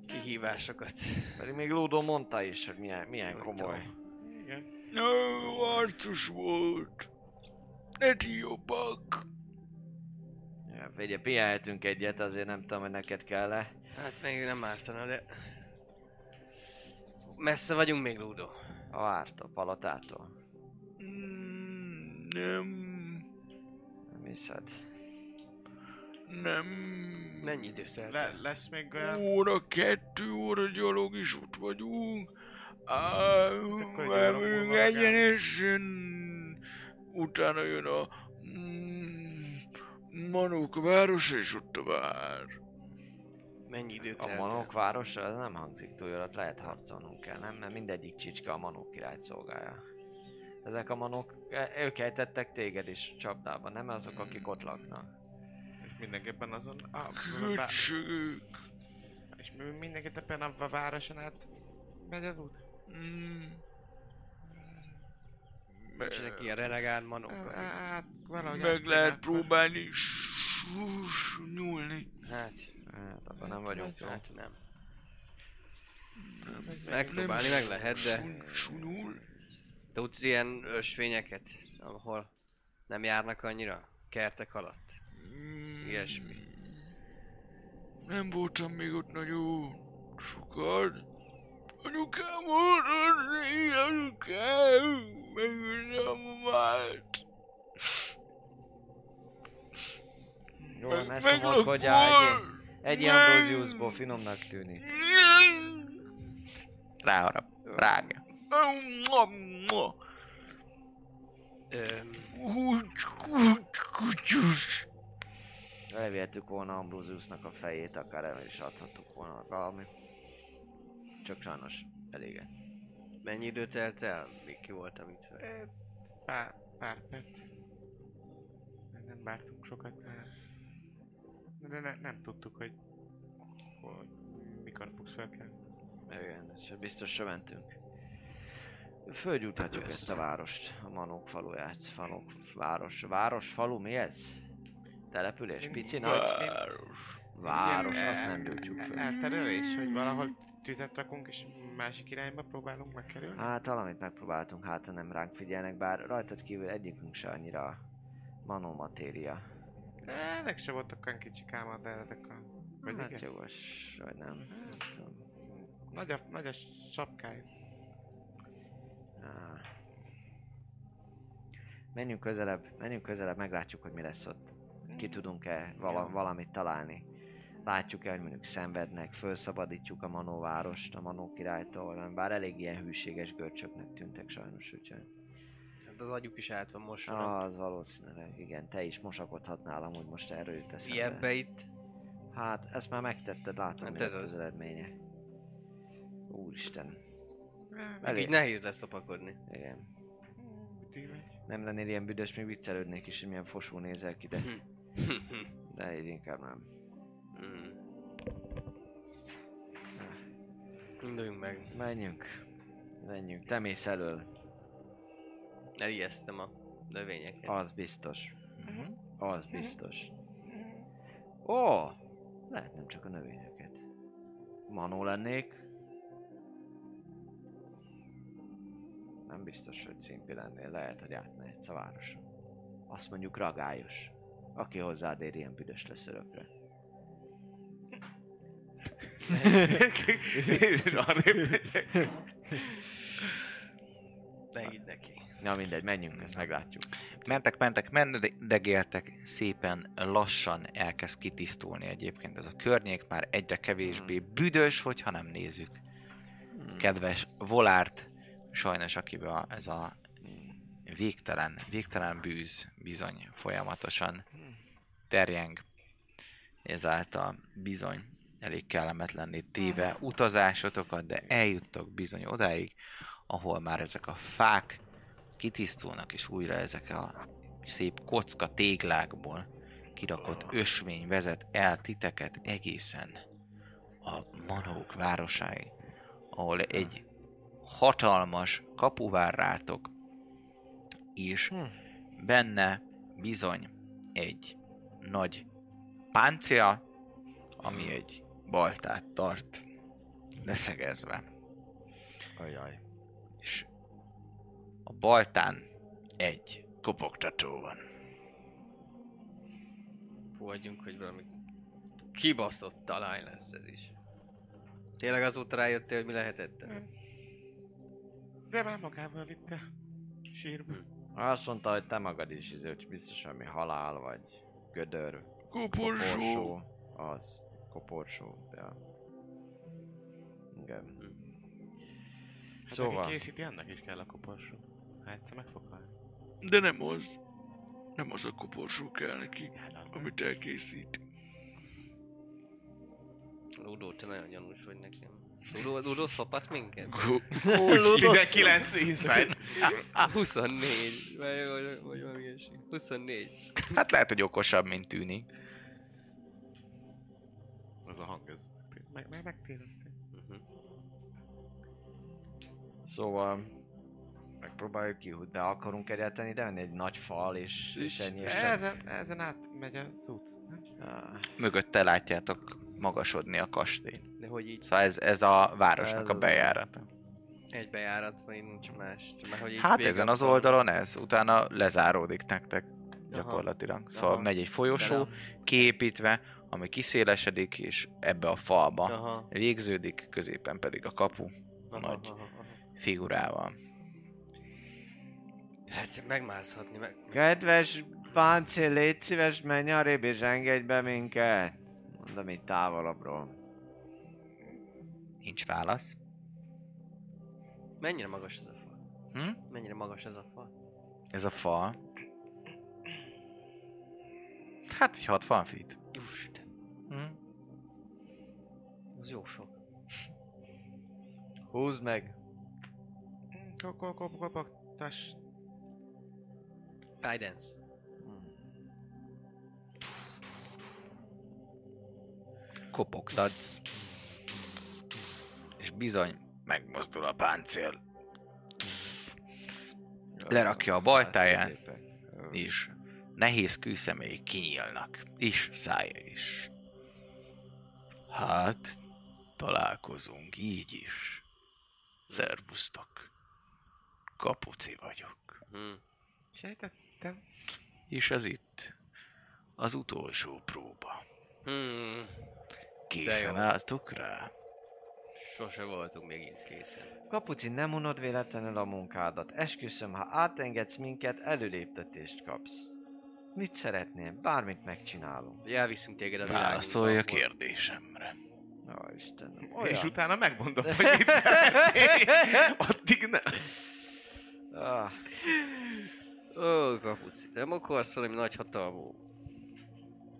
kihívásokat.
Pedig még Ludo mondta is, hogy milyen, milyen
Mondta.
komoly.
Ó, arcos volt. Ne ti jobbak.
Ja, Ugye pihenhetünk egyet, azért nem tudom, hogy neked kell-e.
Hát még nem ártana, de... Messze vagyunk még, Ludo.
A vártól, palatától.
Mm, Nem,
Nem hiszed.
nem.
Mennyi időt telt?
Le,
el?
lesz még olyan...
Óra kettő, óra gyalog is ott vagyunk. Á,
akkor gyalog
megyünk
múlva kell.
egyenesen. Utána jön a mm, Manók városa, és ott a vár.
Mennyi időt
A
telt?
manók városa, ez nem hangzik túl jól, ott lehet harcolnunk kell, nem? Mert mindegyik csicska a manók király szolgája. Ezek a manók, e, ők ejtettek téged is csapdába, nem azok, akik ott laknak.
És mindenképpen azon... A, bá-
Köcsögök.
és mindenképpen a városon át megy az út.
Mm.
Nincsenek ilyen relegált manók. akik-
Hát, valahogy... át
Meg
kéne
lehet
akkor.
próbálni sus- nyúlni.
Hát,
Hát abban nem vagyunk jó.
hát nem. Megpróbálni meg lehet, de
Sunul.
tudsz ilyen ösvényeket, ahol nem járnak annyira kertek alatt. Ilyesmi.
Mm. Nem voltam még ott nagyon sokat. Anyukám volt, az én anyukám, megölni a mamát.
Jó,
Meg-
ne
meg
szomorkodjál,
akkor-
egy, egy
meg-
ambróziuszból finomnak tűnik.
Ráharap. Rágja.
Öm,
Kucs, kucs, kutyus.
Elvihettük volna Ambróziusznak a fejét, akár el is adhattuk volna valami. Csak sajnos elég.
Mennyi idő telt el, még ki voltam itt?
Pár, pár perc. Nem vártunk sokat, mert... De ne, nem tudtuk, hogy... hogy mikor fogsz felkelni.
Igen, és biztos se mentünk. Fölgyújthatjuk ezt a várost, a Manók faluját, Manók város, város, falu, mi ez? Település, pici nagy? Város, azt nem gyújtjuk föl.
Elterülés, hogy valahol tüzet rakunk és másik irányba próbálunk megkerülni?
Hát valamit megpróbáltunk, hát ha nem ránk figyelnek, bár rajtad kívül egyikünk se annyira manó matéria.
Ennek se voltak olyan kicsik álma, de ezek a... Vagy
Hát
igen?
jogos, vagy nem. nem tudom.
Nagy a, nagy a sapkája.
Á. Ah. Menjünk közelebb, menjünk közelebb, meglátjuk, hogy mi lesz ott. Ki tudunk-e vala, valamit találni. Látjuk-e, hogy mondjuk szenvednek, felszabadítjuk a Manó várost, a Manó királytól, nem, bár elég ilyen hűséges görcsöknek tűntek sajnos, úgyhogy...
Hát az agyuk is át van most.
Az valószínűleg, igen, te is mosakodhatnál amúgy most erről jut eszembe.
Ilyenbe itt.
Hát, ezt már megtetted, látom,
Hát
mi
ez
lett az.
az.
eredménye. Úristen.
Meg így nehéz lesz tapakodni.
Igen.
Ti vagy?
Nem lennél ilyen büdös, még viccelődnék is, hogy milyen fosú nézel ki, de...
Hm.
De így inkább nem.
Mm. Induljunk meg.
Menjünk. Menjünk. Te mész elől.
Elijesztem a növényeket.
Az biztos. Mhm. Az biztos. Ó! Lehet nem csak a növényeket. Manó lennék. Nem biztos, hogy szimpi lennél. Lehet, hogy átmehetsz a városon. Azt mondjuk ragályos. Aki hozzád ér, ilyen büdös lesz örökre.
Ne így neki.
Na mindegy, menjünk, ezt meglátjuk.
Mentek, mentek, mendegéltek, szépen lassan elkezd kitisztulni egyébként ez a környék, már egyre kevésbé büdös, hogyha nem nézzük. Kedves Volárt, sajnos akiben ez a végtelen, végtelen bűz bizony folyamatosan terjeng, ezáltal bizony elég kellemetlenné téve utazásotokat, de eljuttok bizony odáig, ahol már ezek a fák kitisztulnak, és újra ezek a szép kocka téglákból kirakott ösvény vezet el titeket egészen a Manók városáig, ahol egy hatalmas kapu vár rátok, és benne bizony egy nagy páncél, ami egy baltát tart leszegezve
Ajaj.
és a baltán egy kopogtató van.
Fogadjunk, hogy valami kibaszott talaj lesz ez is. Tényleg azóta rájöttél, hogy mi lehetett?
De már magával vitte. Sírba.
Azt mondta, hogy te magad is, izé, hogy biztos valami halál vagy gödör.
Koporsó.
Az. Koporsó, ja. Igen.
Hát szóval.
Szóval,
aki készíti, annak is kell a koporsó. Hát egyszer meg fog halni.
De nem az. Nem az a koporsó kell neki,
Hát az nem.
amit elkészít.
Ludó, te nagyon gyanús vagy nekem. Ludó, Ludó szopat minket?
Go-
19 insight.
24, vagy, vagy, vagy valami ilyesmi. 24.
Hát lehet, hogy okosabb, mint tűnik.
Az a hang, ez. Mhm. Meg, meg, megtévesztő.
szóval megpróbáljuk ki, de akarunk egyáltalán ide menni egy nagy fal és, és ennyi, és csak...
Ezen, ezen át megy az út. nem?
Ah,
Mögötte látjátok magasodni a kastélyt.
De hogy így
Szóval ez, ez a városnak a
Ez-
bejárata.
egy bejárat, vagy nincs más. Csak Már, hogy így
Hát
vége
ezen
a
az
falnak.
oldalon ez, utána lezáródik nektek gyakorlatilag. Szóval
aha.
megy egy folyosó,
Bele-
kiépítve, ami kiszélesedik, és ebbe a falba
Aha,
végződik, középen pedig a kapu
aha,
Nagy.
aha, aha.
figurával.
Hát megmászhatni, meg...
Kedves páncél, légy szíves, menj arrébb és engedj be minket! Mondom itt távolabbról.
Nincs válasz.
Mennyire magas ez a fa?
Hm?
Mennyire magas ez a fa?
Ez a fa. Hát, egy 60 feet.
Úristen,
Hm?
az jó sok. Húzd meg.
Kap, kap, kap, kapatás.
Guidance.
kopogtat. És bizony, megmozdul a páncél. Lerakja a
Hát,
baltáját, és nehéz kőszemély kinyílnak, és szája is. Hát, találkozunk így is. Szerbusztok. Kapuci vagyok.
Hm.
Sejtettem.
És ez itt az utolsó próba.
Hm.
Készen
jó.
álltok rá?
Sose voltunk még itt készen.
Kapuci, nem unod véletlenül a munkádat. Esküszöm, ha átengedsz minket, előléptetést kapsz. Mit szeretnél? Bármit megcsinálunk.
Hogy elviszünk téged a világunkba,
Válaszolj a
ahol-
kérdésemre.
Ó, Istenem,
Olyan. És
olyan.
utána megmondom, hogy mit szeretnék. Addig nem.
Ah,
Ó, kapuci, nem akarsz valami nagy hatalmú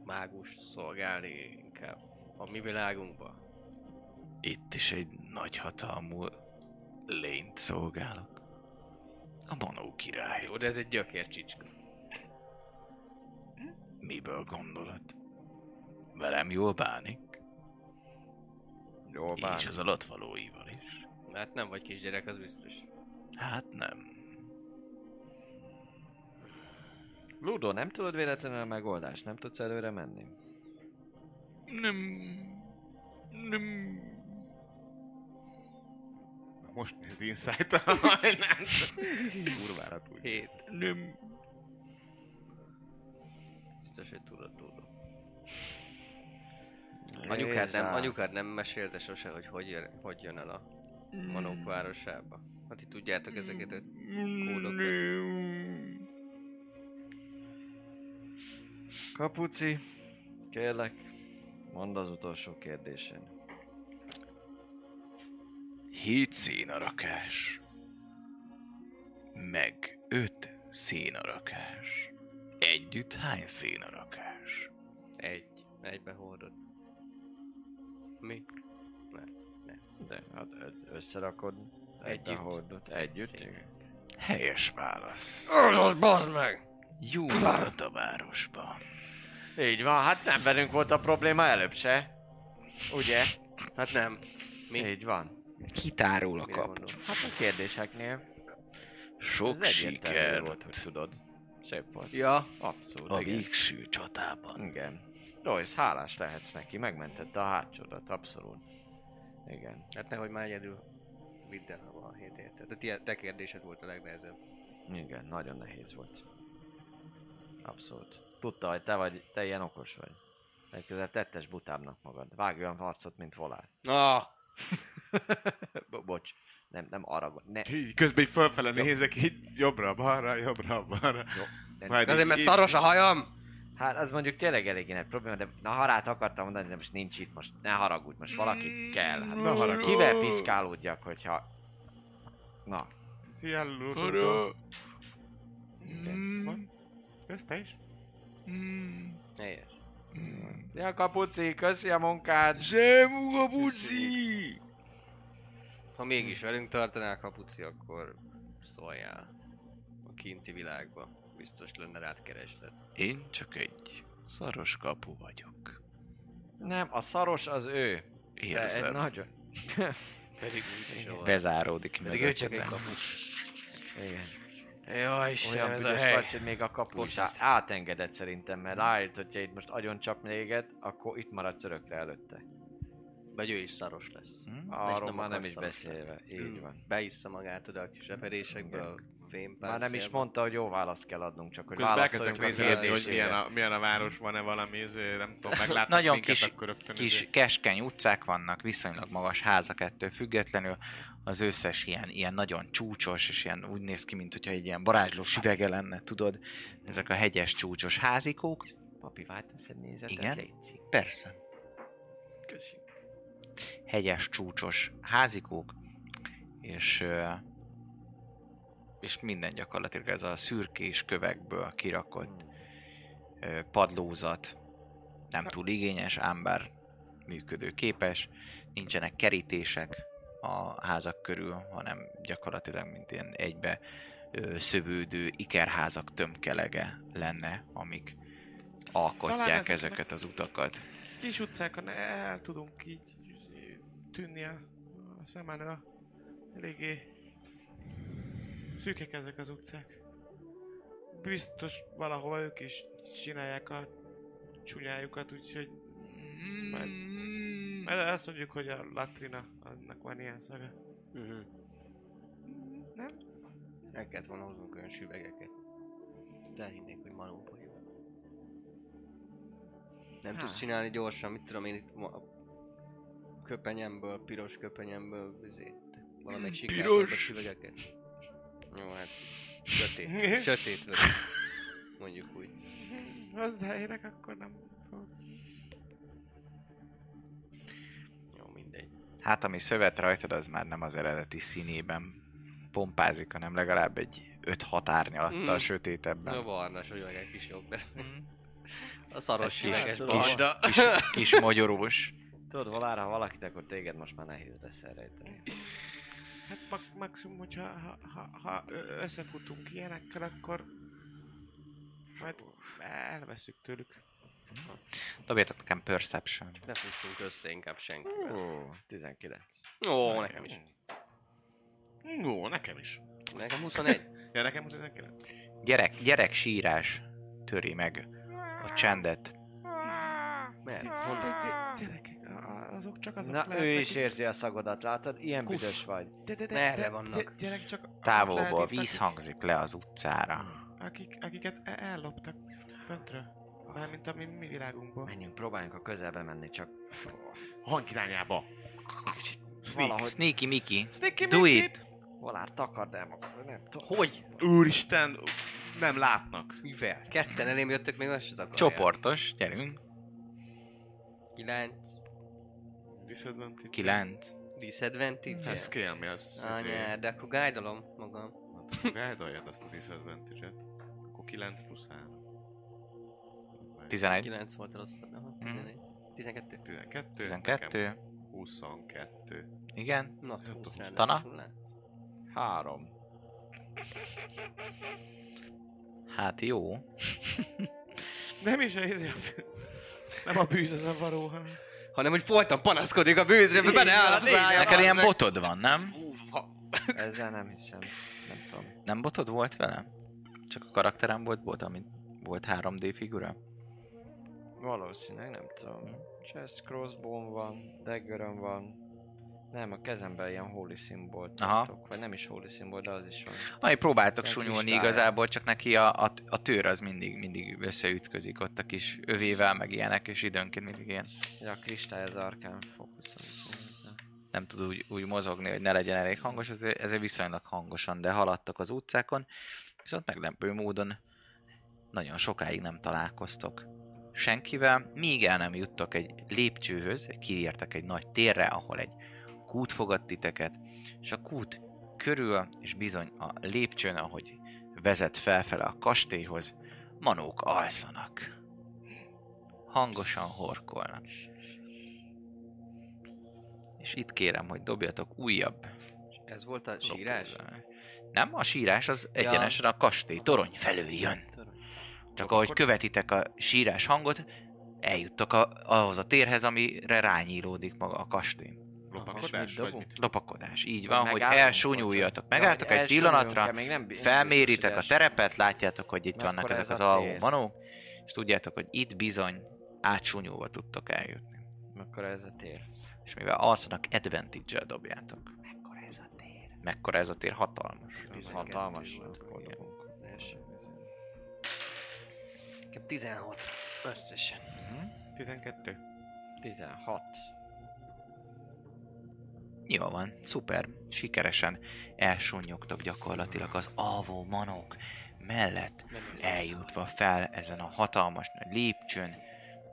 mágus szolgálni inkább a mi világunkba?
Itt is egy nagyhatalmú lényt szolgálok. A Manó király.
Jó, de ez egy gyökér csicska.
Miből gondolod? Velem jól bánik,
Jól
Bánik. és
bánik.
az alatt valóival is.
Hát nem vagy kisgyerek, az biztos.
Hát nem.
Ludo, nem tudod véletlenül a megoldást? Nem tudsz előre menni?
Nem. Nem.
Na Most nézd insight majdnem. Kurvára tudja.
Hét.
Nem.
Biztos, hogy tudod, tudod. Anyukád nem, anyukád nem mesélte sose, hogy hogy jön, hogy jön el a Manók városába. Hát ti
Hmm.
tudjátok ezeket a kódokat.
Kapuci, kérlek, mondd az utolsó kérdésen.
Hét szénarakás. Meg öt szénarakás. Együtt hány szénarakás?
Egy. Egybe hordod. Mi?
De, hát ö- összerakod egybe
Együtt.
hordod. Együtt,
Szép.
igen.
Helyes válasz.
Az bazd meg!
Jó utat a városba.
Így van, hát nem velünk volt a probléma előbb se. Ugye?
Hát nem. Mi?
Így van.
Kitárul a
Mire
kap.
gondolsz?
Hát a kérdéseknél
Sok
Ez egyértelmű volt, hogy
sikert
tudod. Szép volt.
Ja.
Abszolút,
a
igen.
végső csatában.
igen. Royce, hálás lehetsz neki, megmentette a hátsódat, abszolút. Igen.
Hát nehogy már egyedül. Vidd el a hét érted. A ti- te kérdésed volt a legnehezebb.
Igen, nagyon nehéz volt. Abszolút. Tudta, hogy te vagy, te ilyen okos vagy. Legközelebb tettes butábbnak magad. Vágj olyan harcot, mint volál.
Na!
Bo- Bocs, nem, nem arra gond- ne,
Így közben így fölfele nézek, így jobbra, balra, jobbra, balra.
Jó.
Majd
Azért,
így-
mert
így-
szaros a hajam!
Hát az mondjuk tényleg eléggé nagy probléma, de na harát akartam mondani, de most nincs itt, most ne haragudj, most valaki kell. Hát,
Ne haragudj.
Kivel piszkálódjak, hogyha... Na,
Szia, Ludo.
Arra.
Mm.
Van? Jössz te is?
Helyes.
Szia kapuci, köszi a munkád!
Zsemu a buci!
Ha mégis velünk tartanál kapuci, akkor szóljál. A kinti világba. Biztos lenne rád kereslet.
Én csak egy szaros kapu vagyok.
Nem, a szaros az ő. De egy
Érzem.
nagyon...
Pedig úgy is ahol.
Bezáródik
Pedig ő csak egy kapu.
Igen.
Jaj,
Olyan
Istenem, ez a
büdös
hely.
vagy, hogy még a kapus
Bocsánat.
átengedett szerintem, mert rájött, hogyha itt most agyon csap néget, akkor itt maradsz örökre előtte.
Vagy ő is szaros lesz.
Arról már nem
akar
is
szaros
beszélve.
lenni.
Így van.
Beissza magát oda a kis repedésekbe, a fémpáncélba.
Már nem is mondta, hogy jó választ kell adnunk, csak hogy
Közben elkezdek
válaszoljunk a
nézegetni, hogy milyen
kérdésére.
a, milyen a város, van-e valami, ezért nem tudom, meglátnak
Nagyon
minket,
kis-
akkor rögtön
Kis
izé-
keskeny utcák vannak, viszonylag magas házak ettől függetlenül. Az összes ilyen, ilyen nagyon csúcsos, és ilyen úgy néz ki, mint hogyha egy ilyen varázslós üvege lenne, tudod? Ezek a hegyes csúcsos házikók.
Papi, változod nézetet,
Igen.
létszik.
Persze.
izé.
Köszi.
hegyes csúcsos házikók, és, ö, és minden gyakorlatilag ez a szürkés kövekből kirakott ö, padlózat, nem túl igényes, ám bár működő képes, nincsenek kerítések, a házak körül, hanem gyakorlatilag mint ilyen egybe ö, szövődő ikerházak tömkelege lenne, amik alkotják
ezeknek-
ezeket az utakat.
Kis utcákon el tudunk így izé, tűnni a a szem elől. Eléggé szűkek ezek az utcák. Biztos valahova ők is csinálják a csúnyájukat, úgyhogy majd...
Mm.
Majd azt mondjuk, hogy a latrina, annak van ilyen szaga.
Mhm.
Nem?
El kellett volna hoznunk olyan süvegeket. De elhinnék, hogy malomba jövök. Nem tudsz csinálni gyorsan, mit tudom én itt ma... a köpenyemből, piros köpenyemből, azért valamelyik sikátorba
piros.
süvegeket. Jó, hát sötét, sötét vörös. Mondjuk úgy.
Hozzáérek, akkor nem fogok.
Jó, mindegy.
Hát ami szövet rajtad, az már nem az eredeti színében pompázik, hanem legalább egy 5-6 árnyalattal
Mm.
sötétebben.
A barna süvegek is jók lesznek. A szaros
Egy kis-
süveges
kis-
banda.
Kis, kis magyarós.
Tudod, valára, ha valakit, akkor téged most már nehéz lesz elrejteni.
Hát ma- maximum, hogyha ha, ha, ha ö- összefutunk ilyenekkel, akkor majd elveszük tőlük.
Dobjátok nekem Perception.
Ne fussunk össze inkább senki.
Ó, 19.
Ó, nekem is.
Jó, nekem is.
Nekem 21.
Ja, nekem 19.
Gyerek, gyerek sírás töri meg a csendet.
Mert
Gyerekek, a- azok csak azok
Na, ő
lehetnek,
is érzi a szagodat, látod? Ilyen
Kuss.
büdös vagy.
de, de, de,
Merre
de-
vannak?
gy- Gyerek csak az lehet
Távolból
itt,
víz hangzik le az utcára.
akik- Akik, akiket e- elloptak föntről. Mármint a mi, mi világunkból.
Menjünk, próbáljunk a közelbe menni, csak
Hank irányába.
Sneak, sneaky Miki.
Sneaky
Do
Mickey.
it!
valár takard el magad, nem tudom.
Hogy?
Úristen, nem látnak.
Mivel? Ketten elém jöttök, még azt sem akarják.
Csoportos, gyerünk.
Kilenc.
Disadvantage.
Kilenc.
Disadvantage?
Ez scale, mi Hát az?
Anyád, de akkor gájdalom magam.
Eldaljad azt a disadvantage-et. Akkor 9 plusz 3.
11.
Kilenc volt a rosszabb, aha,
Mhm.
11. 12.
12. 12.
12.
22.
Igen.
Na,
Hát,
20
húsz.
ráadásul
Tana?
le.
Három.
Hát jó.
Nem is ez Nem a bűz az a varó, hanem...
Hanem, hogy folyton panaszkodik a bűzre, mert benne áll a szája.
Neked ilyen botod van, nem?
Ezzel nem hiszem. Nem tudom.
Nem botod volt velem? Csak a karakterem volt bot, amit volt 3D figura?
Valószínűleg nem tudom. Chest crossbone van, daggerön van. Nem, a kezemben ilyen holy symbol
Aha.
tartok, vagy nem is holy symbol, de az is van.
Ami próbáltok
Ilyen
sunyulni
kristály.
igazából, csak neki a, a, a tőr az mindig, mindig összeütközik ott a kis övével, meg ilyenek, és időnként mindig ilyen
Ja, a kristály az arkán fókuszol.
nem tud úgy, úgy mozogni, hogy ne legyen elég hangos, ezért, ezért viszonylag hangosan, de haladtak az utcákon, viszont meglepő módon nagyon sokáig nem találkoztok senkivel, míg el nem juttok egy lépcsőhöz, kiértek egy nagy térre, ahol egy kút fogad titeket, és a kút körül, és bizony a lépcsőn, ahogy vezet felfele a kastélyhoz, manók alszanak. Hangosan horkolnak. És itt kérem, hogy dobjatok újabb
Ez volt a sírás?
Dobkodó. Nem, a sírás az egyenesen a kastély torony felől jön. Csak ahogy
Akkor-
követitek a sírás hangot, eljuttok a, ahhoz a térhez, amire rányílódik maga a kastély.
Lopakodás,
Aha, és mit
vagy mit?
Lopakodás, így
Vagy
van, hogy
megállunk,
elsúnyuljatok.
vagy-
Megálltok
Ja,
egy
hogy elsúnyuljunk-e,
pillanatra,
még nem, bi-
felméritek a
biztos, hogy
terepet, látjátok, hogy itt
Na,
vannak
akkor
ezek
ez
az
a
alvó
tér.
manók, és tudjátok, hogy itt bizony átsúnyulva tudtok eljutni.
els- Akkor ez a tér.
És mivel alszanak, advantage-el dobjátok. Mekkora ez a tér? Mekkora ez a tér? Hatalmas.
Hatalmas.
volt,
akkor
igen.
dobunk.
Első. Nekem 16. Összesen.
12.
16.
Jó van, szuper, sikeresen elsúnyogtok gyakorlatilag az alvó manók mellett, eljutva fel ezen a hatalmas nagy lépcsőn,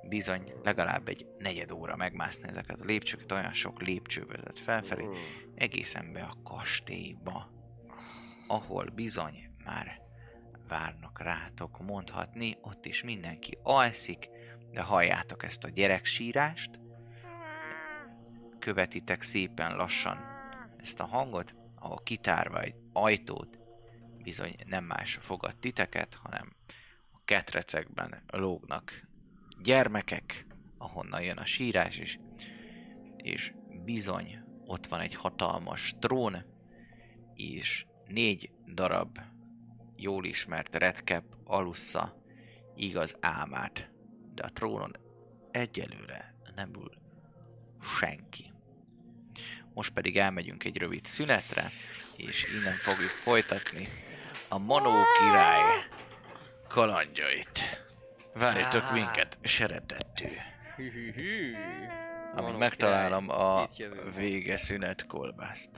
bizony legalább egy negyed óra megmászni ezeket a lépcsőket, olyan sok lépcső vezet felfelé, egészen be a kastélyba, ahol bizony már várnak rátok mondhatni, ott is mindenki alszik, de halljátok ezt a gyereksírást, követitek szépen lassan ezt a hangot, ahol kitárva egy ajtót, bizony nem más fogad titeket, hanem a ketrecekben lógnak gyermekek, ahonnan jön a sírás is, és bizony ott van egy hatalmas trón, és négy darab jól ismert redkep alussza igaz álmát, de a trónon egyelőre nem ül senki. Most pedig elmegyünk egy rövid szünetre, és innen fogjuk folytatni a Manó király kalandjait.
Ah.
Várjatok minket, seredettű.
Hű-hű-hű.
Amíg
Manó
megtalálom a
itt jövünk.
vége szünet kolbászt.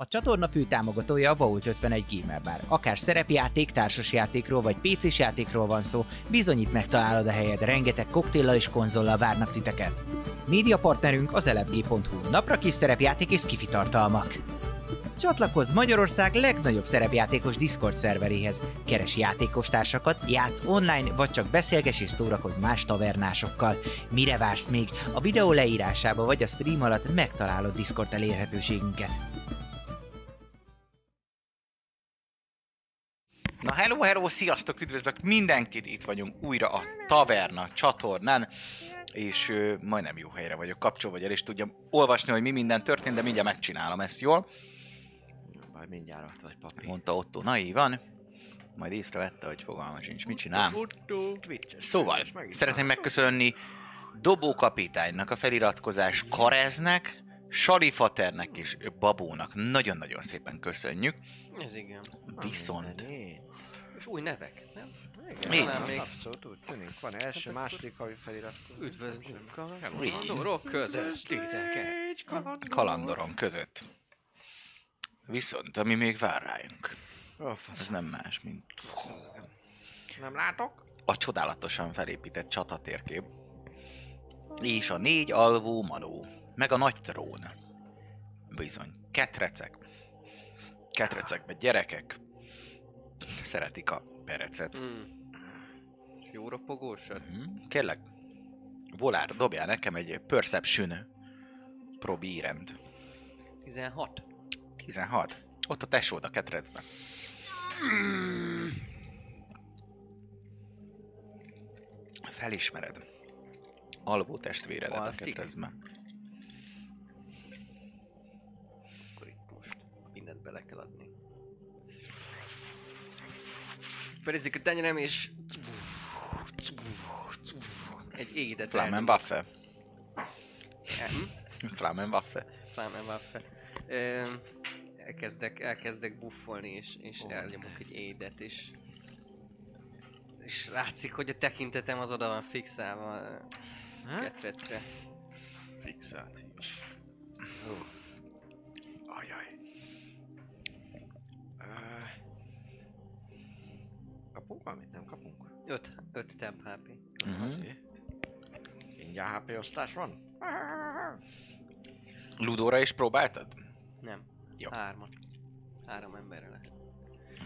A csatorna fő támogatója a Vault 51 Gamer Bar. Akár szerepjáték, társasjátékról vagy pc játékról van szó, bizonyít megtalálod a helyed, rengeteg koktéllal és konzollal várnak titeket. Média partnerünk az elebg.hu, napra kis szerepjáték és skifi tartalmak. Csatlakozz Magyarország legnagyobb szerepjátékos Discord szerveréhez. Keres játékostársakat, játsz online, vagy csak beszélges és szórakozz más tavernásokkal. Mire vársz még? A videó leírásába vagy a stream alatt megtalálod Discord elérhetőségünket.
Na hello, hello, sziasztok, üdvözlök mindenkit, itt vagyunk újra a Taverna csatornán, és ö, majdnem jó helyre vagyok kapcsolva, hogy el is tudjam olvasni, hogy mi minden történt, de mindjárt megcsinálom ezt, jól?
Majd mindjárt ott vagy papír.
Mondta Otto, na így van, majd észrevette, hogy fogalma sincs, mit csinál. Szóval, szeretném megköszönni Dobó kapitánynak, a feliratkozás Kareznek, Salifaternek és Babónak. Nagyon-nagyon szépen köszönjük.
Ez igen.
Viszont
És új nevek, nem?
Így
Igen,
van.
még. Hát abszolút úgy tűnik. Van első, második havi felirat.
Üdvözlünk a
Hello.
kalandorok között titeket.
kalandorom között. Viszont, ami még vár rájunk,
Ó, fasz,
az nem más, mint
nem látok?
a csodálatosan felépített csatatérkép, és a négy alvó manó, meg a nagy trón. Bizony, ketrecek. Ketrecekbe gyerekek szeretik a perecet.
Mm. Jó ropogósat.
Mhm. Kérlek, Volár, dobjál nekem egy Perception probírend.
16.
16. Ott a tesód a ketrecben. Felismered. Alvó testvéredet a
Alszik.
ketrecben.
Akkor itt most mindent bele kell adni. Fedezik a tenyerem és... Egy égített
Flammenwaffe.
elnyom. Hm?
Flammenwaffe.
Flammenwaffe. Ö, elkezdek, elkezdek buffolni, és, és elnyomok egy édet, és... És látszik, hogy a tekintetem az oda van fixálva ö, ketrecre.
Fixáció. Ajaj. Ö,
Kapunk valamit? Nem kapunk.
5, 5 temp HP.
Mhm.
Ingyen HP osztás van?
Ludóra is próbáltad?
Nem.
Jó.
Hármat. Három emberre lehet.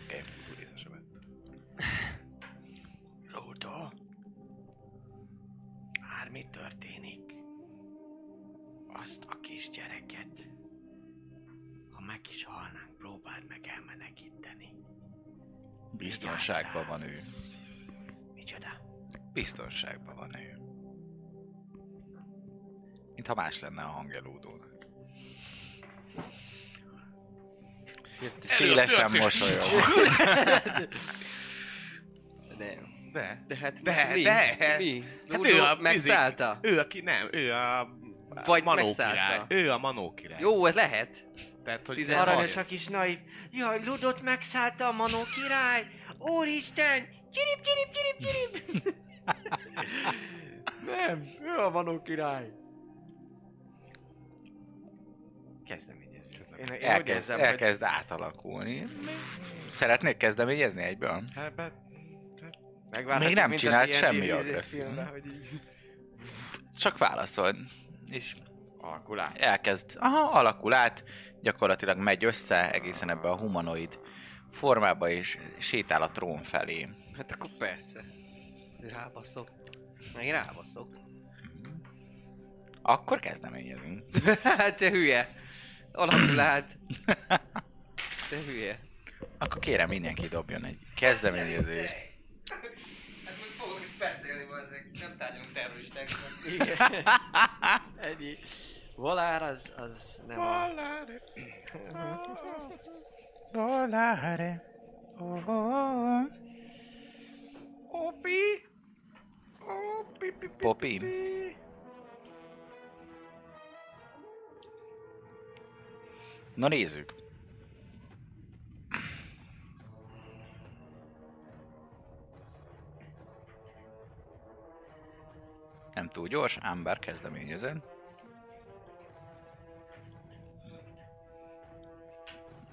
Oké. Okay.
Lóta? Bármi történik, azt a kisgyereket, ha meg is halnánk, próbáld meg elmenekíteni.
Biztonságban van ő.
Micsoda?
Biztonságban van ő. Mintha más lenne a hangja Ludónak. Szélesen mosolyog.
De,
De.
de hát
De,
mi?
de.
Mi?
Hát
Hát
ő a-
megszállta?
Ő aki nem, ő a...
Vagy
manó
megszállta.
király. Ő a manó király.
Jó, ez lehet.
Tehát, hogy
Tizen-
Aranyos
Aranyos a kis naiv. Jaj, Ludot megszállta a Manó király! Úristen! Csirip, csirip, csirip, csirip! Nem, ő a Manó király. Kezdeményezés. Én, én úgy
Elkezd,
érzem, hogy
elkezd átalakulni. Szeretnéd kezdeményezni egyből?
Hát, be-
megvárhatjuk,
még nem
hát mint a
csinált
D&D
semmi
izé
agresszív.
filmben, hogy így-
Csak válaszol. És
Alakul át.
elkezd, aha, alakul át, gyakorlatilag megy össze egészen ebbe a humanoid formába, és sétál a trón felé.
Hát akkor persze. Rábaszok. Meg én rábaszok.
Akkor kezdeményezünk.
Hát te hülye. Alapul állt. Te hülye.
Akkor kérem mindenki dobjon egy kezdeményezést.
Hát most fogok itt beszélni, ezek nem tárgyalunk terroristákról.
Igen. Ennyi. Volár az, az nem a...
Volare. Oh, oh.
Popi? Na nézzük. Nem túl gyors, ám bár kezdeményezed.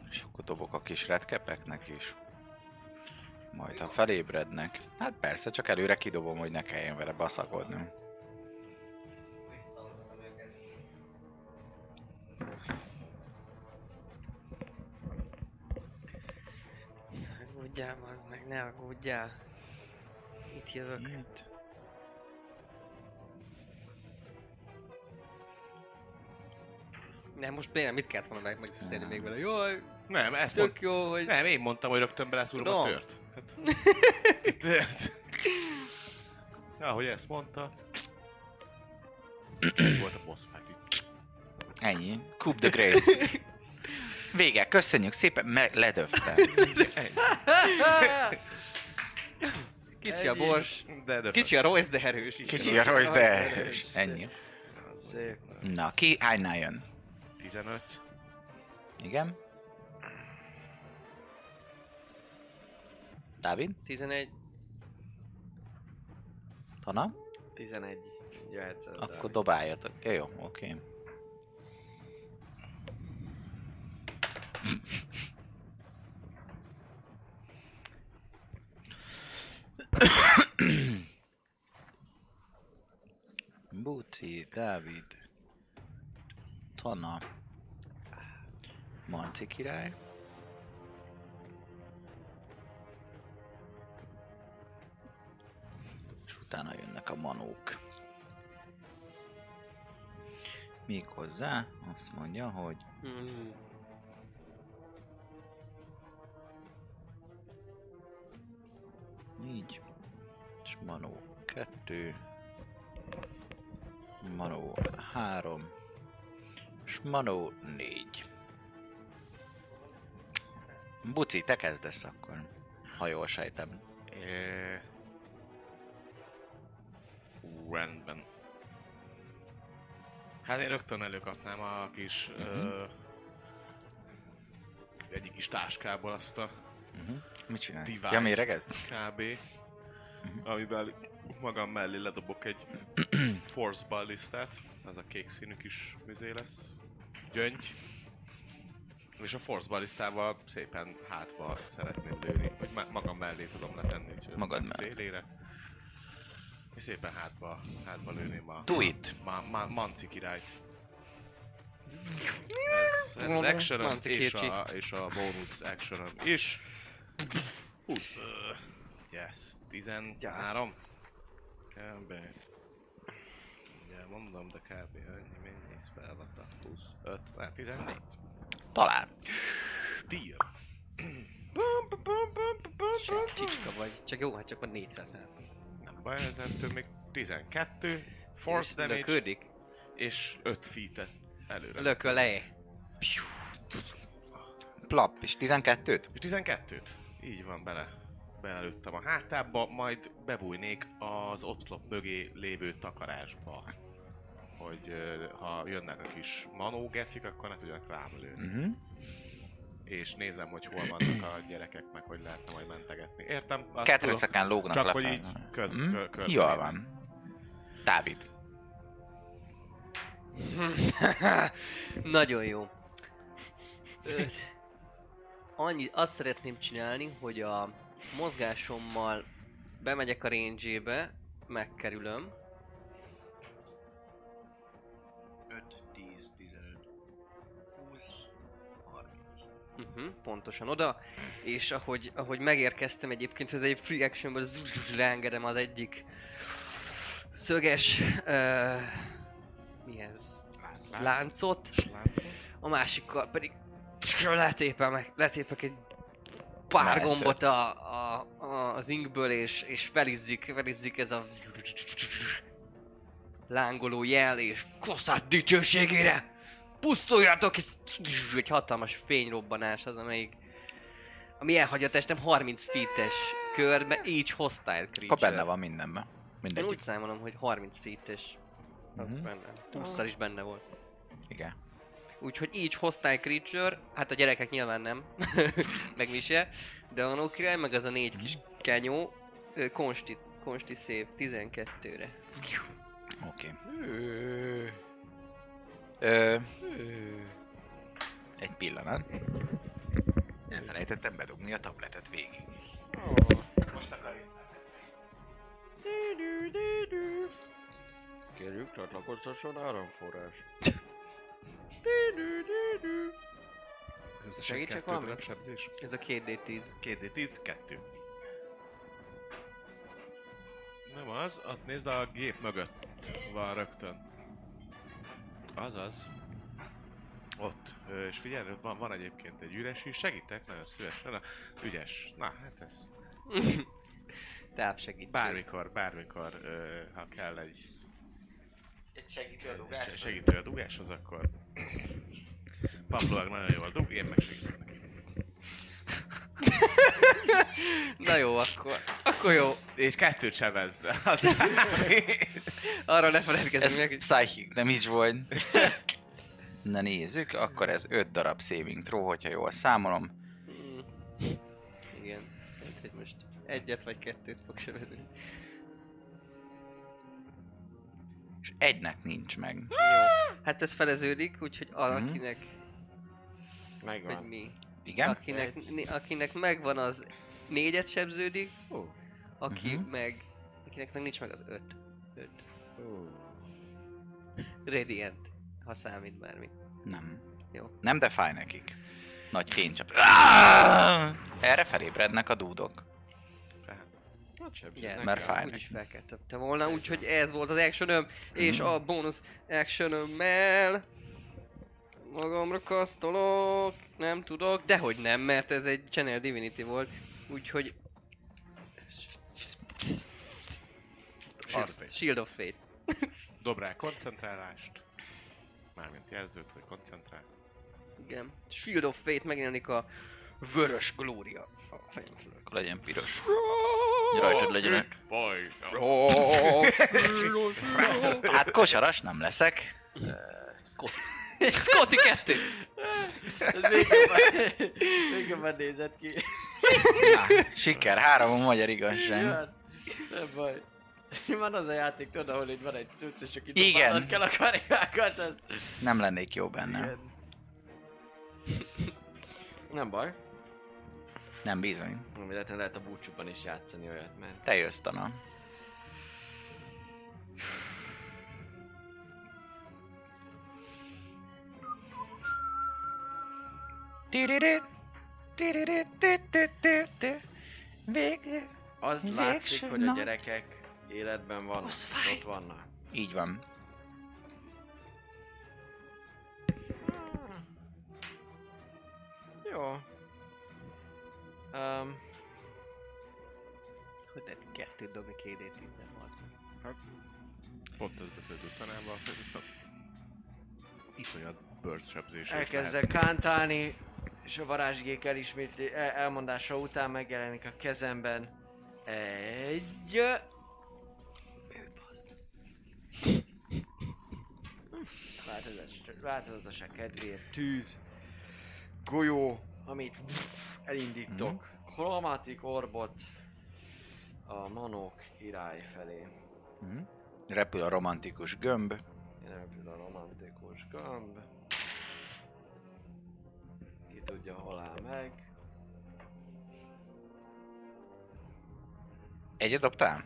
És akkor dobok a kis retkepeknek is. Majd ha felébrednek. Hát persze, csak előre kidobom, hogy ne kelljen vele baszakodnom.
Ne aggódjál, az meg, ne aggódjál. Itt jövök.
Mit?
Nem, most miért mit kellett volna meg megbeszélni még vele? Jaj,
Nem, ezt mond...
tök jó, hogy...
Nem, én mondtam, hogy rögtön beleszúrom a
Tudom.
tört. Hát... Itt- itt- Ahogy ezt mondta... Ez volt a boss fight itt.
Ennyi. Coup de grace. Vége, köszönjük szépen, meg ledöftem.
Ennyi.
Kicsi a bors.
De, de
Kicsi a rossz, de erős is.
Kicsi a rossz, de erős. Ennyi.
Szép.
Na, ki hánynál jön?
15.
Igen. Dávid?
11.
Tana?
11. Jöhetsz az
Akkor dobáljatok. Jó, jó, oké. Buti, Dávid, Tana, Manti király. És utána jönnek a manók. Méghozzá azt mondja, hogy
Mm.
így, és Manó 2, Manó 3, és Manó 4. Buci, te kezdesz akkor, ha jól sejtem.
Ö, Ú, Rendben. Hát én rögtön előkapnám a kis... Ö, egyik kis táskából azt a
Mit csinálj?
device
Ja, méreget? Mhm.
kb. Amivel magam mellé ledobok egy force ballistát, ez a kék színű kis mizé lesz, gyöngy. És a force ballistával szépen hátba szeretném lőni, vagy ma- magam mellé tudom letenni, úgyhogy
Magad
a
mellé.
szélére. És szépen hátba, hátba lőném a...
Do it.
Ma, ma, Manci királyt. Ez, ez az action
Manci
és
kircsi.
a, és a bonus action is. 20. Yes, 13. Kb. Ugye mondom, de kb. annyi mennyi spell attack, 25, hát 14.
Talán.
Deal.
Se, Csicska vagy. Csak jó, hát csak van 400 HP.
Nem baj, ez ettől még 12.
És
Force damage
Löködik.
és 5 feet előre.
Lök a leje.
Plap, és 12-t?
És 12-t. Így van, bele. Belelőttem a hátába, majd bebújnék az oszlop mögé lévő takarásba. Hogy ö, ha jönnek a kis manógecik, akkor ne tudjanak rám lőni.
Mhm.
És nézem, hogy hol vannak a gyerekek, meg hogy lehetne majd mentegetni. Értem? Azt
Kettő
tudom.
szakán lógnak
Csak
lefelé.
hogy így köz,
Mhm.
kö, kö,
Jól van. Dávid.
Nagyon jó. Ö, Annyi, azt szeretném csinálni, hogy a mozgásommal bemegyek a range-ébe, megkerülöm.
5, 10, 15, 20, 30.
Uh-huh, pontosan oda, és ahogy, ahogy megérkeztem egyébként, ez egy free actionből zzzz, zzzz, leengedem az egyik szöges, uh, mi ez, láncot, a másikkal pedig letépem, letépek egy pár
Nice.
gombot a, a, a, az inkből, és, és felizzik, felizzik ez a lángoló jel, és koszát dicsőségére! Pusztuljatok! És egy hatalmas fényrobbanás az, amelyik ami elhagyja a testem 30 feet-es körbe, így hostile creature.
Akkor benne van mindenben.
Én
Mindegy.
úgy számolom, hogy 30 feet-es az
Mhm.
benne. 20 is benne volt.
Igen.
Úgyhogy így hostile creature, hát a gyerekek nyilván nem, meg mi se, de a Anó király, meg az a négy kis kenyó, ö, konsti, konsti szép 12-re.
Oké. Ö, Egy pillanat. Elfelejtettem bedugni a tabletet végig. Most akarjuk.
Kérjük, csatlakoztasson áramforrás.
Összesen
Segítsek
kettő
valamit?
darab sebzés.
Ez a 2D10.
2D10, 2. Nem az, ott nézd a gép mögött van rögtön. Azaz. Ott. Ö, És figyelj, ott van, van egyébként egy üres is, segítek nagyon szívesen. Na, ügyes. Na, hát ez.
Távsegítség.
Bármikor, bármikor, ö, ha kell egy
Egy segítő
se- segítő a dugáshoz, akkor... Pabloak nagyon jól dug, én meg segítek neki.
Na jó, akkor, akkor jó.
És kettőt sebezzel.
Arra ne feledkezzünk
Ez
meg.
psychic nem is volt. Na nézzük, akkor ez 5 darab saving throw, hogyha jól számolom.
Mm. Igen. Hát, hogy most egyet vagy kettőt fog sebezni.
És egynek nincs meg.
Jó. Hát ez feleződik, úgyhogy akinek, hogy
Megvan.
mi.
Igen?
Akinek, ni- akinek megvan az négyet sebződik,
Ó.
aki
Mhm.
meg, akinek meg nincs meg az öt. öt. Radiant, ha számít bármi.
Nem.
Jó.
Nem, de fáj nekik. Nagy fény csak. Erre felébrednek a dúdok.
Yeah,
Mert fáj
Úgyis
nekik.
fel kell töpte volna, úgyhogy ez volt az actionöm, és a bónusz actionömmel magamra kasztolok, nem tudok, dehogy nem, mert ez egy Channel Divinity volt, úgyhogy...
Shield of
Azt,
Fate.
Shield of Fate.
Dob rá koncentrálást. Mármint jelzőt, hogy koncentrál.
Igen. Shield of Fate megjelenik a vörös glória a fejem fölött.
Akkor legyen piros. Rajtad legyen. egy-
Baj.
Hát kosaras nem leszek.
Scotty kettő!
Még jobban nézett ki.
Na, siker, három a magyar igazság.
Jön. Nem baj. Van az a játék, tudod, ahol itt van egy cucc, és csak itt
Igen.
dobálod kell a karikákat. az-
Nem lennék jó benne.
Igen. Nem baj.
Nem bizony.
Nem véletlenül lehet a búcsúban is játszani olyat, mert...
Te jössz, Tana. Tü-tü-tü. Tü-tü-tü-tü-tü-tü. Végül.
Az
Végső
látszik, hogy a
nap.
gyerekek életben vannak,
Boss
ott
fight.
vannak.
Így van.
Jó. Um,
Hogy lehet kettő dobni két d 10 az meg.
Pont ezt beszéltük tanában, hogy iszonyat bőrcsebzés.
elkezdek kántálni, és a varázsgék elismétli, el- elmondása után megjelenik a kezemben egy... Változat- Változatosság kedvéért tűz, golyó, Mhm. amit elindítok. Chromatic Orbot a manók király felé.
Mhm. Repül a romantikus gömb.
Elpül a romantikus gömb. Ki tudja, hol áll meg.
Egyet dobtál?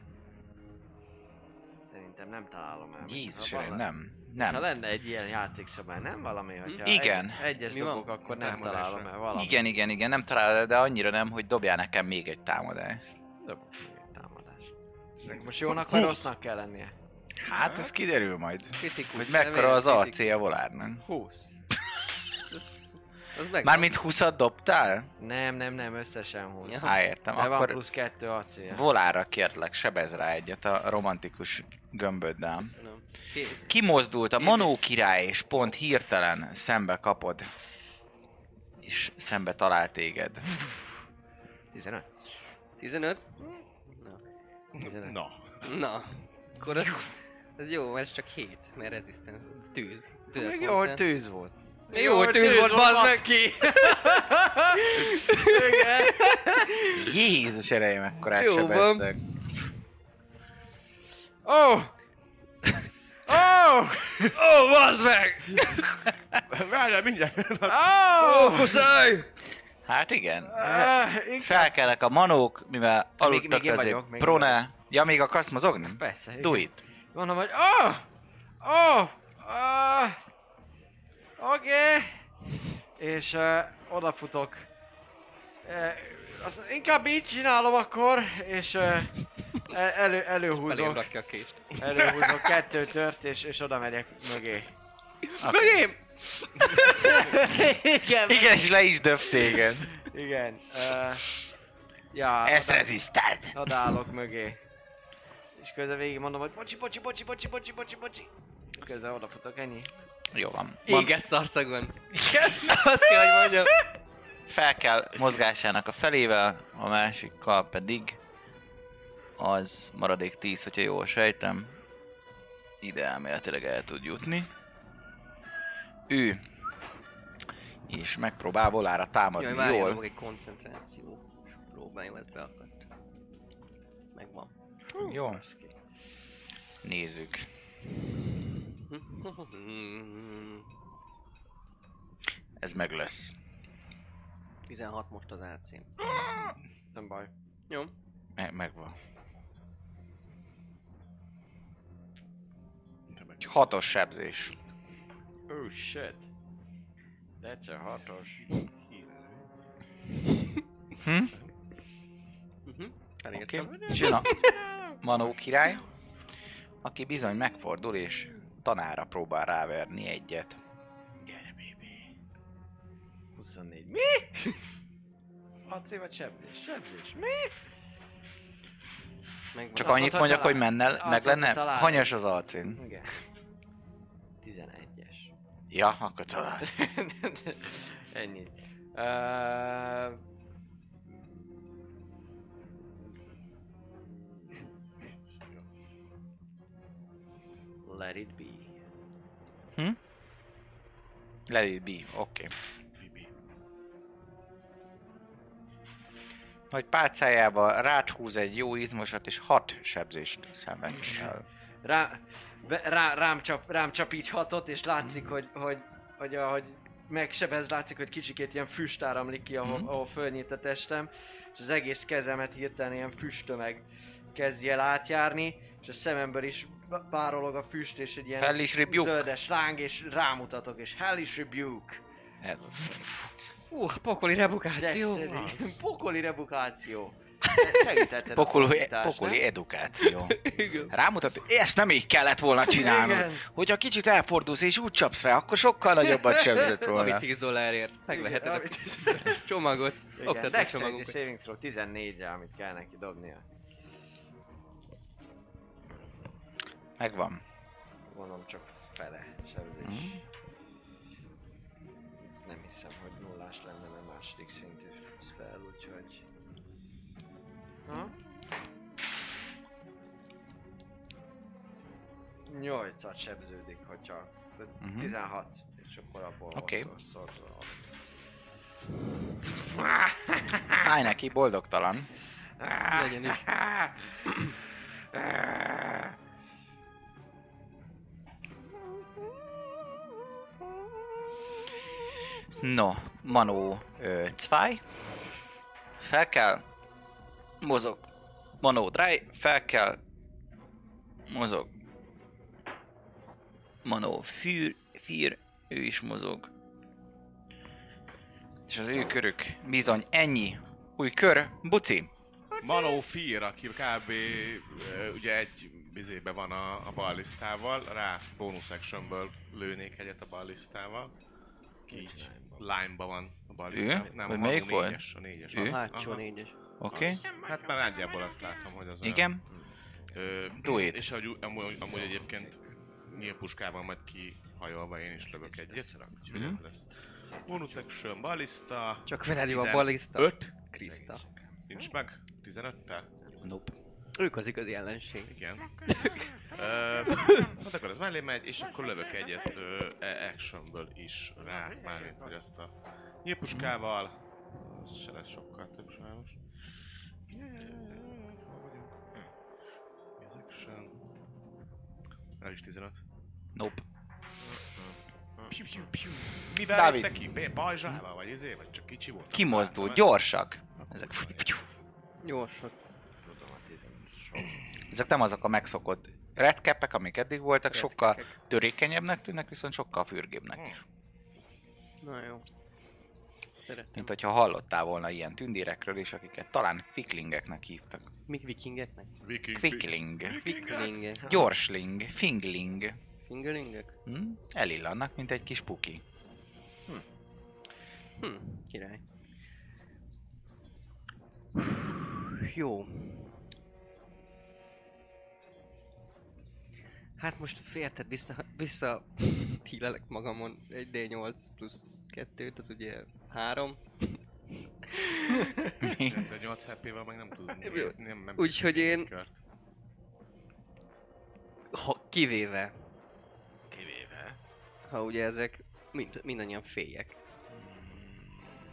Szerintem nem találom el.
Jézus,
Ha
Uram,
van-
nem.
Ha
Nem.
lenne egy ilyen játékszabály, nem valami, hogyha
Igen.
Egy, egyes
Mi van?
dobok, akkor nem
Támadásra.
találom el valami.
Igen, igen, igen, nem találod, de annyira nem, hogy dobjál nekem még egy támadást.
Dobok még egy támadás. Ennek most jónak vagy rossznak kell lennie?
Hát, ez kiderül majd.
Kritikus.
Hogy
nem
mekkora az
ér,
AC
kritikus.
a volárnak.
20.
Az meg.
Mármint 20 dobtál?
Nem, nem, nem, összesen 20.
Ja.
Ja.
Há, értem.
De van
Akkor
plusz 2 ac -ja.
volára kérlek, sebez rá egyet a romantikus gömböddel.
Köszönöm. Két-
Kimozdult a Manó király, és pont hirtelen szembe kapod. És szembe talál téged.
15.
15?
15.
Na.
Na. Akkor az... Ez jó, mert csak 7, mert rezisztens. Tűz. Tüzet
Még jó,
mondtál.
hogy tűz volt.
Még Jó, hogy tűz volt, bazd meg!
ki!
Jézus erejé, mekkorát
Jó van.
sebeztek.
Ó! Ó!
Ó, bazd meg!
Várjál, mindjárt.
Ó!
Oh. Fókuszálj!
Hát igen.
Ah, igen.
Felkelnek a manók, mivel
még
aludtak
én
az egy
vagyok, még én
prone. Ja, még akarsz mozogni?
Persze,
Do
igen.
it.
Mondom, hogy ó! Ó! Ah! Oké! És uh, odafutok. Uh, azt inkább így csinálom akkor, és uh, elő,
Belém
előhúzok,
rakja a kést.
előhúzok kettő tört, és, és oda megyek mögé.
Mögém!
Igen,
Igen, és le is döf téged.
igen. Uh, ja,
Ezt
oda-
rezisztáld.
Odaállok mögé. És közben végig mondom, hogy bocsi, bocsi, bocsi, bocsi, bocsi, bocsi, bocsi. Közben odafutok, ennyi.
Jó van.
Éget szarszagon. Azt kell, hogy mondjam.
fel kell mozgásának a felével, a másikkal pedig az maradék 10, hogyha jól sejtem. Ide elméletileg el tud jutni. Ő és megpróbál volára támadni.
Jaj, már
jól.
jól. egy koncentráció. Próbáljam, ez beakadt. Megvan.
Jó. Nézzük. Ez meg lesz.
16 most az AC-m.
Nem baj.
Jó.
Me- megvan. Hatos sebzés.
Oh shit. That's a hatos.
Mhm.
Oké, okay. jön a Manó király, aki bizony megfordul és tanára próbál ráverni egyet.
24. Mi? AC vagy sebzés? Sebzés. Mi?
Megvan.
Csak
Azt
annyit
mondtad,
mondjak, hogy
talál-
mennel,
azt
meg
mondtad,
lenne?
talál.
Hanyas az alcin?
Igen. 11-es.
Ja, akkor talál.
Ennyi. Ö, Let it be.
Let it be, oké. Okay. Nagy pálcájába rácsúz egy jó izmosat és hat sebzést szenved el.
Rá, be, rá, rám, csap, rám csap így hatot, és látszik, hogy, hogy, hogy ahogy megsebez, látszik, hogy kicsikét ilyen füst áramlik ki, ahol, ahol fölnyit a testem, és az egész kezemet hirtelen ilyen füstömeg kezdi el átjárni, és a szememből is b- párolog a füst, és egy ilyen
Hell is rebuke.
zöldes láng, és rámutatok, és Hell is rebuke.
Ez az.
Hú, pokoli
Hát
rebukáció.
Dexteri. Pokoli rebukáció. Se- Segítetted a
Pokoli,
fordítás, nem?
pokoli edukáció. Rámutat, ezt nem így kellett volna csinálnod.
Igen.
Hogyha kicsit elfordulsz és úgy csapsz rá, akkor sokkal nagyobbat sebzett
Ami
volna.
10 dollárért. Meg
Igen,
lehet a
amit-
csomagot.
Igen,
Oktatom
Dexterity
csomagunkat.
Saving Throw 14-re, amit kell neki dobnia.
Megvan.
Gondolom csak fele sebzés.
Mhm.
Nem hiszem, hogy nullás lenne, mert második szintű spell, úgyhogy... Aha. Nyolcat sebződik, hogyha... de
Mhm.
16, és akkor abból
Oké.
okay. osztol,
Fáj neki, boldogtalan.
Legyen is.
No, Manó ö, Cvaj. Fel kell. Mozog. Manó Dry. Fel kell. Mozog. Manó Fűr. Fűr. Ő is mozog. És az ő körük. Bizony ennyi. Új kör. Buci.
Manó Fear, aki kb. ö, ugye egy bizébe van a, a ballisztával, rá bonus actionből lőnék egyet a ballisztával. Így limeba van a ballisztával.
Ő?
Nem,
Vagy melyik
a melyik
volt?
négyes, a négyes.
Ő?
az.
Hátsó
Aha.
négyes.
Oké. Okay.
Az. Hát már nagyjából azt látom, hogy az olyan-
Igen.
Ö,
Do it.
És ahogy, amúgy, amúgy egyébként nyílpuskával majd kihajolva én is lövök egyet, úgyhogy
Mhm.
ez lesz. Bonus action, ballista,
Csak veled jó a
Tizen-
balista.
öt.
Krista.
nincs meg, 15-tel?
Nope.
Ők az igazi ellenség.
Igen. Ö, hát akkor ez mellé megy, és akkor lövök egyet ö, e- actionből is rá, mármint hogy azt a nyílpuskával. Az se lesz sokkal több sajnos. Jaj, jaj, jaj, jaj, hol vagyunk? Hm. Mi az action? El is 15.
Nope.
Piu, piu, piu. Mivel
Dávid.
lépte ki? Bé- Pajzsával, vagy izé, vagy csak kicsi volt?
Kimozdul.
Látom,
Gyorsak. Ezek,
Gyorsak.
hát
Hm, ezek nem azok a megszokott redkepek, amik eddig voltak. Sokkal törékenyebbnek tűnnek, viszont sokkal fürgébbnek is.
Na jó. Szeretem.
Mint hogyha hallottál volna ilyen tündérekről is, akiket talán kviklingeknek hívtak.
Mik vikingeknek?
Viking.
Quickling,
Viklingek.
gyorsling, fingling.
Fingerlingek?
Hm? Elillannak, mint egy kis puki.
Hm, király. Jó. Hát most férted vissza, vissza hílelek magamon 1d8 plusz 2-t, az ugye 3.
De 8 HP-vel meg nem tudom. Nem, nem
Úgyhogy én-
Kört.
Ha, kivéve. Kivéve? Ha ugye ezek mind, mindannyian félyek.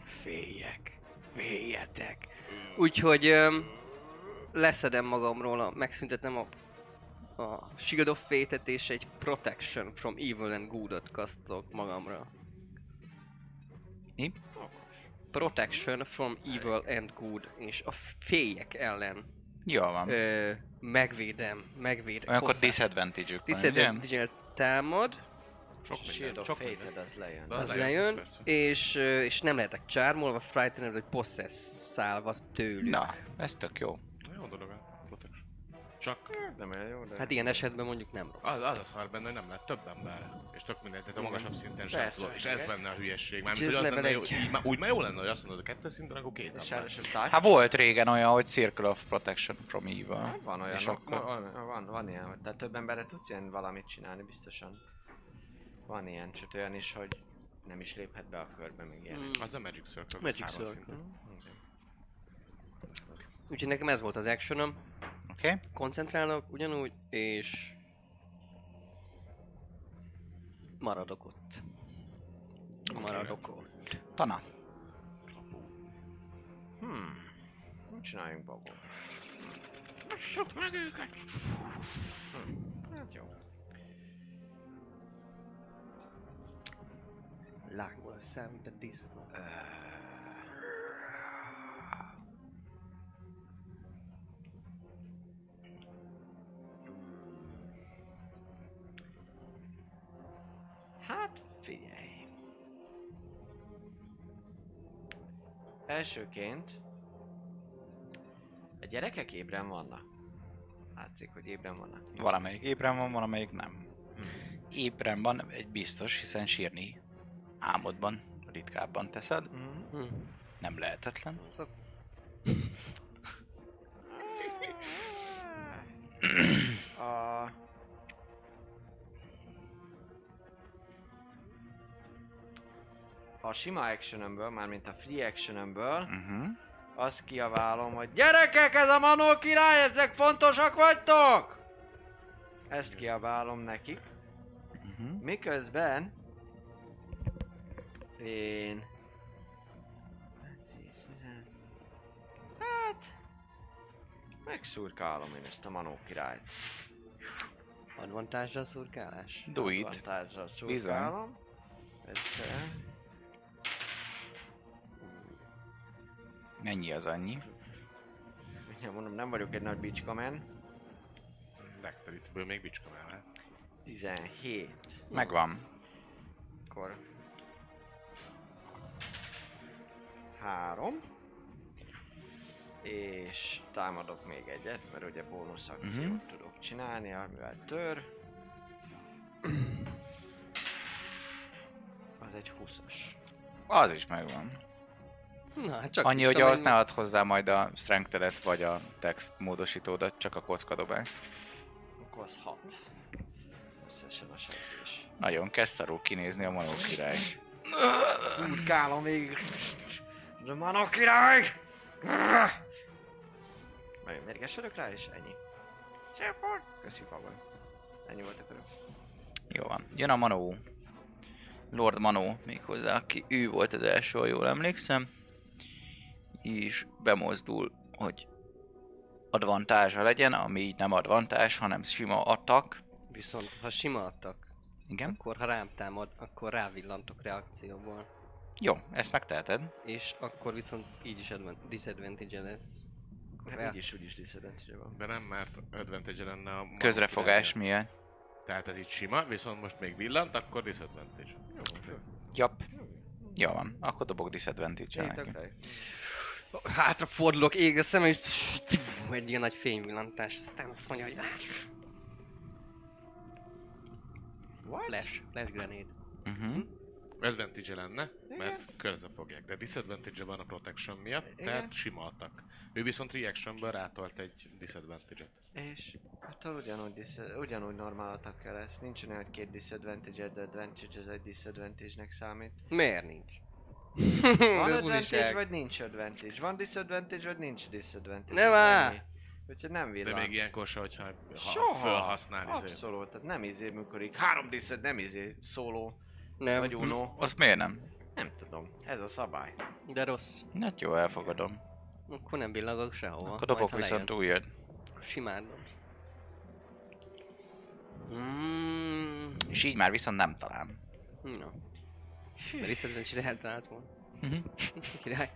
Félyek. Féljetek. Úgyhogy öm, leszedem magamról, a, megszüntetem a, a Shield of Fate-et és egy Protection from Evil and Good-ot kasztolok magamra.
Mi?
Protection from Evil and Good, és a félyek ellen
Jól van.
ö, megvédem, megvédem.
Olyankor
hozzá-
disadvantage-ük van, ugye?
disadvantage támad,
Sok
Shield
minden,
of
sok
Fate-ed,
minden.
az lejön.
De
az
lejön,
lejön,
az persze.
és, ö, és nem lehetek csármolva, frightened, vagy possesszálva tőlük.
Na, ez tök jó.
Jó dolog a protection. Csak
Nem olyan jó, de...
Hát ilyen esetben mondjuk nem rossz.
az, az a szar benne, hogy nem lehet több ember. És tök mindegy, tehát a magasabb szinten sem
Persze.
tudod. És ez benne a hülyeség. Már
Úgyhogy
hogy az
ez
lenne
level
jó,
egy.
így, már- úgy már jó lenne, hogy azt mondod, a kettő szinten, akkor két
És
ember.
ráadásul touch.
Hát volt régen olyan, hogy Circle of Protection from Evil.
Hát Van olyan,
És
és
akkor-
van, van, van ilyen, hogy te több emberre tudsz ilyen valamit csinálni, biztosan. Van ilyen, csak olyan is, hogy nem is léphet be a körbe még ilyen.
Mm.
Az a Magic Circle.
Magic
három
Circle.
szinten.
Úgyhogy nekem ez volt az actionom.
Oké? Okay?
Koncentrálok ugyanúgy, és... Maradok ott. Maradok ott.
Tana.
Hmm. Mit csináljunk babó?
Sok meg őket!
Hát jó.
Lángol a szám, mint a disznó.
Hát figyelj. Elsőként a gyerekek ébren vannak. Látszik, hogy ébren vannak.
Valamelyik ébren van, valamelyik nem. Ébren van, egy biztos, hiszen sírni álmodban ritkábban teszed.
Mm.
Hm.
Nem lehetetlen.
Szóval,
A... A sima actionömből, mármint a free actionömből,
Uh-huh.
azt kiaválom, hogy Gyerekek, ez a Manó király, ezek fontosak vagytok! Ezt kiaválom nekik.
Uh-huh.
Miközben én... Hát... Megszurkálom én ezt a Manó királyt.
Advantage a szurkálás?
Do it.
Advantage-ra
Bizony.
szurkálom. Egyszer.
Mennyi az annyi?
Mindjárt mondom, nem vagyok egy nagy bicskamen.
Dexterity-ből még bicska hát. mellett.
17.
Megvan.
Akkor... Három. És támadok még egyet, mert ugye bónusz akciót
Mhm.
uh-huh. tudok csinálni, amivel tör. Az egy 20-as.
Az is megvan.
Na, hát csak
Annyi,
is,
hogy
amennyi-
ahhoz ne add hozzá majd a strength vagy a text módosítódat, csak a kockadobás.
Akkor az 6. Összesen a sebzés.
Nagyon kezd szarul kinézni a manó király.
Szurkálom még. De van a király! Nagyon mérges vagyok rá, és ennyi. Szép Köszi, Pavel. Ennyi volt a köröm.
Jó van. Jön a Manó. Lord Manó méghozzá, aki ő volt az első, ha jól emlékszem. És bemozdul, hogy advantása legyen, ami így nem advantás, hanem sima atak.
Viszont, ha sima adtak,
Igen.
akkor ha rám támad, akkor rávillantok reakcióból.
Jó, ezt megteheted.
És akkor viszont így is advan- disadvantage lesz. Akkor
Hát
rá-
úgyis, úgyis disadvantage van.
De nem, mert advantage lenne a...
Közrefogás miatt.
Tehát ez itt sima, viszont most még villant, akkor disadvantage. Jó, oké.
Jap. Jó van, akkor dobok disadvantage-el
Én
neki.
tökre.
Hátra fordulok, ég a szemem, és egy ilyen nagy fényvillantás, aztán azt mondja, hogy
What?
flash, flash grenade.
Uh-huh.
Advantage lenne, mert körze fogják. De disadvantage van a protection miatt,
Igen.
tehát sima attack. Ő viszont reactionből rátolt egy disadvantage-et.
És attól ugyanúgy, disz- ugyanúgy normáltak kell lesz. Nincs olyan, hogy két disadvantage, de advantage az egy disadvantage-nek számít.
Miért nincs?
Van
Ez
advantage,
buziság.
vagy nincs advantage? Van disadvantage, vagy nincs disadvantage?
Nem
Ez
áll!
ennyi. Úgyhogy nem
De
villan.
még ilyenkor se, hogyha ha
Soha.
felhasznál izét.
Abszolút, tehát nem izé működik. Három diszed, nem izé szóló, vagy
Nem,
uno.
Azt miért nem?
Nem tudom, ez a szabály.
de rossz.
Hát jó, elfogadom.
Akkor nem villagok sehova.
Akkor
Majd,
dobok
ha
viszont
lejön,
újat.
akkor Simán dob. Mm,
És így már viszont nem találom.
na. De disadvantage lehet rád volna.
Mhm.
Király.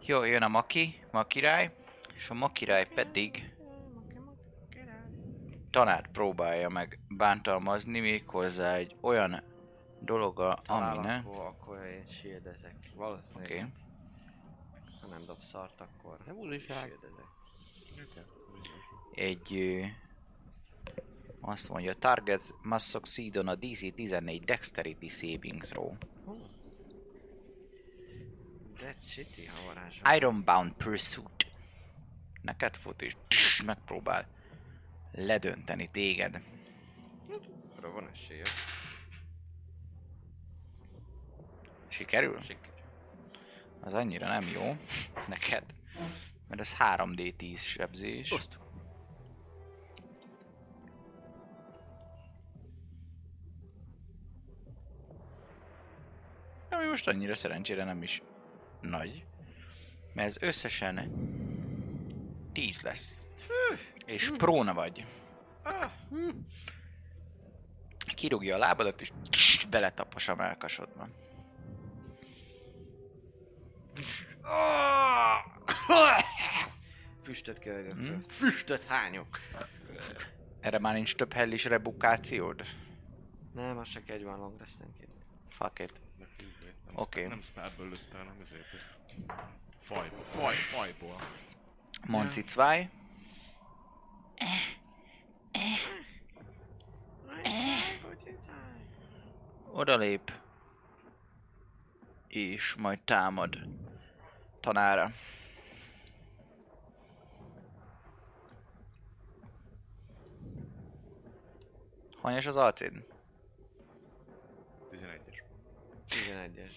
Jó, jön a Maki, Makirály, és a Makirály pedig tanát próbálja meg bántalmazni méghozzá egy olyan dologa, ami
Talál,
ne.
akkor, akkor én shieldezek. Valószínűleg,
Oké. Okay.
ha nem dob szart, akkor
Ne buliság.
shieldezek.
Egy ö, azt mondja, target must succeed on a DC 14 dexterity saving throw.
De shitty havarás.
Ironbound Pursuit. Neked fut és megpróbál ledönteni téged.
Arra van esélye.
Sikerül?
Sikerül.
Az annyira nem jó neked, mert ez 3D10 sebzés.
Oszt.
Ami most annyira szerencsére nem is nagy, mert ez összesen 10 lesz. És próna vagy.
Ah, hm.
Kirúgja a lábadat, és beletapos a melkasodban.
Füstöt kölgök.
Hm?
Hmm? Füstöt hányok.
Erre már nincs több hellis rebukációd?
Nem, az csak egy van long restenként.
Fuck it.
Meg izé, nem
Oké.
spell- Nem spellből lőttem, hanem ezért. Fajból, faj, fajból.
Monci cvaj.
Hm.
Odalép. És majd támad. Tanára. Hanyas az alcid?
11-es.
11-es.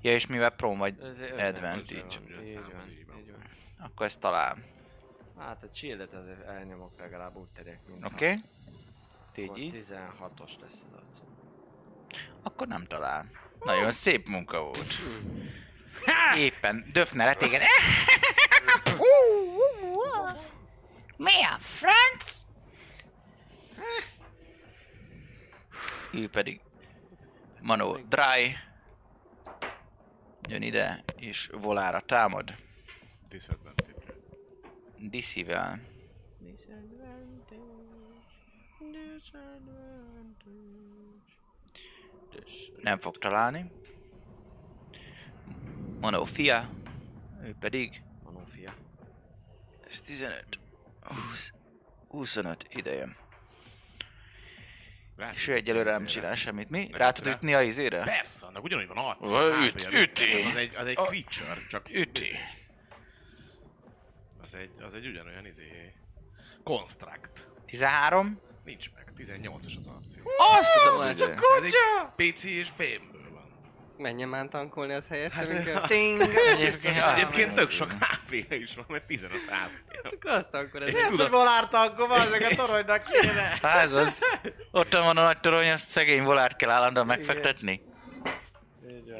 Ja, és mivel prón vagy,
Ez egy
Advantage.
ötven, Így van,
Így van.
így van.
akkor ezt talál.
Hát a shieldet azért elnyomok legalább úgy terek, mint
Oké? Okay?
Akkor
Tégy így.
16-os lesz az arc.
Akkor nem talál. Nagyon szép munka volt. Éppen döfnel téged.
Mi a franc?
Hm. Ő pedig Manó Dry. Jön ide, és volára támad.
Disadvantage.
Diszivel. Nem fog találni. Manó fia. Ő pedig
Manófia.
Ez 15. 20. 25 idejön.
Rá
És ő egyelőre nem
izére.
csinál semmit. Mi?
Rá
Rá tud
tud
ütni a izére?
Persze, annak ugyanúgy van arc.
Ö, üt- üti.
Az egy, az egy
Ö,
creature, csak...
üti.
Az egy, az egy ugyanolyan izé... Construct.
13.
Nincs meg, 18-as az arc.
Azt tudom,
az
hogy
csak
Ez egy PC és fémből van.
Menjen már tankolni az helyett, hát,
azt-
Ting!
Egyébként-
Biztos, hogy-
Egyébként tök sok hp is van, mert 15 hp
Akkor azt akkor ez
Én
nem
tudom.
tudom.
Volárta akkor bazzeg a toronynak kéne!
Hát ez az. Ott van a nagy torony, azt szegény volárt kell állandóan megfektetni.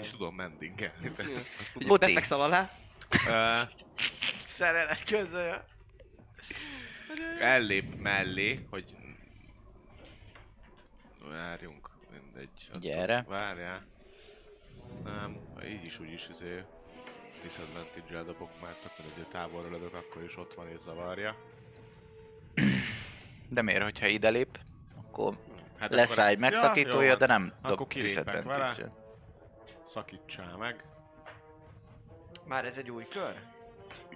És tudom mendingelni. tehát azt tudom.
Buci.
Befekszel alá.
Ö,
Szerelek közöljön.
Ellép mellé, hogy... Várjunk, mindegy. Attól-
Gyere.
Várjál. Nem, így is, úgy is, izé... Disadvantage-el dobok már, csak hogy azért távolra lövök, akkor is ott van és zavarja.
De miért, hogyha ide lép, akkor
Hát
lesz
akkor-
rá egy
Ja, jó
megszakítója,
van.
de nem
Akkor
dob
kilépek
disadvantage-et.
Szakítsál meg.
Már ez egy új kör?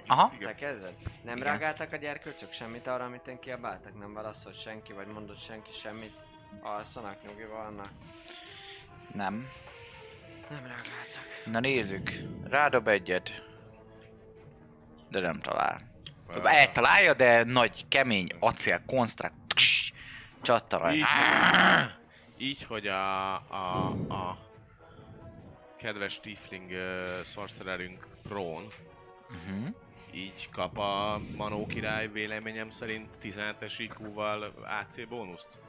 Aha.
Te kezded? Nem
Igen.
reagáltak a gyerkőcök semmit arra, amit én kiabáltak? Nem válaszolt senki, vagy mondott senki semmit? Alszanak, nyugi vannak.
Nem.
Nem reagáltak.
Na nézzük. Rádob egyet. De nem talál. Eltalálja, de nagy, kemény acél, konstrukt. Csattaraj.
Így, így, hogy a, a, a kedves Tiefling uh, sorcererünk Rón
Uh-huh.
így kap a Manó király véleményem szerint 17-es IQ-val AC bónuszt?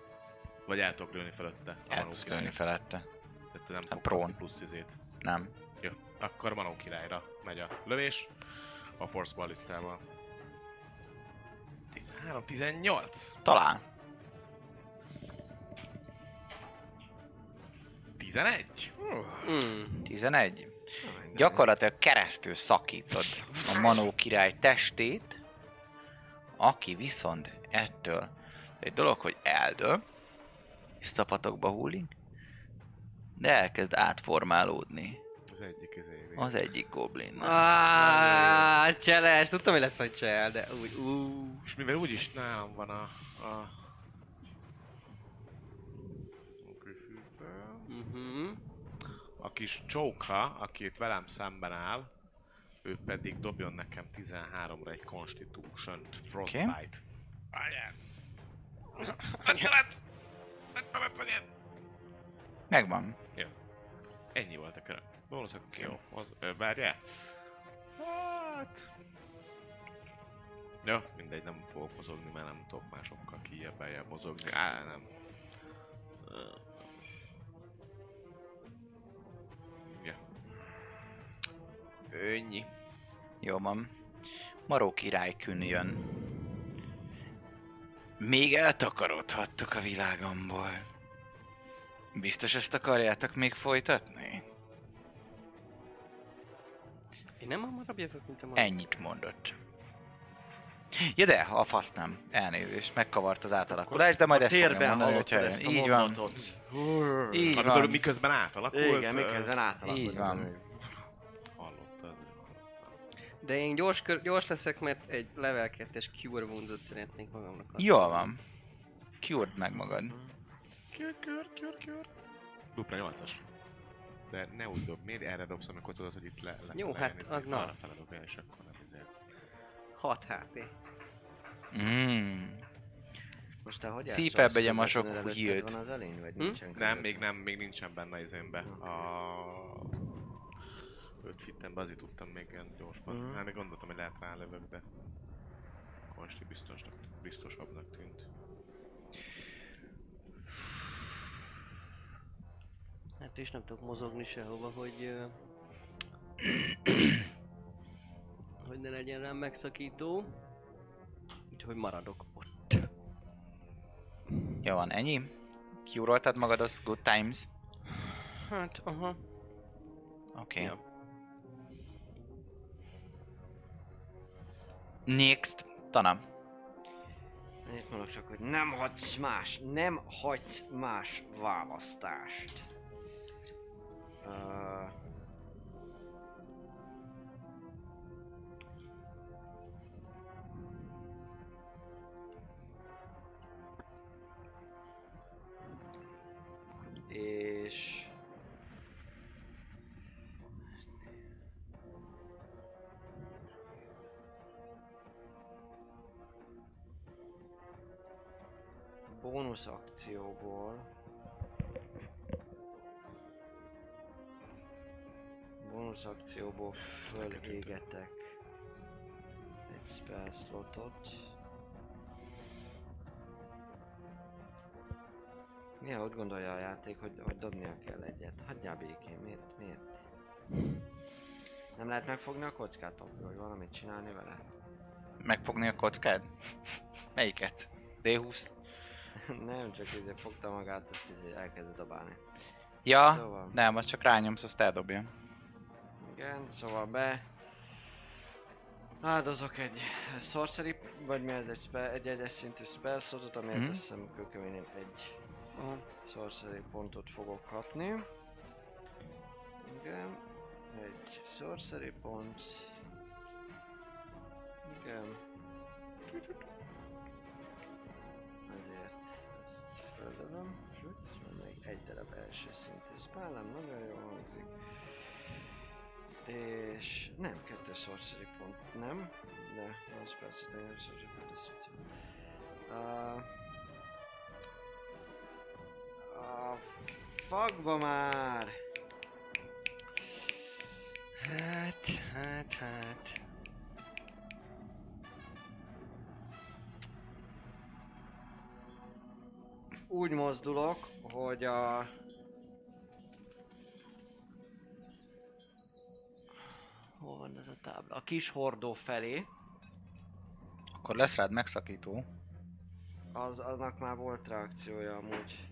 Vagy el tudok lőni felette a
El
Manó
tudsz
király.
lőni felette.
Tehát nem kapok
prone.
neki plusz izét.
Nem.
Jó, akkor Manó királyra megy a lövés a Force Ballistával. 13, 18,
Talál.
11?
Mm.
11. Gyakorlatilag keresztül szakítod a Manó király testét, aki viszont ettől egy dolog, hogy eldől, és szapatokba hullik, de elkezd átformálódni
Az egyik izé.
az egyik goblinnal.
Ah, cseles, tudtam, hogy lesz majd csel, de úgy, ú.
És mivel úgyis nálam van a... a...
Mhm.
A kis csóka, aki itt velem szemben áll, ő pedig dobjon nekem 13-ra egy Constitution Frostbite. Okay. Várjál! Öt perc! Öt perc, anyád!
Megvan.
Ennyi volt a köröm. Valószínűleg jó. Az, ö, várjál. Hát... Ja, mindegy, nem fogok mozogni, mert nem tudok másokkal kijebb eljebb mozogni. Á, nem. Ö. Ja. Önnyi.
Jó van. Maró király kün jön. Még eltakarodhattok a világomból. Biztos ezt akarjátok még folytatni?
Én nem hamarabb jövök, mint a ma.
Ennyit mondott. Ja de, a fasz nem. Elnézést, megkavart az átalakulás, de majd ezt fogja
Térben
mondani,
hallottad
hogyha
ezt
ezt
a
így van.
mondatot.
Így
Amikor
van.
miközben átalakult.
Igen,
ö,
miközben átalakult.
Így van.
Hallottad?
De én gyors, kör, gyors leszek, mert egy level 2-es Cure Wounds-ot szeretnék magamnak adni.
Jól van. Kiurd meg magad.
Kör, kör, kör, kör. Dupla 8-as. De ne úgy dob, miért erre dobsz, amikor tudod, hogy itt le... le
Jó,
le,
hát,
izé,
az na.
arra fele dobja, és akkor nem ezért.
6 HP.
Mm.
Most te hogy
Szípebb
elszólsz,
egy a
hogy
masok
közvetlenül előtted
hülyét.
Van az elény, vagy
Hm?
nincsen
Nem,
közvetlenül?
még nem, még nincsen benne izénbe. A... 5 fittembe azért tudtam még ilyen gyorsban.
Mhm.
Mm. Hát még gondoltam, hogy lehet rálövök, de... Konsti biztosnak, biztosabbnak tűnt.
Hát és nem tudok mozogni sehova, hogy... ö, hogy ne legyen rám megszakító. Úgyhogy maradok ott.
Jó van, ennyi? Kiuroltad magad, az good times?
Hát, aha.
Oké. Okay.
Ja.
Next, Tana.
Annyit mondok csak, hogy nem hagysz más, nem hagysz más választást. Uh... És... bónusz akcióból bónusz akcióból fölégetek egy spell slotot. Néha úgy gondolja a játék, hogy, hogy dobnia kell egyet. Hagyjál békén, miért? Miért? Nem lehet megfogni a kockát, papír, hogy valamit csinálni vele?
Megfogni a kockád? Melyiket? D20?
Nem, csak ugye fogta magát, azt így elkezdett dobálni.
Ja,
Szóval.
nem, azt csak rányomsz, azt eldobja.
Igen, szóval be... Áldozok egy sorcery, vagy mi ez egy, spell, egy egyes szintű spell slotot, amiért
Mhm.
mm-hmm. azt hiszem kőkeményen egy
aha.
sorcery pontot fogok kapni. Igen, egy sorcery pont. Igen. Ezért ezt földövöm. Süt, van még egy darab első szintű spellem, nagyon jól hangzik. És nem, kettő sorcery pont, nem? De, az persze, de nem sorcery pont, ez uh, a fagba Ah, már!
Hát, hát, hát...
Úgy mozdulok, hogy a... Hol van ez a tábla? A kis hordó felé.
Akkor lesz rád megszakító.
Az, aznak már volt reakciója amúgy.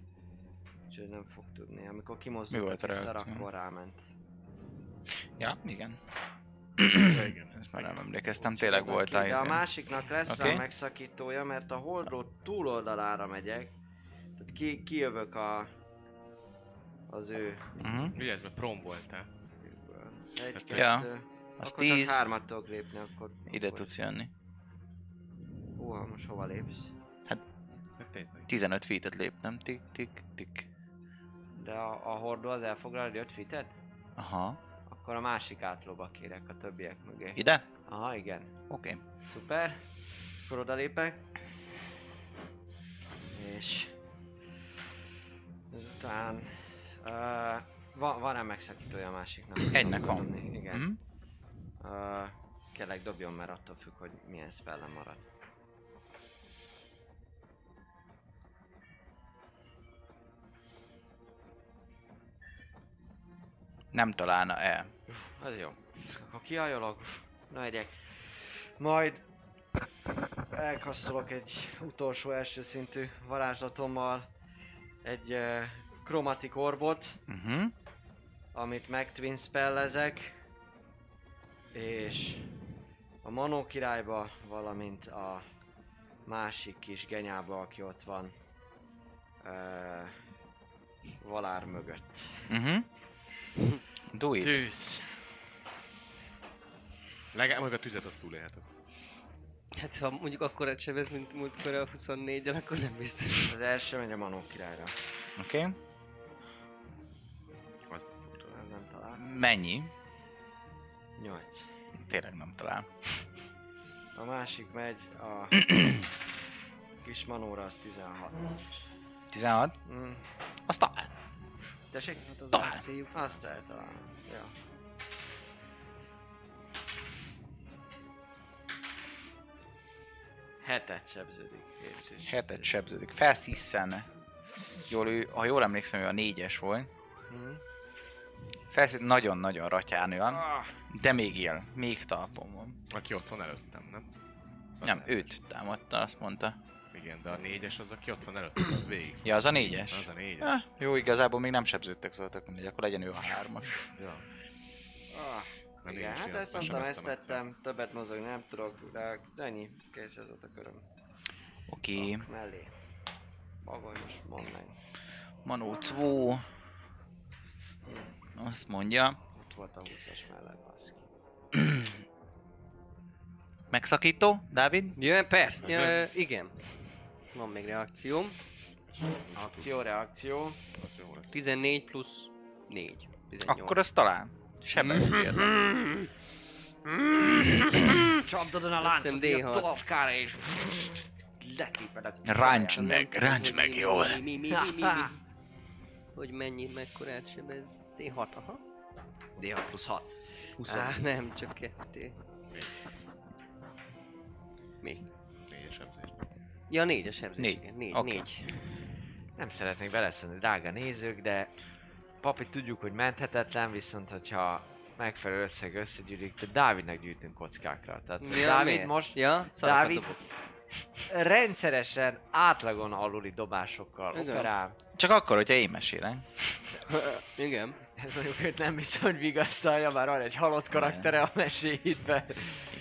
Úgyhogy nem fog tudni. Amikor
Mi
kimozdult,
volt a reakció?
akkor ráment.
Ja, igen.
igen.
Ezt már nem emlékeztem, tényleg volt a
Oké, De a
izé.
másiknak lesz okay.
Oké.
rá megszakítója, mert a holdró túloldalára megyek. Tehát ki, kijövök a... Az ő...
Mhm.
Vigyázz, mert prom voltál.
Egy, kettő.
Ja, Hát, Az
Akkor csak
10,
hármat tudok lépni, akkor...
ide
akkor-
tudsz jönni.
Húha, most hova lépsz?
Hát tényleg.
15 feet-et lép, nem? Tik, tik, tik.
De a, a hordó az elfoglal 5 fitet?
Aha.
Akkor a másik átlóba kérek a többiek mögé.
Ide?
Aha, igen.
Oké.
Szuper. Akkor odalépek. És... Ezután... Uh, Van, van rá megszakítója a másiknak.
Egynek van.
Tudom, Igen.
Mhm.
Ö, kérlek dobjon, mert attól függ, hogy milyen spellem marad.
Nem találna el.
Az jó. Akkor kiajolok. Na egyek. Majd elkasztolok egy utolsó első szintű varázslatommal egy uh, kromatik orbot,
Uh-huh.
amit meg twin spellezek, és a Manó királyba, valamint a másik kis genyába, aki ott van, uh, Valár mögött.
Uh-huh. Do it.
Tűz!
Legalább meg a tüzet az túlélheted.
Hát ha mondjuk akkora sebez, mint múltkor a 24-en, akkor nem biztos.
Az első megy a Manó királyra.
Oké. Okay.
Az nem fog tudni.
Nem talál.
Mennyi?
Nyolc.
Tényleg nem talál.
A másik megy a kis manóra, az 16.
16.
Mm.
Az talál.
Tessék?
Hát az
Talán.
a céljuk.
Azt eltalálom. Ja. Hetet sebződik. Hét is.
Hetet sebződik. Felszisszen. Jól ő, ha jól emlékszem, ő a négyes volt.
Hmm.
Mm.
Felszín nagyon-nagyon ratyán olyan,
Ah,
de még él, még talpon van.
Aki ott van előttem, nem? Az
Nem,
a négyes.
őt támadta, azt mondta.
Igen, de a négyes az, aki ott van előttem, az végig.
Ja, az a négyes.
Az a négyes.
Ah, jó, igazából még nem sebződtek, szóval tök mindegy, akkor legyen ő a hármas.
Ja.
Ah,
Na,
igen,
én is
hát
ilyen
ezt mondtam, ezt
sebeztem egyszer.
tettem. Többet mozogni nem tudok, de ennyi. Kész ez volt a köröm.
Oké,
Mellé. Magonyos, mondd meg.
Manó 2. Azt mondja,
Ott volt a 20-as mellett, baszki.
megszakító, Dávid?
Jön, persze.
Hát,
Jö, igen. Van még reakcióm.
Akció, reakció.
Az jó lesz.
14 plusz 4. 18.
Akkor az talán. Sebez kérlek.
Csapdodon a
Azt hiszem
láncot, így a
D6.
tolapkára és leképedek.
Ráncs
Nem
meg,
tudom,
ráncs
hogy
meg
mi,
jól.
Mi, mi, mi, mi, mi, mi. Hogy mennyi, mekkorát sebez. D6, aha.
D6 plusz 6. 20.
Á, nem, csak kettő. Mi?
Négyes sebzés.
Ja, négyes sebzés.
Négy.
igen, Négy,
Oké.
négy.
Nem szeretnék beleszólni, drága nézők, de papi tudjuk, hogy menthetetlen, viszont hogyha megfelelő összeg összegyűlik, de Dávidnek gyűjtünk kockákra. Tehát
Ja,
Dávid
miért?
most
Ja, szarakat
Dávid
dobok.
rendszeresen átlagon aluli dobásokkal
Igen.
operál.
Csak akkor, hogyha én mesélek.
Igen.
Ez mondjuk őt nem viszont vigasztalja, már van egy halott karaktere a meséitben.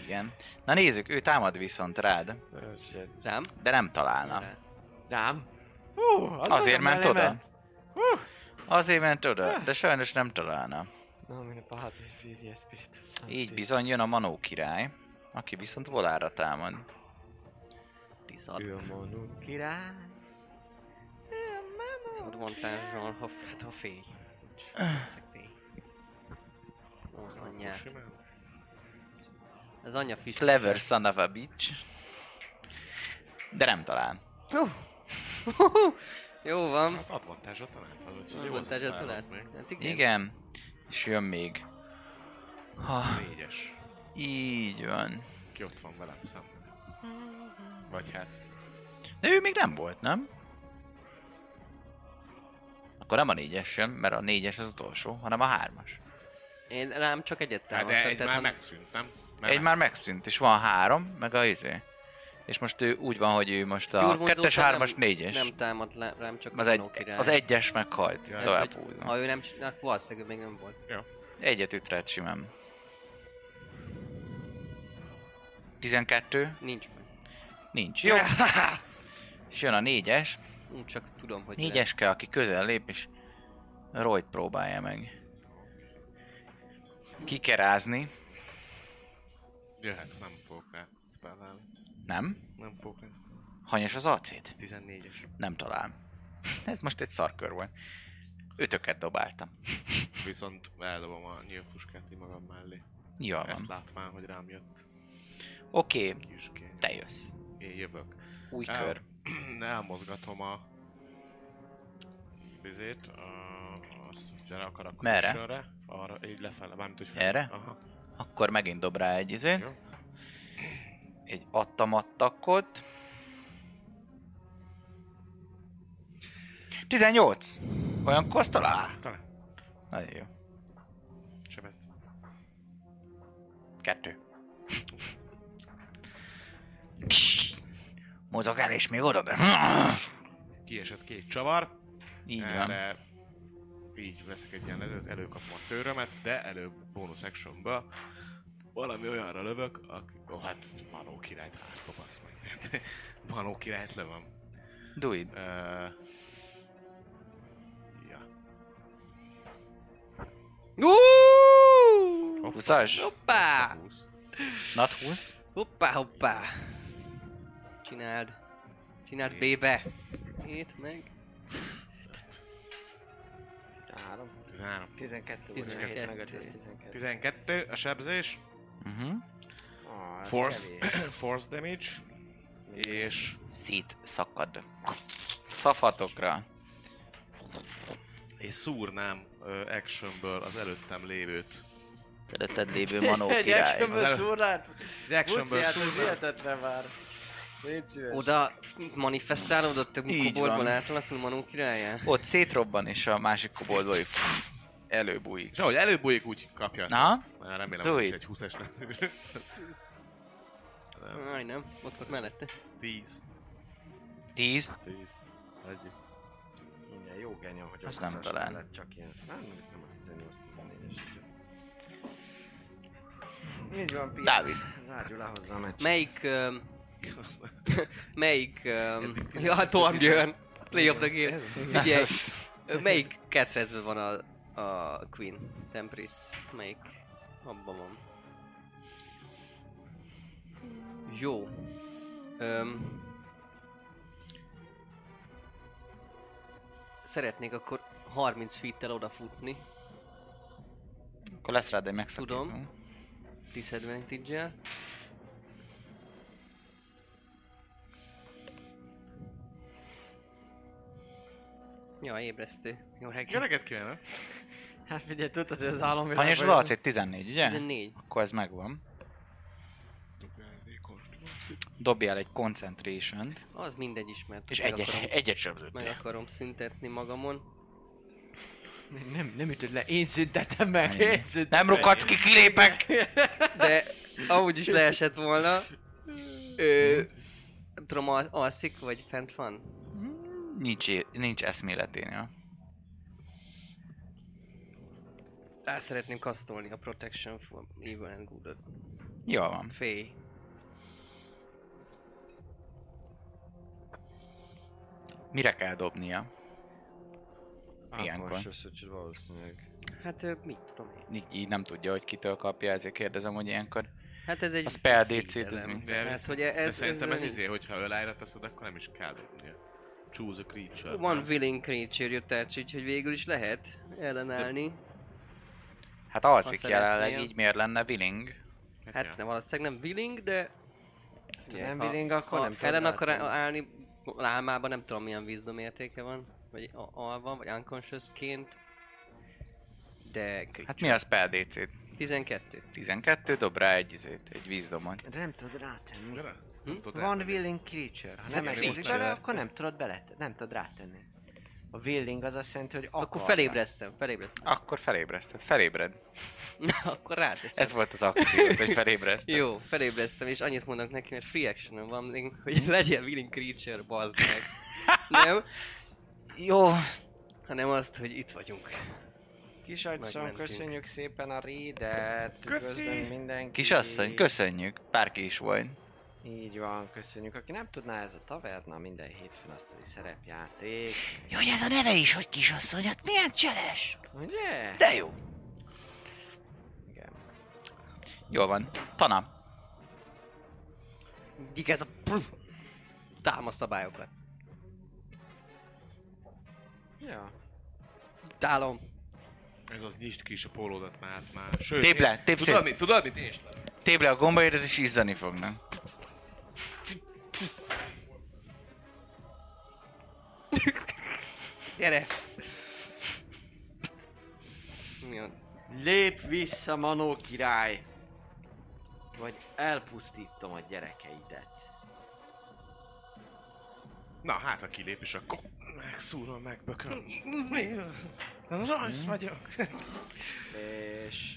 Igen. Na nézzük, ő támad viszont rád,
Nagyon szép.
Rám?
de nem találna.
Nem. Hú, az
Azért
nagyon
ment Eh.
mellé
oda. Azért ment oda, de sajnos nem találna.
Nomine Patris Filii et Spiritus Sancti.
Így bizony jön a Manó király, aki viszont volára támad.
Tiszad.
Ő a Manu király.
Advantással, ha, hát ha fél. Ezek fél. Az anyját. Az anya fisk.
Clever son of a bitch. De nem talál.
Hú. Jó van.
Hát advantázsa talált, az úgyhogy jó,
Advantage-ot
azt használod
talált?
meg.
Hát igen.
Igen. És jön még. Ha,
Négyes.
így van.
Ki ott van velem szemben. Vagy hát...
De ő még nem volt, nem? Akkor nem a négyes sem, mert a négyes az utolsó, hanem a hármas.
Én rám csak egyet
Hát
támadtam.
de egy már
ha-
megszűnt, nem? Mert
Egy már megszűnt, és van három, meg a izé. És most ő úgy van, hogy ő most a
Gyurvonzóta
kettes,
nem-
hármas, négyes.
Nem támad le- rám, csak
Az,
a
egy,
Manó király.
az egyes meghalt.
Ja,
Tovább
hogy-
húzom.
Ha ő nem, hát valószínűleg még nem volt.
Egyet üt rád simán. 12?
Nincs meg.
Nincs. Jó. És jön a négyes.
Ú, csak tudom, hogy
Négyes kell, aki közel lép, és Royt próbálja meg. Kikerázni.
Jöhetsz, nem fogok rá spellelni.
Nem.
Nem fogok rá.
Hanyas az acét?
14-es.
Nem talál. Ez most egy szarkör volt. Ötöket dobáltam.
Viszont eldobom a nyílpuskát így magam mellé.
Jól
Ezt
van.
látván, hogy rám jött
Oké,
kiské.
te jössz.
Én jövök.
Új
El-
kör.
Elmozgatom a... Vizét. A... Azt, hogy Gyere, akar akkor
Merre?
külsőre, Arra, így lefele, mármint hogy fel.
Erre?
Aha.
Akkor megint dob rá egy izé.
Jó.
Egy adtam attakot. 18! Olyan kosztolál?
Talán.
Nagyon jó.
Sem ezt.
Kettő. Mozog el és még oda.
Kiesett két csavar.
Így van.
erre így veszek egy ilyen levőt, előkapom a tőrömet, de előbb bonus actionba valami olyanra lövök, aki... Ó, oh, hát Manó királyt hátba basz meg. Tehát Manó királyt lövöm.
Do it.
Ö, Ja.
Uuuuh!
Hoppá.
Huszas?
Hoppá!
Húsz.
Nat 20.
Hoppá, hoppá! Csináld. Csináld bébe. Hét meg.
3,
13.
12,
12.
17, meg 5, 12.
12 a sebzés,
Uh-huh.
Ah, ez
force,
kevés.
force damage, és
Szét szakad. Szafatokra.
és szúrnám ö, actionből az előttem lévőt.
Előtted lévő manó
Egy
király.
actionből szúrnád?
Egy actionből
Buci, hát ez
szúrnám.
hihetetlen már. Légy szíves.
Oda manifestálódott a
Így
koborból
van.
átalakul Manó királya.
Ott szétrobban és a másik koboldból így előbújik.
És ahogy előbújik, úgy kapja.
Na?
Már remélem,
Do
hogy
it.
egy 20-es lesz.
Aj nem, ott volt mellette.
10.
10.
10. Egy.
Minden jó genya, hogy
Azt
okos
nem
a
talán.
srác, Csak ilyen, Hát, nem, mondjuk nem a 18-14-es. Így van, Pia.
Dávid.
Zárjú le hozzá a meccset.
Melyik... öm, melyik... öm, ja, Torbjörn. Play of the game. Figyelj, ö, melyik ketrezben van a, a Queen? Tempris? Melyik? Abban van. Jó. Öm, szeretnék akkor 30 feet-tel odafutni.
Akkor lesz rád egy megszakító.
Tudom. disadvantage Ja, ébresztő. Jó
Jó
reggelt.
reggelt kívánok!
Hát figyelj, tudtad, hogy az álomvilág...
Hanyas az AC? 14, ugye?
14.
Akkor ez megvan. Dobjál egy concentration
Az mindegy is, mert
és
meg
egyet,
akarom,
egyet
meg
sebződtél.
akarom szüntetni magamon.
Nem, nem ütöd le, én szüntetem meg,
Igen.
én szüntetem.
Nem rukadsz ki, kilépek!
De amúgy is leesett volna. Ö, nem tudom, al- alszik, vagy fent van?
Nincs, é- nincs eszméleténél.
Rá szeretném kasztolni a Protection for Evil and Good.
Jól van.
Fé.
Mire kell dobnia?
Akkor
Ilyenkor.
se szükség valószínűleg.
Hát ö, mit tudom én.
Így, így nem tudja, hogy kitől kapja, ezért kérdezem, hogy ilyenkor.
Hát ez egy...
A spell DC-t, ez
védelem.
mi?
De,
Hát, hogy e-
de
ez,
szerintem ez
nincs.
izé, hogyha ölájra teszed, akkor nem is kell dobnia. Choose a creature.
Van
nem?
willing creature jutács, úgyhogy végül is lehet ellenállni.
Hát alszik
Ha
jelenleg,
szeretnél.
így miért lenne willing?
Hát
ja.
nem, valószínűleg nem willing, de...
Ha nem willing, akkor
ha
nem tudod
ellen akar
látni.
állni, álmában nem tudom milyen wisdom értéke van, vagy a- alva, vagy unconsciousként. De...
Hát mi a spell DC?
12.
12, dob rá egy izét, egy vízdomot.
De nem tudod rátenni.
Gyere, nem tudod
Van
elmenni.
willing creature. Ha nem
Hát
egyezik
creature.
vele, akkor nem tudod bele, nem tudod rátenni. A willing az azt jelenti, hogy akar.
Akkor felébreztem, felébreztem.
Akkor felébreszted, felébred.
Na, akkor ráteszem.
Ez volt az akció, hogy felébreszted.
Jó, felébreztem, és annyit mondok neki, mert free action van még, hogy legyen willing creature, bazd meg. Nem?
Jó.
Hanem azt, hogy itt vagyunk.
Kisasszony,
Megmentünk.
köszönjük szépen a rédet.
Köszi!
Köszönöm mindenki.
Kisasszony, köszönjük. Bárki is volt.
Így van, köszönjük. Aki nem tudná, ez a taverna minden hétfőn asztali szerepjáték.
Jó, hogy ez a neve is, hogy kisasszony, hát milyen cseles!
Ugye?
De jó.
Igen.
Jól van. Tana.
Így ez a... Támaszt szabályokat.
Ja.
Tálom.
Ez az nyisd ki is a pólódat már, már. Sőt,
Tépd le,
én-
tépd
tudod,
szét.
mit, tudod, mit én is le.
Tépd le a gombaidat és izzani fognak.
Gyere!
Lép vissza, Manó király! Vagy elpusztítom a gyerekeidet.
Na, hát ha kilép, és akkor megszúrom, megbököm.
Rajz vagyok.
És...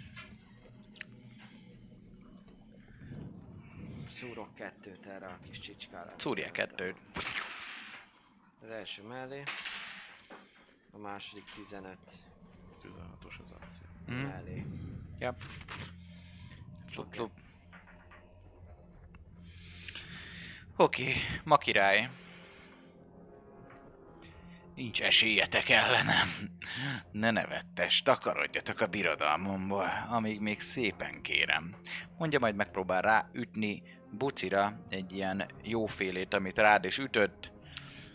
Szúrok kettőt erre a kis csicskára.
Szúrja kettőt.
Az első mellé. A második 15
16-os az akció.
Mm.
mellé.
Ja.
Oké, okay, ma király. Nincs esélyetek ellenem. Ne nevettes, takarodjatok a birodalmomból, amíg még szépen kérem. Mondja, majd megpróbál ráütni bucira egy ilyen jófélét, amit rád is ütött,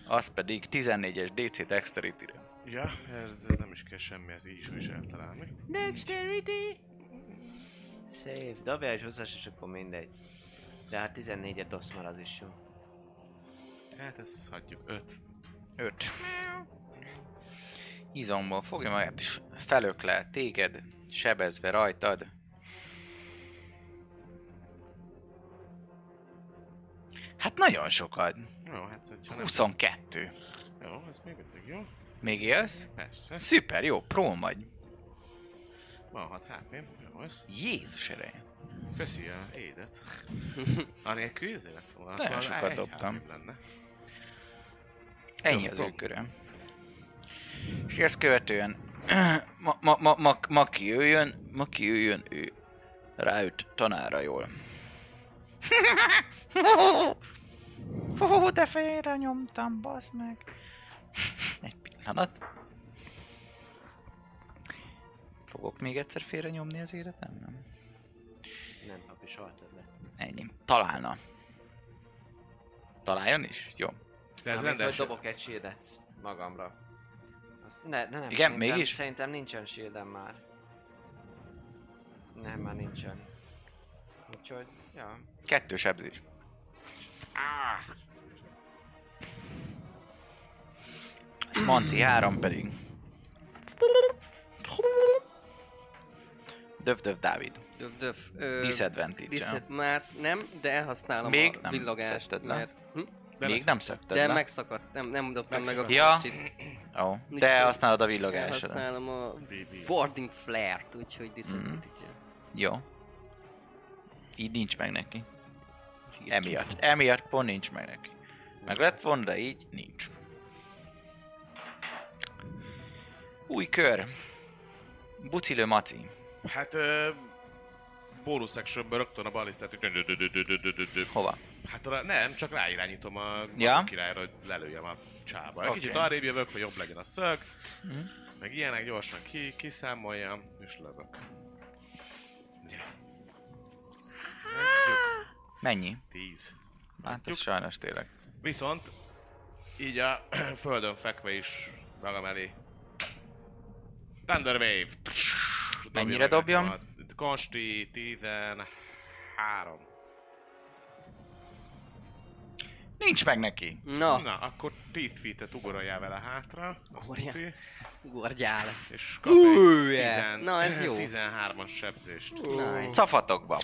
az pedig 14-es DC Dexterity-re.
Ja, ez, ez nem is kell semmi, ez így is, is eltalálni.
Dexterity! Save. Dobja és hozzás, és akkor mindegy. De hát 14-et dobsz már az is jó.
Hát ezt hagyjuk. 5.
5. Izomból fogja magát, és felöklel téged, sebezve rajtad. Hát nagyon sokat.
Jó, hát hogyha nem...
22.
Jó, ez még mindig jó.
Még élsz?
Persze.
Szuper, jó, próm vagy.
Van 6 hp -m. Jó, ez.
Jézus ereje.
Köszi a édet. Anélkül ezért lett volna.
Nagyon
akkor
sokat
egy
dobtam.
hátrébb Lenne.
Ennyi az ő köröm. És ezt követően ma, ma, ma, ma, ma kijöjjön, ma kijöjjön ő ráüt tanára jól. Hú, de félre nyomtam, basz meg. Egy pillanat. Fogok még egyszer félre nyomni az életem? Nem.
Nem, papi, soha többet.
Ennyi. Találna. Találjon is? Jó.
De ez
Mármint, hogy
rendes.
dobok egy shieldet magamra. Azt, ne, ne, nem,
Igen,
szerintem-
mégis?
Szerintem nincsen shieldem már. Nem, már nincsen. Úgyhogy, ja.
Kettő sebzés. És Manci három pedig. Döv, döv, Dávid.
Döv, döv. Ö,
Disadvantage.
Diszed már nem, de elhasználom
Még
a
nem
villagást,
szedted le.
mert... Hm?
De Még nem szökted
De
le?
megszakadt, nem, nem dobtam meg a
Megszakadt.
kocsit.
Ó,
Nincs
de
több.
használod a villogásodat.
Elhasználom a
BB.
warding flare-t, úgyhogy disadvantage
Jó. Így nincs meg neki. Emiatt. Emiatt pont nincs meg neki. Meg lett volna, de így nincs. Új kör. Bucilő Maci.
Hát, ö, bónusz actionből rögtön a balisztát, hogy dö- dö- dö- dö- dö- dö- dö- dö.
Hova?
Hát arra, nem, csak ráirányítom a
Ja.
ja. királyra, hogy lelőjem a csába. Egy
Oké.
Kicsit arrébb jövök, hogy jobb legyen a szög,
Mhm.
meg ilyenek gyorsan ki, kiszámoljam, és lövök. Ja. Mondjuk
Mennyi?
Tíz.
Hát ez sajnos tényleg.
Viszont így a földön fekve is magam elé. Thunder Wave.
Mennyire dobjam?
A Konsti 13.
Nincs meg neki.
Na,
Na, akkor 10 feet-et ugoraljál vele hátra. azt
Ugorjál.
tudja,
gorgyál.
És kap egy
Ujjjel.
10
Na, ez jó.
13-as sebzést.
Nice.
Szafatokba.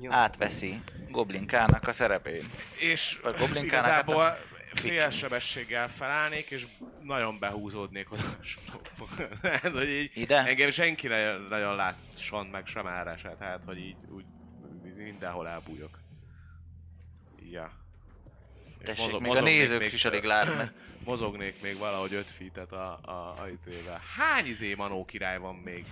Jó.
Átveszi Goblinkának a szerepét.
És
Vagy goblinkának
igazából
hát
fél sebességgel felállnék, és nagyon behúzódnék oda a sarokba. Tehát, hogy így
Ide?
engem senki ne- nagyon látson meg sem erre se, tehát hogy így úgy mindenhol elbújok. Ja. És
Tessék,
mozog-
még a
mozognék
nézők
még-
is alig látnak.
Mozognék még valahogy öt fitet a, a, a izével. Hány izé manó király van még?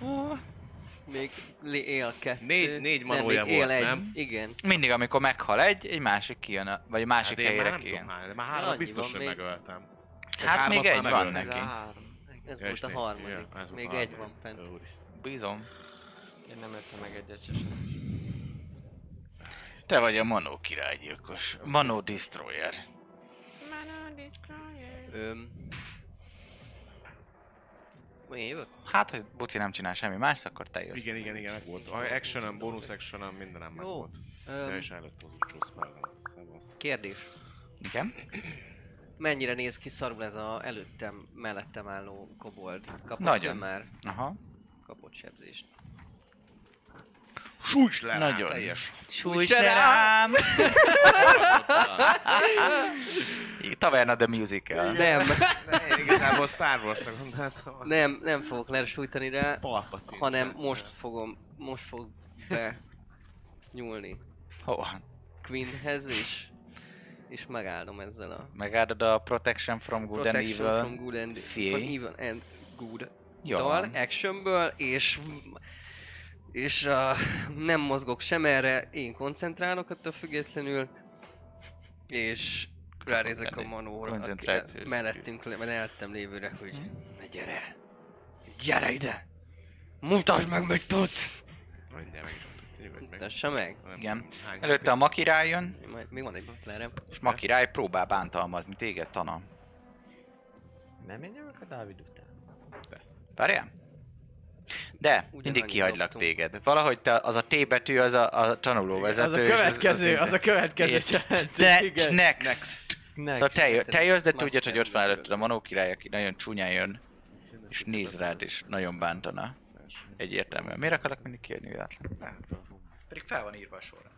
Még lé- él kettő.
Négy- négy
Nem,
manója
még él
volt,
egy.
nem?
Igen.
Mindig, amikor meghal egy, egy másik kijön, a, vagy a másik
hát én már
helyre
nem tudom
kijön.
hány, de már
Annyi
három biztos,
van
hogy
még.
megöltem.
Hát
Hármat
még
már
egy van
megöltem.
neki.
Három.
Ez
Ja, és
volt a
né-
harmadik.
ja, ez volt
Még
a
egy van
harmadik.
fent.
Úristen.
Bízom.
Én nem ettem meg egyet se sem.
Te vagy a Manó királygyilkos. Manó Destroyer.
Öm. Én jövök?
Hát, hogy Buci nem csinál semmi más, akkor te jössz.
Igen, igen, igen, meg volt. A actionem, bonus actionem, mindenem meg
Jó.
volt.
Öm,
Ja, és előtt az utcsó spellem. Szevasz.
Kérdés.
igen.
mennyire néz ki szarul ez a előttem, mellettem álló kobold. Kapott
Nagyon.
Nagyon. már
Aha.
kapott sebzést.
Sújts le rá,
Nagyon.
teljes.
Sújts
le
le rám! Taverna the Musical.
Nem,
Én Igazából Star Wars-ra gondoltam.
nem, nem fogok lesújtani rá,
Palpatine.
hanem most fogom, most fog be nyúlni
Hova?
Queenhez is, és megáldom ezzel a
Megáldod a Protection from Good
Protection
and Evil.
from Good and,
Fié.
from evil and Good
Jó.
dal, actionből, és és uh, nem mozgok sem erre, én koncentrálok attól függetlenül, és ránézek a
elég
manóra, aki
koncentrációs
mellettünk, le- mellettem lévőre, hogy na gyere, gyere ide, mutasd meg, mit tudsz!
Mindjárt meg is mutatja, nyugodj meg.
Mutassa meg!
Nem
Igen.
tudom, hány
Előtte a ma király jön,
Majd- Még van egy butlerem.
és ma király próbál bántalmazni téged, Tana.
Nem én jövök a Dávid után.
Várjál? De, mindig
Ugyanannyit
kihagylak
dobtunk.
téged. Valahogy te, az a T betű, az a, a
Az a
tanulóvezető. és
következő, az a következő
és-
challenge,
De,
igen.
next.
Next.
Szóval te, jö- te jössz, de
Master
tudjad, hogy ott van
Duel.
előtted a Manó király, aki nagyon csúnyán jön, és néz rád, és nagyon bántana. Egyértelműen. Miért akarok mindig kiadni véletlen? Nem. Pedig fel van írva a sorra.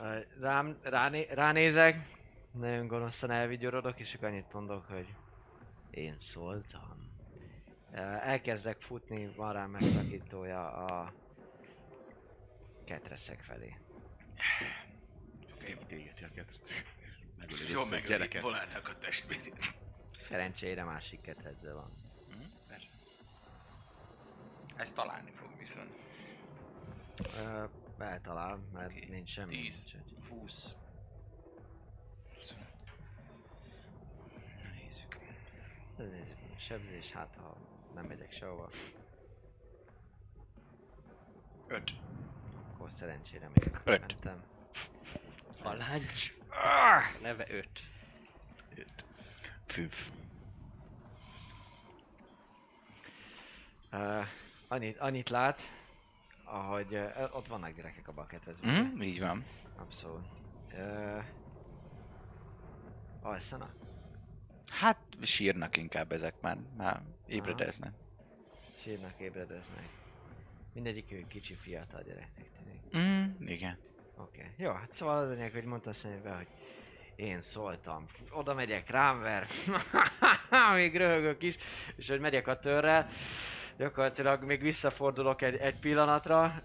Ö, Rám, ráné, ránézek, nagyon gonoszan elvigyorodok, és csak annyit mondok, hogy én szóltam. Ö, Elkezdek futni, van rám megszakítója a ketreszek felé.
Szép tégeti a ketrec. Megölöd össze a gyereket.
Volánnak a testvérét.
Szerencsére másik ketrezzel van.
Persze. Ezt találni fog viszont.
Ö, Eltalál, mert nincs semmi.
tíz.
úgyhogy-
20. Na nézzük.
Nézzük meg a sebzés, hát ha nem megyek sehova,
5.
akkor szerencsére még
Öt.
mentem.
A lány. Neve 5.
Fűf.
Ö, annyit, annyit lát, ahogy ö, ott vannak gyerekek abban a ketrezben.
Mm, így van.
Abszolút. Ö... Alszana?
Hát sírnak inkább ezek már, már ébredeznek.
Sírnak, ébredeznek. Mindegyikük kicsi fiatal gyereknek tűnik.
Mm, igen.
Oké. Okay. Jó, hát szóval az anyag, hogy mondta a szemébe, hogy én szóltam. Oda megyek, rám ver. még röhögök is. És hogy megyek a törrel, gyakorlatilag még visszafordulok egy, egy pillanatra,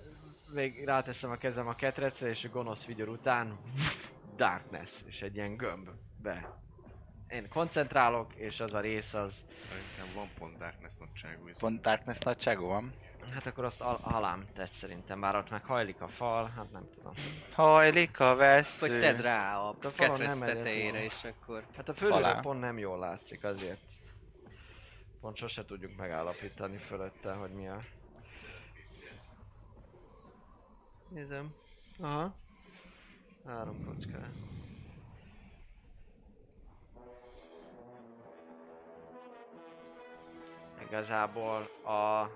még ráteszem a kezem a ketrecre, és a gonosz vigyor után darkness, és egy ilyen gömb be. Én koncentrálok, és az a rész az,
Szerintem van pont Darkness nagyságú itt.
Pont Darkness nagyságú van.
hát akkor azt al- alám tett szerintem, bár ott meg hajlik a fal, hát nem tudom.
Hajlik a vesző.
Hogy tedd rá a
De falon
ketrec
nem megyek
tetejére,
volna.
és akkor...
Hát a fölülről
Alá.
pont nem jól látszik, azért. Pont sose tudjuk megállapítani fölötte, hogy mi a... Nézem. Aha. Három kocka. Igazából a...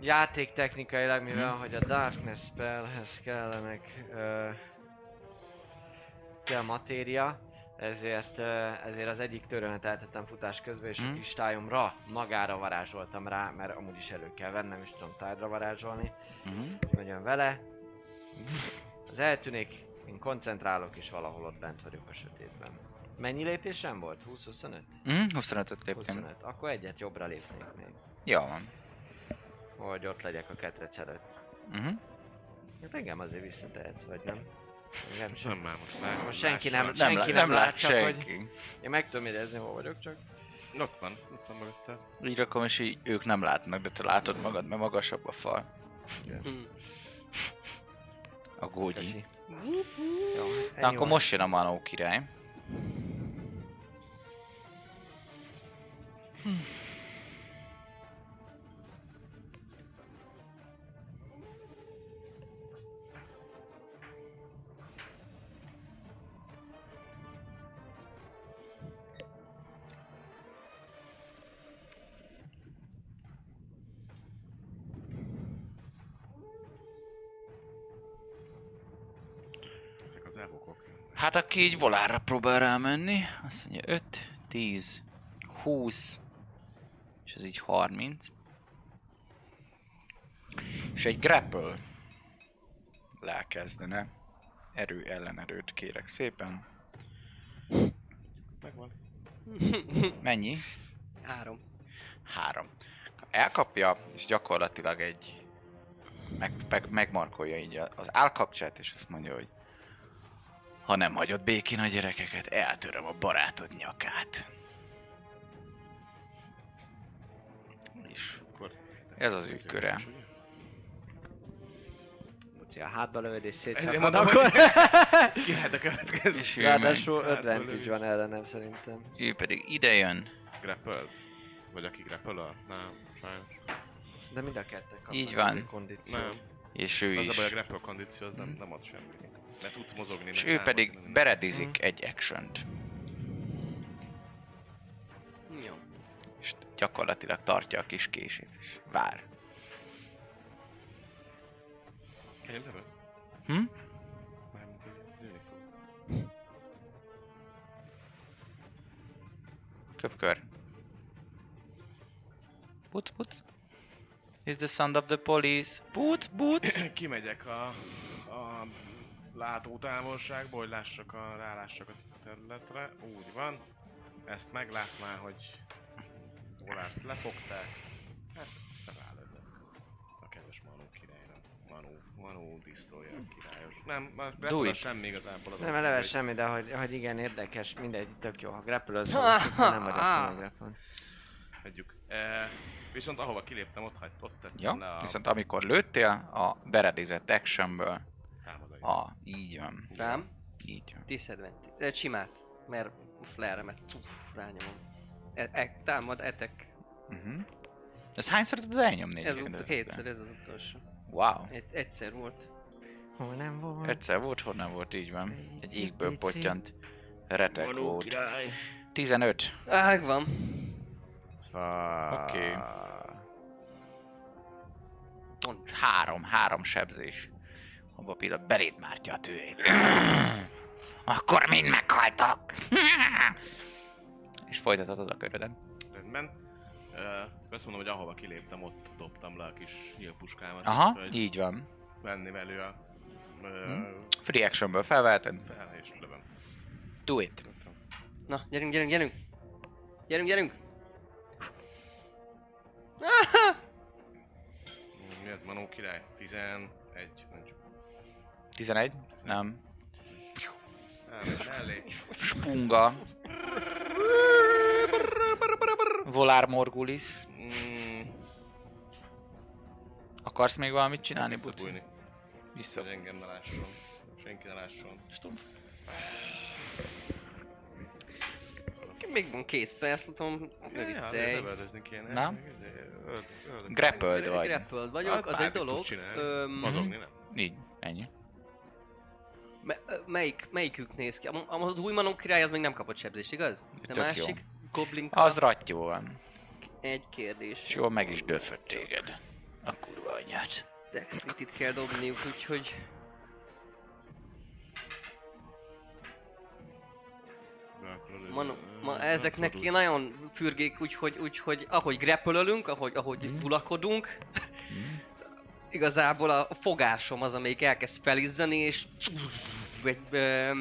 játék technikailag, mivel hogy a Darkness spellhez kellenek ö, kell matéria, ezért, ö, ezért az egyik törőmet eltettem futás közben, és a
Mhm.
kristályomra magára varázsoltam rá, mert amúgy is elő kell vennem, és tudom tárgyra varázsolni.
Mhm.
Nagyon vele. Az eltűnik, én koncentrálok, és valahol ott bent vagyok a sötétben. Mennyi lépésem volt? 20-25?
Mm, 25-öt léptem.
25. Akkor egyet jobbra lépnék még,
Jó van.
hogy ott legyek a ketrec előtt.
Mhm.
Hát engem azért visszatehetsz, vagy nem? Engem sem.
Nem már most már.
Most senki nem,
Nem,
senki
lá-
nem,
nem
lát,
lát
csak
senki.
hogy én meg tudom érezni, hol vagyok csak.
Ott van, ott van mögötte.
Így rakom, és így ők nem látnak, de te látod magad, mert magasabb a fal.
Hm.
A gógyi.
Köszi. Jó,
hát Na
ennyi
akkor
volt.
most jön a Manó király.
elhokok.
Hát aki így volárra próbál rámenni, azt mondja 5, 10, 20, és ez így 30.
És egy grapple elkezdene. Erő ellenerőt kérek szépen.
Megvan.
Mennyi?
Három.
Három. Elkapja, és gyakorlatilag egy... Meg, meg, megmarkolja így a- az állkapcsát, és azt mondja, hogy ha nem hagyod békén a gyerekeket, eltöröm a barátod nyakát. És
Akkor
ez az ő köre.
Hogyha hátba lövöd és
Ezért
szétszakad,
mondom,
akkor...
Jöhet a következő.
És ő, meg,
Ráadásul
Hátba
advantage
lövés.
van ellenem szerintem.
ő pedig ide jön,
Grappled? Vagy aki grapple Nem, sajnos.
De mind a kettő kapnak
Így van.
egy kondíciót.
Nem.
és Szóval ő
Az a
is.
baj, a grapple kondíció az nem, nem ad semmit. Mert tudsz mozogni.
És
meg
ő
támadni,
pedig
minden.
beredizik egy action
Jó.
És gyakorlatilag tartja a kis kését, és vár.
Én lövök.
Hm?
Mármint, hogy lőni fog.
Köpkör. Putz, putz. Is the sound of the police. Putz, putz.
Kimegyek a, a látótávolságból, hogy lássak a, rálássak a területre. Úgy van. Ezt meglátná, hogy volárt lefogták. Hát, rálövök. A kedves Manó királyra. Manó, Manó disztója királyos. Nem, már
Do
repül
it.
semmi igazából az
Nem
a-
eleve semmi, de hogy, hogy igen, érdekes, mindegy, tök jó, ha grapplöz,
Ha, ha,
nem vagyok
ha.
a grapplon.
Hagyjuk. E, viszont ahova kiléptem, ott, hagy, ott tettem
Jó,
le a
viszont amikor lőttél, a beredizett actionből,
támadai.
a, így van,
Rám.
így van.
Disadvantage. Egy simát. Mert flare mert Uff, rányomom. E- e- támad, etek.
Uh-huh. Ez hányszor tudod elnyomni?
Ez
egyébként
ut-
ezekben?
kétszer, ez az utolsó.
Wow.
Egy, egyszer volt.
Hol nem volt?
Egyszer volt, hol nem volt, így van. Egy égből
Pici.
pottyant retek volt. 15.
Ág van.
Oké. Pont három, három sebzés. Abba a pillanat beléd mártja a tűjét. Akkor mind meghaltak. És folytatod a köröden.
rendben. Uh, azt mondom, hogy ahova kiléptem, ott dobtam le a kis nyílpuskámat.
Aha,
úgyhogy
így Hm? van.
Venni velő a uh,
Free actionből felveheted.
fel és lövöm.
Do it.
Na, gyerünk, gyerünk, gyerünk! Gyerünk, gyerünk! Ah,
Mi ez Manó király? 11, nem csak.
11? Nem.
Nem, és mellé.
Spunga. Volár Morgulis.
Mm,
Akarsz még valamit csinálni, Buci?
Hm, visszabújni,
Vissza.
hogy engem ne lásson. Senki ne lásson.
Még van két perclotom, ne viccelj.
lövöldözni kéne.
Nem?
Öld- öld-
Grappled vagy.
Grappled vagyok, az egy
Hát bármit
dolog.
tudsz csinálni.
Öm,
Mozogni nem.
Így, ennyi.
me- ö, melyik, melyikük néz ki? Am- am- Az új manon király az még nem kapott sebzést, igaz? De
Tök
másik, Goblin
Az rattyó van.
egy kérdés.
És jól meg is döfött téged. A kurva anyát.
Dextrit kell dobniuk, úgyhogy... Man, ma, ezeknek
Tudod.
nagyon fürgék, úgyhogy, úgyhogy ahogy grepölölünk, ahogy, ahogy mm. tulakodunk, igazából a fogásom az, amelyik elkezd felizzani, és egy, ö,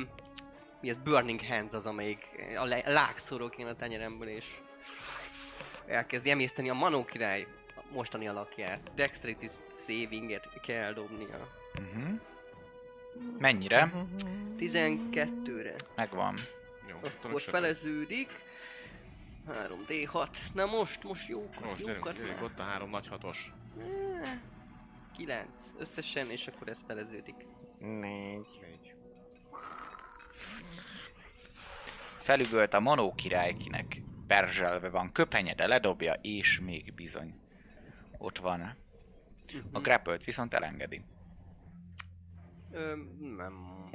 mi ez, Burning Hands az, amelyik a le- lák szorog én a tenyeremből, és elkezdi emészteni a Manó király mostani alakját. Dexterity savinget kell dobnia.
Uh-huh. Mennyire?
12-re.
Megvan.
Jó,
Akkor
tudom, se-
feleződik. 3D6. Na most, most jókat,
Most
jókat
gyerünk, gyerünk,
már.
ott a három nagy hatos.
9 összesen, és akkor ez feleződik.
Négy.
Felügölt a Manó király, kinek perzselve van köpenye, de ledobja, és még bizony ott van. A grappelt viszont elengedi,
Ö, nem.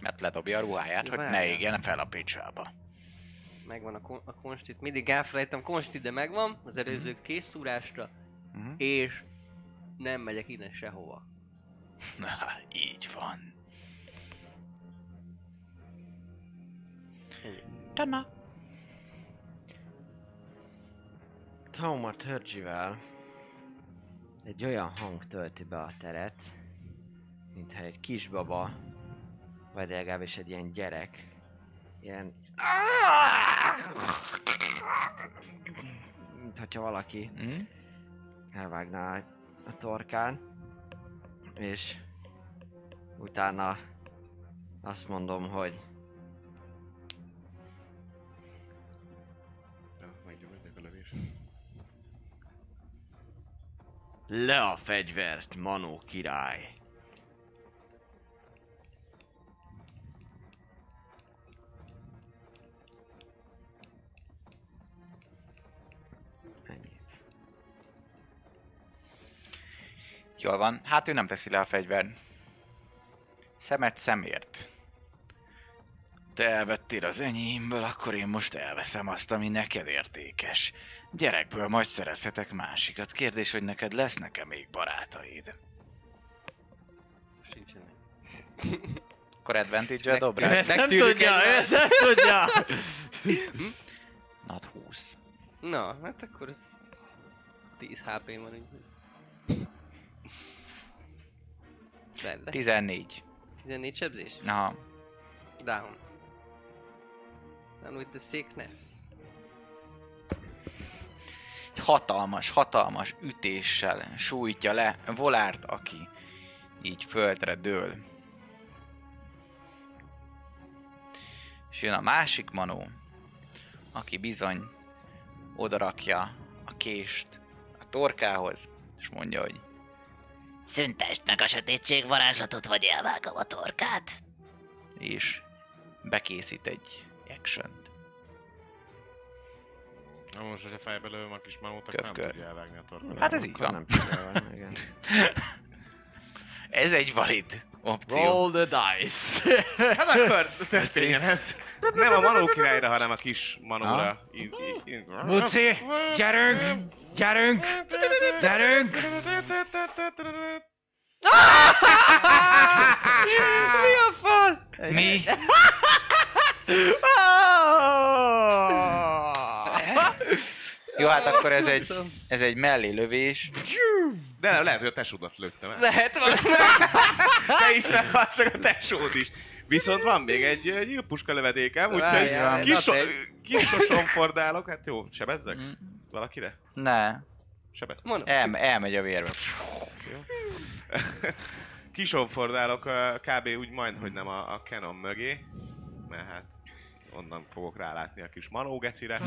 mert ledobja a ruháját, hogy ne
Várjál.
égjen fel a picsába.
Megvan a, kon- a konstit. Mindig elfelejtem konstit, de megvan az előző kész szúrásra.
Mhm.
És nem megyek innen sehova.
Na, így van.
Tanna.
Taumaturgy-vel egy olyan hang tölti be a teret, mintha egy kisbaba, vagy legalábbis egy ilyen gyerek, ilyen... Mint hogyha valaki
Mm?
elvágná a torkán, és utána azt mondom, hogy
Meggyomítják a lövés.
Le a fegyvert, Manó király! Ennyi.
Jól van, hát ő nem teszi le a fegyvert. Szemet szemért. Te elvettél az enyémből, akkor én most elveszem azt, ami neked értékes. Gyerekből majd szerezhetek másikat. Kérdés, hogy neked lesznek-e még barátaid?
Sincsenek.
Akkor advantage-e dob
Ő
rá.
ezt nem
Megtűrjük
tudja, ő
egymást.
ezt nem tudja!
Not 20.
Na, hát akkor ez 10 HP van, úgyhogy. Benne.
14.
14 sebzés?
Na,
Down. Down with the sickness.
egy hatalmas, hatalmas ütéssel sújtja le Volárt, aki így földre dől. És jön a másik manó, aki bizony odarakja a kést a torkához, és mondja, hogy
Szüntesd meg a sötétség varázslatot, vagy elvágom a torkát.
és bekészít egy action
Na most, hogyha fejbe lövöm a kis manót, akkor nem
Kövkör.
tudja elvágni a torkát.
Hát ez így
Akkor
van.
Nem tudja, van, igen.
Ez egy valid opció.
Roll the dice!
Hát akkor történjen ez. Nem a Manó királyra, hanem a kis Manóra. I- i- i-
Buci, gyerünk! Gyerünk! Gyerünk!
Mi a fasz?
Mi? Jó, hát akkor ez egy, ez egy mellélövés.
De lehet, hogy a tesódat lőttem el.
Lehet van.
Te is meghalsz meg a tesód is. Viszont van még egy ö, nyílpuska lövedékem, úgyhogy
Várjál, na
kis,
te-
kis sosonfordálok. Hát jó, sebezzek?
Mm.
Valakire?
Ne,
Sebet.
Mondom.
el, elmegy a vérbe.
Kisonfordálok ö, kb. úgy majd, hogy nem a, a Canon mögé, mert hát onnan fogok rálátni a kis Manó gecire.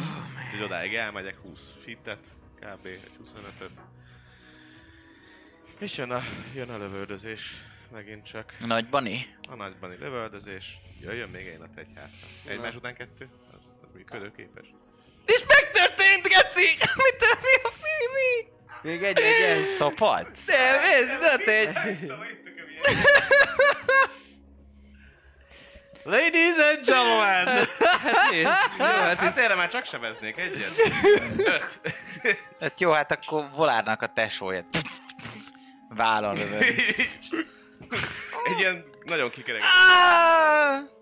Így odáig elmegyek 20 fittet, kb. egy 25-öt. És jön a, jön a lövöldözés, megint csak.
Nagy Bani.
A nagybani lövöldözés, jöjjön még egy nap egy hátra. Egymás után kettő? Az, az működőképes.
És megtörtént, geci! Mit te, mi a mi, mi?
Még egy, egy, egy.
Szopat?
Nem, ez, na te egy...
Ladies and gentlemen!
Hát nézd, jó, hát
Hát erre már csak sebeznék egyet. Öt.
Hát jó, hát akkor volárnak a tesója. Vállal lövöd.
Egy ilyen nagyon kikeregedett,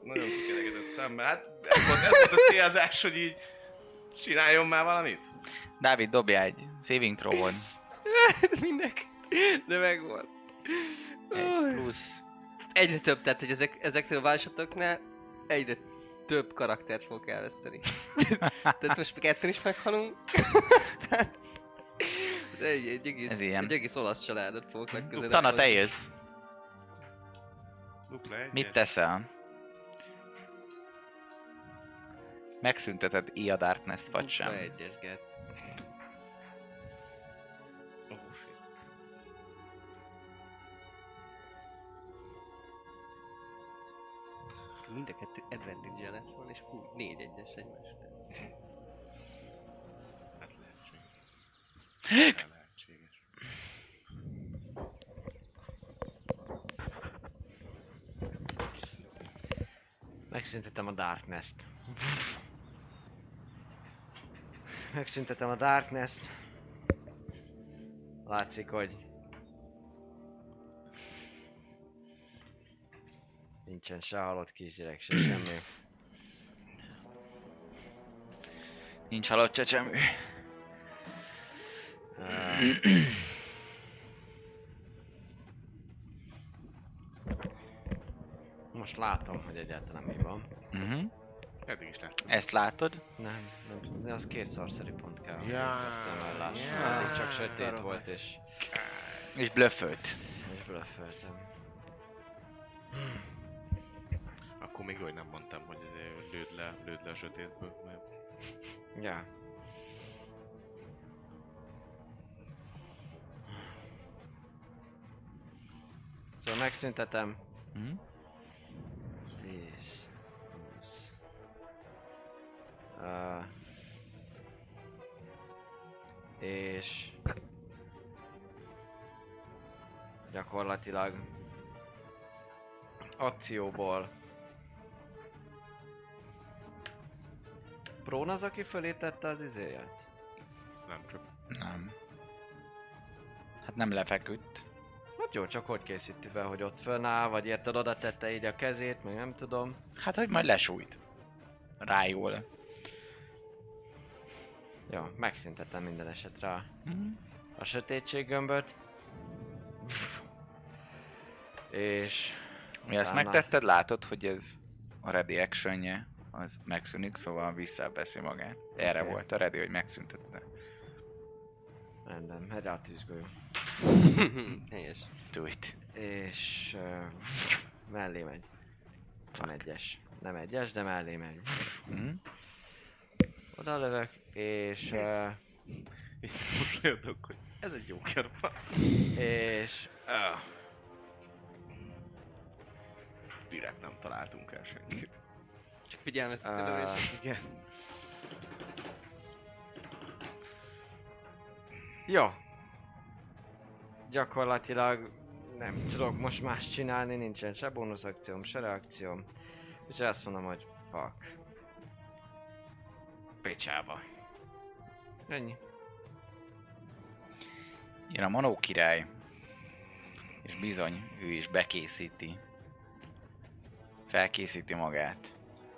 nagyon kikeregedett szemmel. Hát ez volt, ez volt a célzás, hogy így csináljon már valamit.
Dávid, dobja egy saving throw-on.
Minek? De megvan.
Egy plusz.
Egyre több, tehát hogy ezek, ezektől a válsatoknál egyre több karaktert fogok elveszteni. tehát most ketten is meghalunk, aztán de egy, egy, egész,
Ez ilyen.
egy egész olasz családot fogok legközelebb.
Tana, te jössz.
Dupla egyet.
Mit teszel? Megszünteted Ia Darkness-t, vagy
Dupla
sem?
Egyes, gec.
Oh, shit.
Mind a kettő advantage lett van, és hú, négy egyes egymás után.
Hát lehetséges. Hát lehetséges.
Megszüntetem a Darkness-t. Megszüntetem a Darkness-t. Látszik, hogy... Nincsen se halott kisgyerek, se semmi.
Nincs halott csecsemő.
Most látom, hogy egyáltalán mi van.
Uh-huh.
Eddig is láttam.
Ezt látod?
Nem, nem, de az két szarszeri pont kell. hogy
Ja,
Összemellássam.
ja.
Eddig csak sötét
Szarok.
volt és...
És blöfölt.
És blöffeltem.
Akkor még jó, hogy nem mondtam, hogy azért lőd le, lőd le a sötétből, mert
Ja. Szóval megszüntetem.
Mhm.
És... és- Ö, és... Gyakorlatilag... Akcióból... Prón az, aki fölé tette az izéját?
nem csak
Nem. Hát nem lefeküdt.
Hát jó, csak hogy készíti be, hogy ott fönnáll, vagy érted, oda tette így a kezét, meg nem tudom.
Hát, hogy majd lesújt. Rájól.
Jó, megszüntetem minden esetre a,
Mhm.
a sötétség gömböt. És...
Mi ezt
Utána-
megtetted, látod, hogy ez a ready actionje az megszűnik, szóval visszaveszi magát. Erre
Oké.
volt a ready, hogy megszüntette.
Rendben, erre a tűzgolyó.
Helyes.
Do it.
És... Uh, mellé megy. Nem egyes. Nem egyes, de mellé megy.
Mm?
Oda lövök, és... Uh,
így mosolyodok, hogy ez egy jó kerpa.
és...
Ah. Direkt nem találtunk el senkit.
Csak figyelmeztetem,
Uh,
hogy
Igen.
Jó. Gyakorlatilag nem tudok most más csinálni, nincsen se bónusz akcióm, se reakcióm. És azt mondom, hogy fuck. Picsába. Ennyi.
Jön a Manó király. És bizony, ő is bekészíti. Felkészíti magát.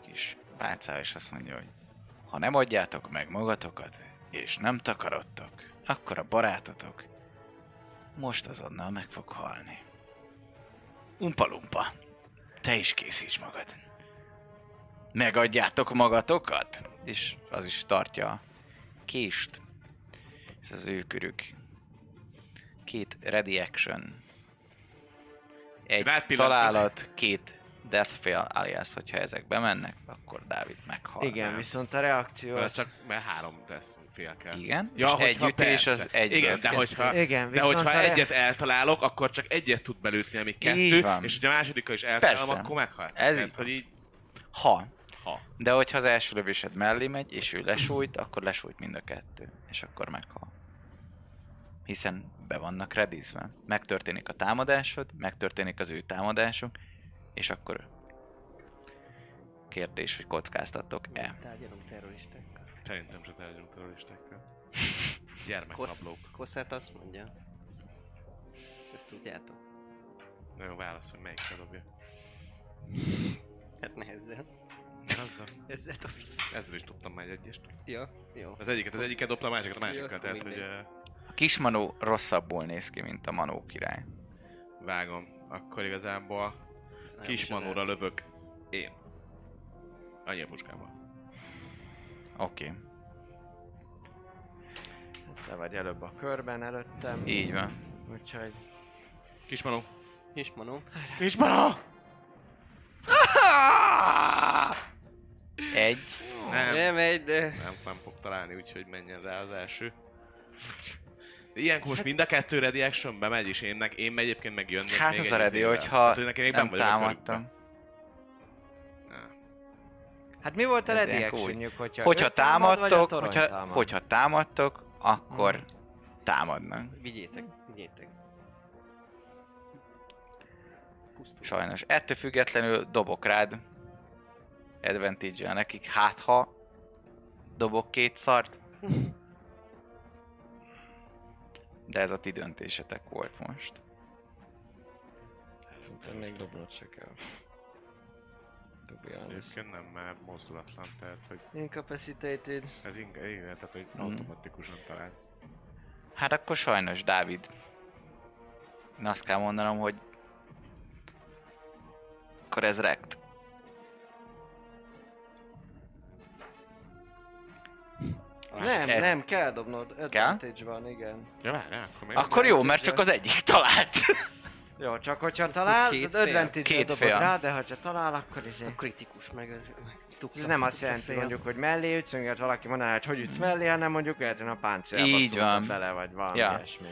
Kis pálcá, és azt mondja, hogy ha nem adjátok meg magatokat, és nem takarodtok, akkor a barátotok most azonnal meg fog halni. Umpalumpa, te is készíts magad. Megadjátok magatokat? És az is tartja a kést. Ez az ő körük két ready action. Egy
Rád pillantok.
találat, két death fail, alias, hogyha ezek bemennek, akkor Dávid meghal.
Igen, viszont a reakció
Jó,
az...
csak mert három tesz, fél kell.
Igen,
Ja,
ja, és
hogyha
együttés
persze.
az egy.
Igen, de hogyha,
Igen,
de
viszont
hogyha
a re-
egyet eltalálok, akkor csak egyet tud belőtni, ami
Így
kettő,
van.
és hogyha a másodikkal is eltalálom,
Persze.
akkor meghal.
Ez így
Tehát,
van.
hogy így,
Ha.
Ha.
De hogyha az első lövésed mellé megy, és ő lesújt, akkor lesújt mind a kettő, és akkor meghal. Hiszen be vannak redizve. Megtörténik a támadásod, megtörténik az ő támadásuk, és akkor kérdés, hogy kockáztattok-e.
tárgyalunk terroristákkal.
szerintem se tárgyalunk terroristákkal. Gyermekablók.
Kosszát azt mondja. Ezt tudjátok.
Nagyon válasz, hogy melyik dobja.
Hát nehezen.
Azzal.
Ezzel dobj.
Ezzel is dobtam már egy egyest.
Ja, jó.
Az egyiket, az egyiket dobtam, a másikat a másikkal,
akkor
tehát hogy
mindegy.
ö,
A kismanó rosszabbul néz ki, mint a manó király.
vágom. Akkor igazából
Nem is
kis
az
manóra
elc-
lövök. Én. Annyi a puskával.
Oké,
Te vagy előbb a körben, előttem.
így van.
Úgyhogy...
Kis manó.
Oh.
Kis manó.
Kis manó!
Egy,
Nem.
Nem egy, de...
Nem, nem fog találni, úgyhogy menjen rá az első. Ilyenkor most mind a kettő ready action bemegy, és én, nek, én egyébként meg jönnék
Hát
még
az
egy
a ready,
izével.
hogyha
Tehát, hogy nekem még
nem
benn vagyok a
támadtam.
körükben. Á,
Hát mi volt a
Ez
ready
ilyenkor úgy.
actionjük, hogyha...
Hogyha
ő támad, vagy a
támadtok,
torony
hogyha,
támad?
hogyha támadtok, akkor
Mhm.
támadnak.
Vigyétek, vigyétek. Pusztul.
Sajnos. Ettől függetlenül dobok rád advantage nekik, hát ha dobok két szart. De ez a ti döntésetek volt most.
Szerintem még dobnod se kell. to be honest.
Egyébként nem, mert mozdulatlan, tehát hogy
Incapacitated.
ez inkább, igen, tehát hogy
Mhm.
automatikusan találsz.
Hát akkor sajnos, Dávid. Én azt kell mondanom, hogy... Akkor ez rekt.
Nem,
Ed-
nem, kell dobnod. Advantage van, igen.
Ja, várjál, akkor még
Akkor jó, mert csak az egyik talált.
Jó, csak hogyha talál,
két
az
fél.
advantage
Két
dobod
fél.
rá, de hogyha talál, akkor is.
A kritikus meg... meg
Ez nem azt jelenti, mondjuk, hogy mellé ütsz, mert valaki mondaná, hogy hogy ütsz mellé, hanem mondjuk lehet, hogy a páncélba
Így
szúrtad
van.
bele, vagy valami
Ja.
ilyesmi.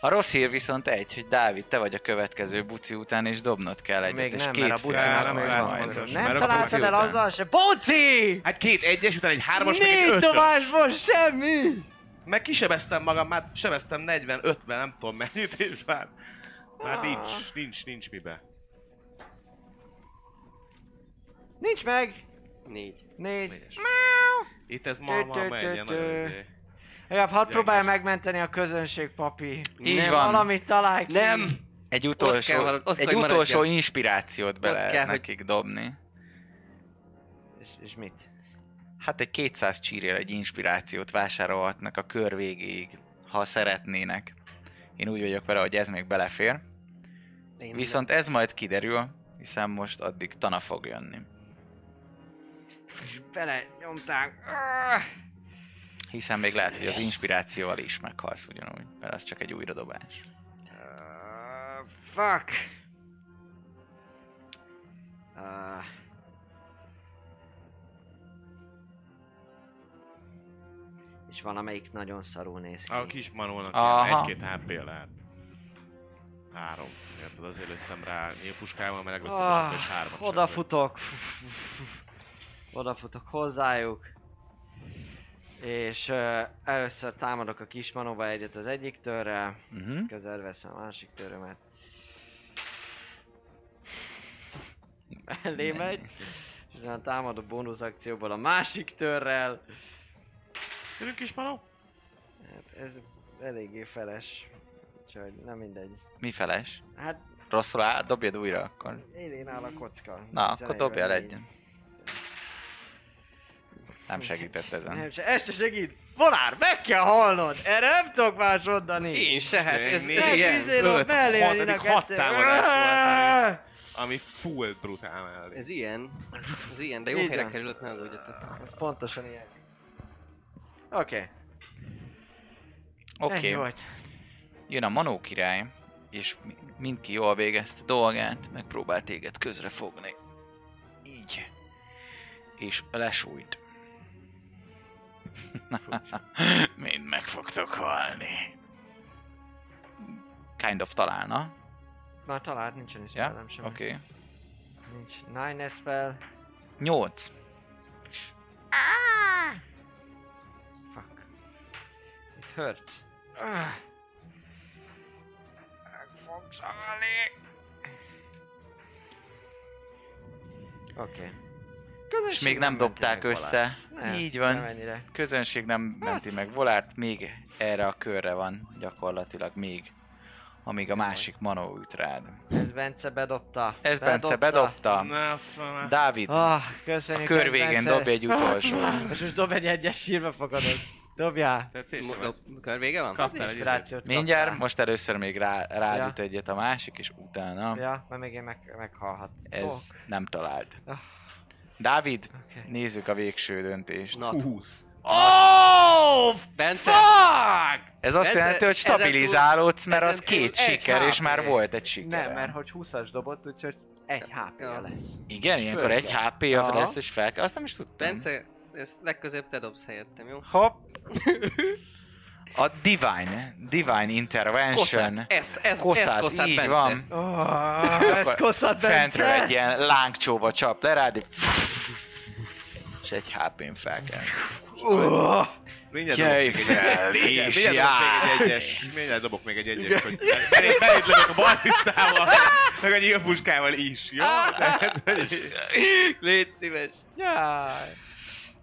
A rossz hír viszont egy, hogy Dávid, te vagy a következő buci után, és dobnod kell egyet,
Még
és
nem,
két
mert a
fél
bucinak
van
még
majd.
van.
Most
Nem
már
találtad
akkor
el
után.
azzal se. Boci!
Hát két egyes, után egy hármas, meg egy
Négy
ötös.
dobásból semmi!
Meg kisebeztem magam, már sebeztem 40-50, nem tudom mennyit, és már...
Ah.
Már nincs, nincs, nincs mibe.
Nincs meg!
Négy.
Négy.
Négyes. Itt ez ma, ma
Tö, tö,
megy, ilyen
tö, tö.
nagyon izé.
Legalább hadd
Gyenges.
próbálja megmenteni a közönség, papi.
Így
Nem,
van.
Valamit találj ki.
Nem!
Egy
Ott kell
utolsó,
valami- ott
egy
kell, hogy
utolsó
maradjon.
inspirációt bele
kell,
lehet
hogy-
nekik dobni.
És, és mit?
Hát egy 200 csírél egy inspirációt vásárolhatnak a kör végéig, ha szeretnének. Én úgy vagyok vele, hogy ez még belefér.
Én
Viszont ez majd kiderül, hiszen most addig Tana fog jönni.
És bele nyomták. Ah!
Hiszen még lehet, hogy az inspirációval is meghalsz ugyanúgy, mert az csak egy újra dobás.
Ah, fuck! Ah. És valamelyik nagyon szarul néz ki.
A kis manónak
Aha.
ilyen egy-két hp lehet. Három. Érted, azért lőttem rá nyílpuskával, mert
Ah,
legrosszabbat és hármat sem lőtt.
odafutok. Odafutok hozzájuk. És ö, először támadok a kis manóba egyet az egyik törrel,
Mhm.
Uh-huh.
közel veszem a másik törömet. Mellé megy, és utána támad a bónusz akcióból a másik törrel.
Jönünk kis manó?
Hát ez eléggé feles. Úgyhogy nem mindegy.
Mi feles?
Hát
Rosszul áll, dobjad újra akkor.
élén áll a kocka.
Na, akkor dobjál
Tizenegyben
egyen. Nem segített ezen.
Nem, se, ez se segít. Volár, meg kell hallnod! Erre nem tudok más mondani.
Én se, hát ez, ez
Négy,
nem
ilyen.
bizony, ott
öt,
mellé
hat,
menjenek
eddig hat
kettő.
támadás volt. Ami full brutál mellé.
Ez ilyen. Ez ilyen, de jó
Így
helyre
van.
kerülök, ne aggódjatok.
Pontosan ilyen. Oké, okay.
Oké,
ennyi
okay.
volt.
jön a Manó király, és mi- mindki jól végezte dolgát, megpróbál téged közrefogni. Így. És lesújt. Mind meg fogtok halni. Kind of találna.
Már talált, nincsen is
Ja?
nem sem.
Oké. Okay.
Nincs. Nine spell.
Nyolc.
Fuck. It hurts. Ah. Meg fog szavalni. Oké. Okay.
És még nem dobták össze.
Nem,
Így
Nem
van.
ennyire.
Közönség nem
Hát.
menti meg Volárt, még erre a körre van gyakorlatilag még. Amíg a másik manó üt rád.
Ez Bence bedobta.
Ez Bence bedobta.
Na, azt mondom, hát,
Dávid,
Ah,
a
köszönjük.
kör
ez
végén
Bence.
dobj egy utolsó.
És most dob egy egyes sírva fogadod. Dobjál.
Tehát
Mo-
tényleg,
do- Kör vége van?
kaptál egy izét.
Inspirációt
Mindjárt,
kaptál.
most először még rá, rád
Ja.
üt egyet a másik, és utána
Ja, mert még én meg, meghalhat.
ez nem talált.
Ah.
Dávid,
Oké.
nézzük a végső döntést.
Na,
20.
Bence,
Ez azt
Bence,
jelenti, hogy
ezen túl-
stabilizálódsz, mert az
ezen túl
két
egy
siker, és
HP.
már volt egy siker.
Nem, mert hogy 20-as dobott, úgyhogy egy hp
Ja.
ja. lesz.
Igen, ilyenkor
Föl
egy
kell.
HP-ja
Aha.
lesz, és fel kell. Azt nem is tudtam.
Bence, ezt legközebb te dobsz helyettem, jó?
Hopp. A Divine, Divine Intervention.
Koszát, ez, ez, ez
Koszát,
koszát,
így
Bence.
van.
Oh, ez kosszat
Fentről
Bence!
egy ilyen lángcsóba csap le rád, és- és egy HP-n fel kell.
Mindjárt
Jöjj
dobok még egy
fel,
egyes. Igen,
és
mindjárt dobok még egy
járj!
egyes. Mindjárt dobok még egy egyes, hogy belé- beléd lövök a balisztával, meg a nyílpuskával is, jó? Tehát, hogy-
Légy szíves.
Jaj.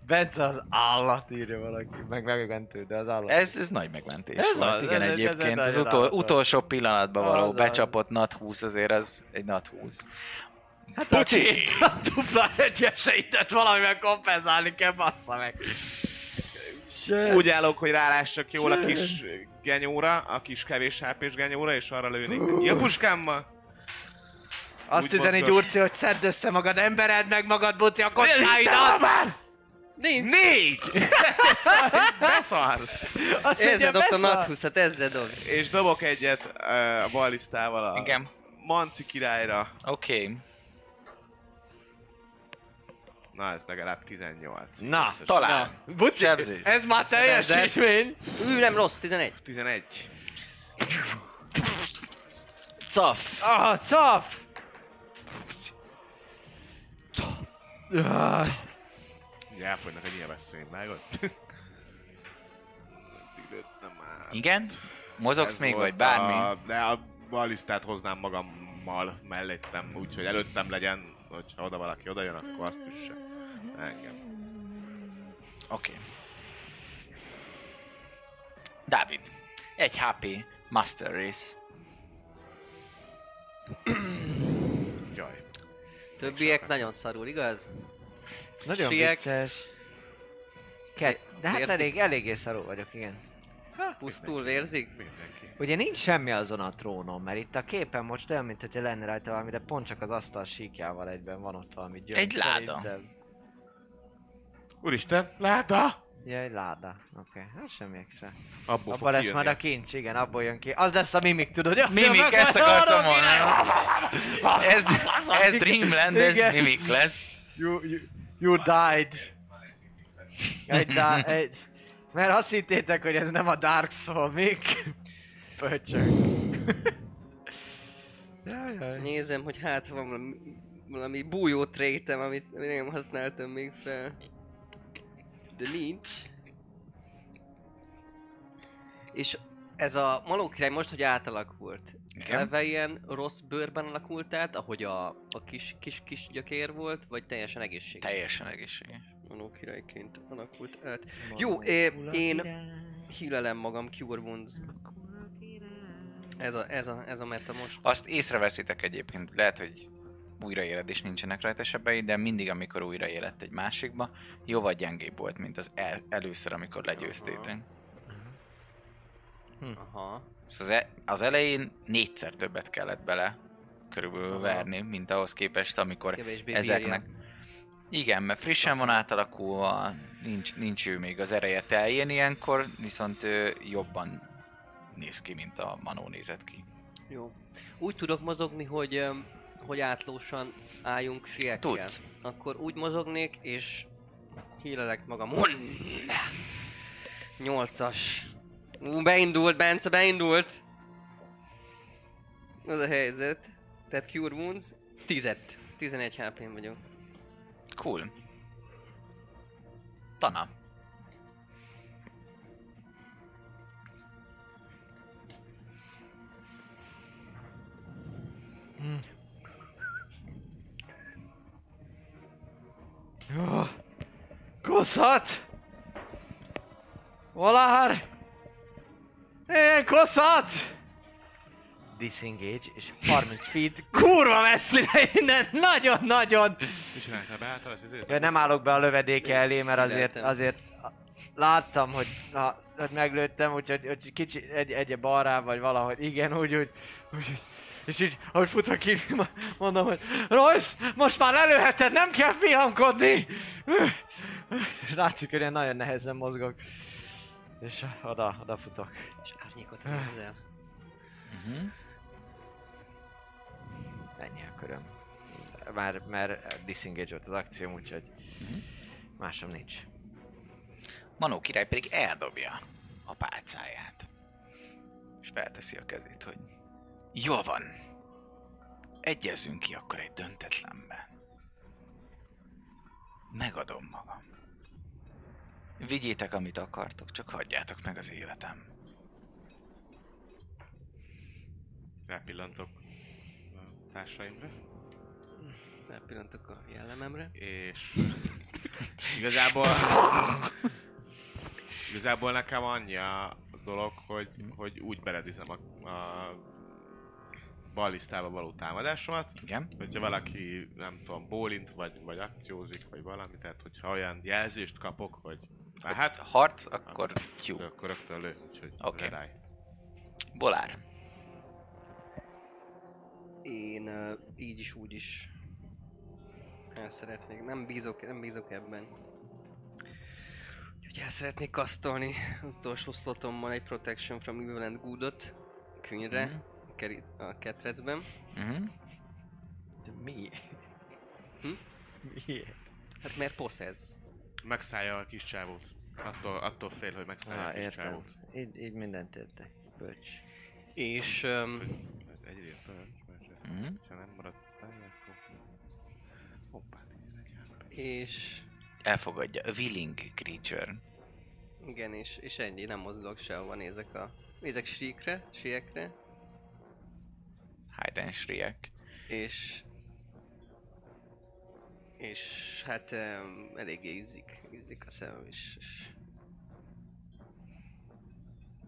Bence az állat írja valaki, meg megmentő, de az állat.
Ez, ez nagy megmentés
Ez
ez volt,
az,
igen
ez egy- ez egy
egyébként.
nagyon
Az utol,
látott.
utolsó pillanatban való
Az az.
becsapott nat 20 azért az egy nat 20.
Hát a, a dupla egyeseidet valamivel kompenzálni kell, bassza meg.
Úgy állok, hogy rálássak jól a kis genyóra, a kis kevés hp genyóra, és arra lőnék neki a puskámmal.
Azt
Úgy
üzeni
mozgok.
Gyurci, hogy szedd össze magad embered, meg magad buci a kockáidat!
Nincs!
Négy! Beszarsz!
Azt
Ezzel
mondja,
dobtam
beszarsz.
a 20 ezzel dob.
És dobok egyet ö, a balisztával a
Igen.
Manci királyra.
Oké. Okay.
Na, ez legalább 18.
Na,
Összesen.
Talán.
Buci,
Sebzés.
ez már teljesítmény!
Ű, nem rossz, 11.
11.
Caf.
Ah, caf! Ah,
Ugye elfogynak a nyilvesszőim, vágod? Eddig lőtt, nem már.
Igen? Mozogsz
Ez
még,
volt
vagy bármi?
A, de a balisztát hoznám magammal mellettem, úgyhogy előttem legyen, hogyha oda valaki oda jön, akkor azt üsse. Engem.
Oké. Okay. Dávid. Egy HP Master Race.
Jaj.
Többiek nagyon szarul, igaz?
Nagyon
Siek.
vicces. Kett, de hát
Vérzik.
elég, eléggé szarú vagyok, igen.
Pusztul vérzik.
Mindenki.
Ugye nincs semmi azon a trónon, mert itt a képen most olyan, mint hogyha lenne rajta valami, de pont csak az asztal síkjával egyben van ott valami gyöngy.
Egy láda.
szerintem.
Úristen, láta!
Ja, egy láda. Oké, okay. hát semmi extra.
Abból
Abba
fog
lesz majd a kincs, igen, abból jön ki. Az lesz a mimik, tudod? Ja,
Mimik, ezt akartam volna. Ez, ez Dreamland, ez
Igen.
Mimik lesz.
You, you, you died. Egy, da, egy, mert azt hittétek, hogy ez nem a Dark Soul, mik? Pöcsök. Jaj, jaj.
Nézem, hogy hát van valami, valami bújó trétem, amit még nem használtam még fel. De nincs. És ez a malókirály most, hogy átalakult.
Igen.
Eleve ilyen rossz bőrben alakult át, ahogy a, a kis, kis, kis gyakér volt, vagy teljesen egészséges
Teljesen egészséges.
malókirályként alakult át. Jó, é, én hílelem magam Cure Wounds. Ez a, ez a, ez a meta most.
Azt észreveszitek egyébként, lehet, hogy újraéled és nincsenek rajta sebei, de mindig, amikor újraélett egy másikba, jóval gyengébb volt, mint az el, először, amikor legyőztétek.
Aha.
Szóval az, e- az elején négyszer többet kellett bele körülbelül
Aha.
verni, mint ahhoz képest, amikor
Kevésbé
ezeknek... Igen, mert frissen van átalakulva, nincs, nincs ő még az ereje teljén ilyenkor, viszont ő jobban néz ki, mint a Manó nézett ki.
Jó. Úgy tudok mozogni, hogy, öm, hogy átlósan álljunk siekkel.
Tudsz.
Akkor úgy mozognék, és hílelek magamon. Nyolcas. Ú, beindult, Bence, beindult. Az a helyzet. Tehát Cure Wounds, tizet. 11 HP-n vagyok.
Cool. Tana.
Jó. Oh, Koszat! Valahár! Én koszat! Disengage, és 30 feet kurva messzire innen, nagyon-nagyon!
Mi csináltál be által az izét?
Ja, nem állok be a lövedéke elé, mert azért,
Lehetem.
azért láttam, hogy, na, hogy meglőttem, úgyhogy hogy kicsi egy, egy balrá, vagy valahogy, igen, úgy, úgy, úgy, úgy. És így, ahogy futok ki, mondom, hogy Royce, most már lelőheted, nem kell pihankodni! És látszik, hogy én nagyon nehezen mozgok. És oda, oda futok.
És árnyékot érzel.
Ennyi a köröm. Már, már disengage volt az akcióm, úgyhogy másom nincs.
Manó király pedig eldobja a pálcáját. És felteszi a kezét, hogy jól van. Egyezzünk ki akkor egy döntetlenben. Megadom magam. Vigyétek, amit akartok, csak hagyjátok meg az életem.
Rápillantok a társaimra,
Rápillantok a jellememre.
és igazából... Igazából nekem
Mm.
annyi a dolog, hogy, hogy úgy beledizem a, a
ballisztába való támadásomat.
Igen.
Hogyha valaki, nem tudom, bólint, vagy, vagy akciózik, vagy valami, tehát hogyha olyan jelzést kapok, hogy
Hogy
hát,
harc, akkor tyú.
akkor rögtön lő, úgyhogy
Oké.
okay.
Bolár.
Én ö, így is, úgy is el szeretnék. Nem bízok, nem bízok ebben. Úgyhogy el szeretnék kasztolni utolsó szlotommal egy Protection from Evil and Goodot Queenre,
Mhm.
a keri- a ketrecben.
Mhm.
De miért?
Hm?
Miért?
Hát mert possess.
Megszállja a kis csávót. Attól, attól fél, hogy megszállja
Ah,
a kis
értem.
csávót.
Így, így mindent értek. Bölcs.
És öm,
Ez egyre pörös, mert
Mhm.
ha nem maradt benne, akkor... Hoppá, tényleg, járnak.
és
Elfogadja. A willing creature.
igen, és, és ennyi, nem mozdulok sehova, nézek a... Nézek síkre, siekre,
Hide and shriek.
és... És hát um, eléggé izzik, izzik a szemem, és, és...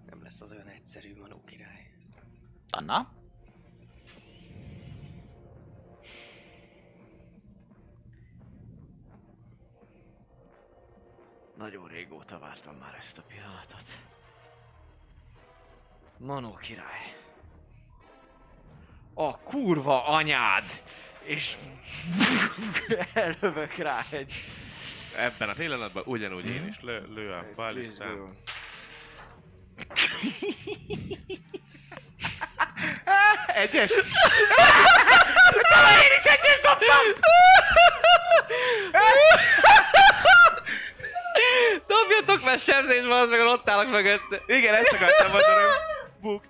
Nem lesz az olyan egyszerű, Manó király.
Anna?
Nagyon régóta vártam már ezt a pillanatot. Manó király. A kurva anyád! És ellövök rá egy...
Ebben a pillanatban ugyanúgy
Mhm.
én is lő, lő a ballisztám.
Dobjatok már sebzés, az meg ott állok mögött.
Igen, ezt akartam mondani. Buk.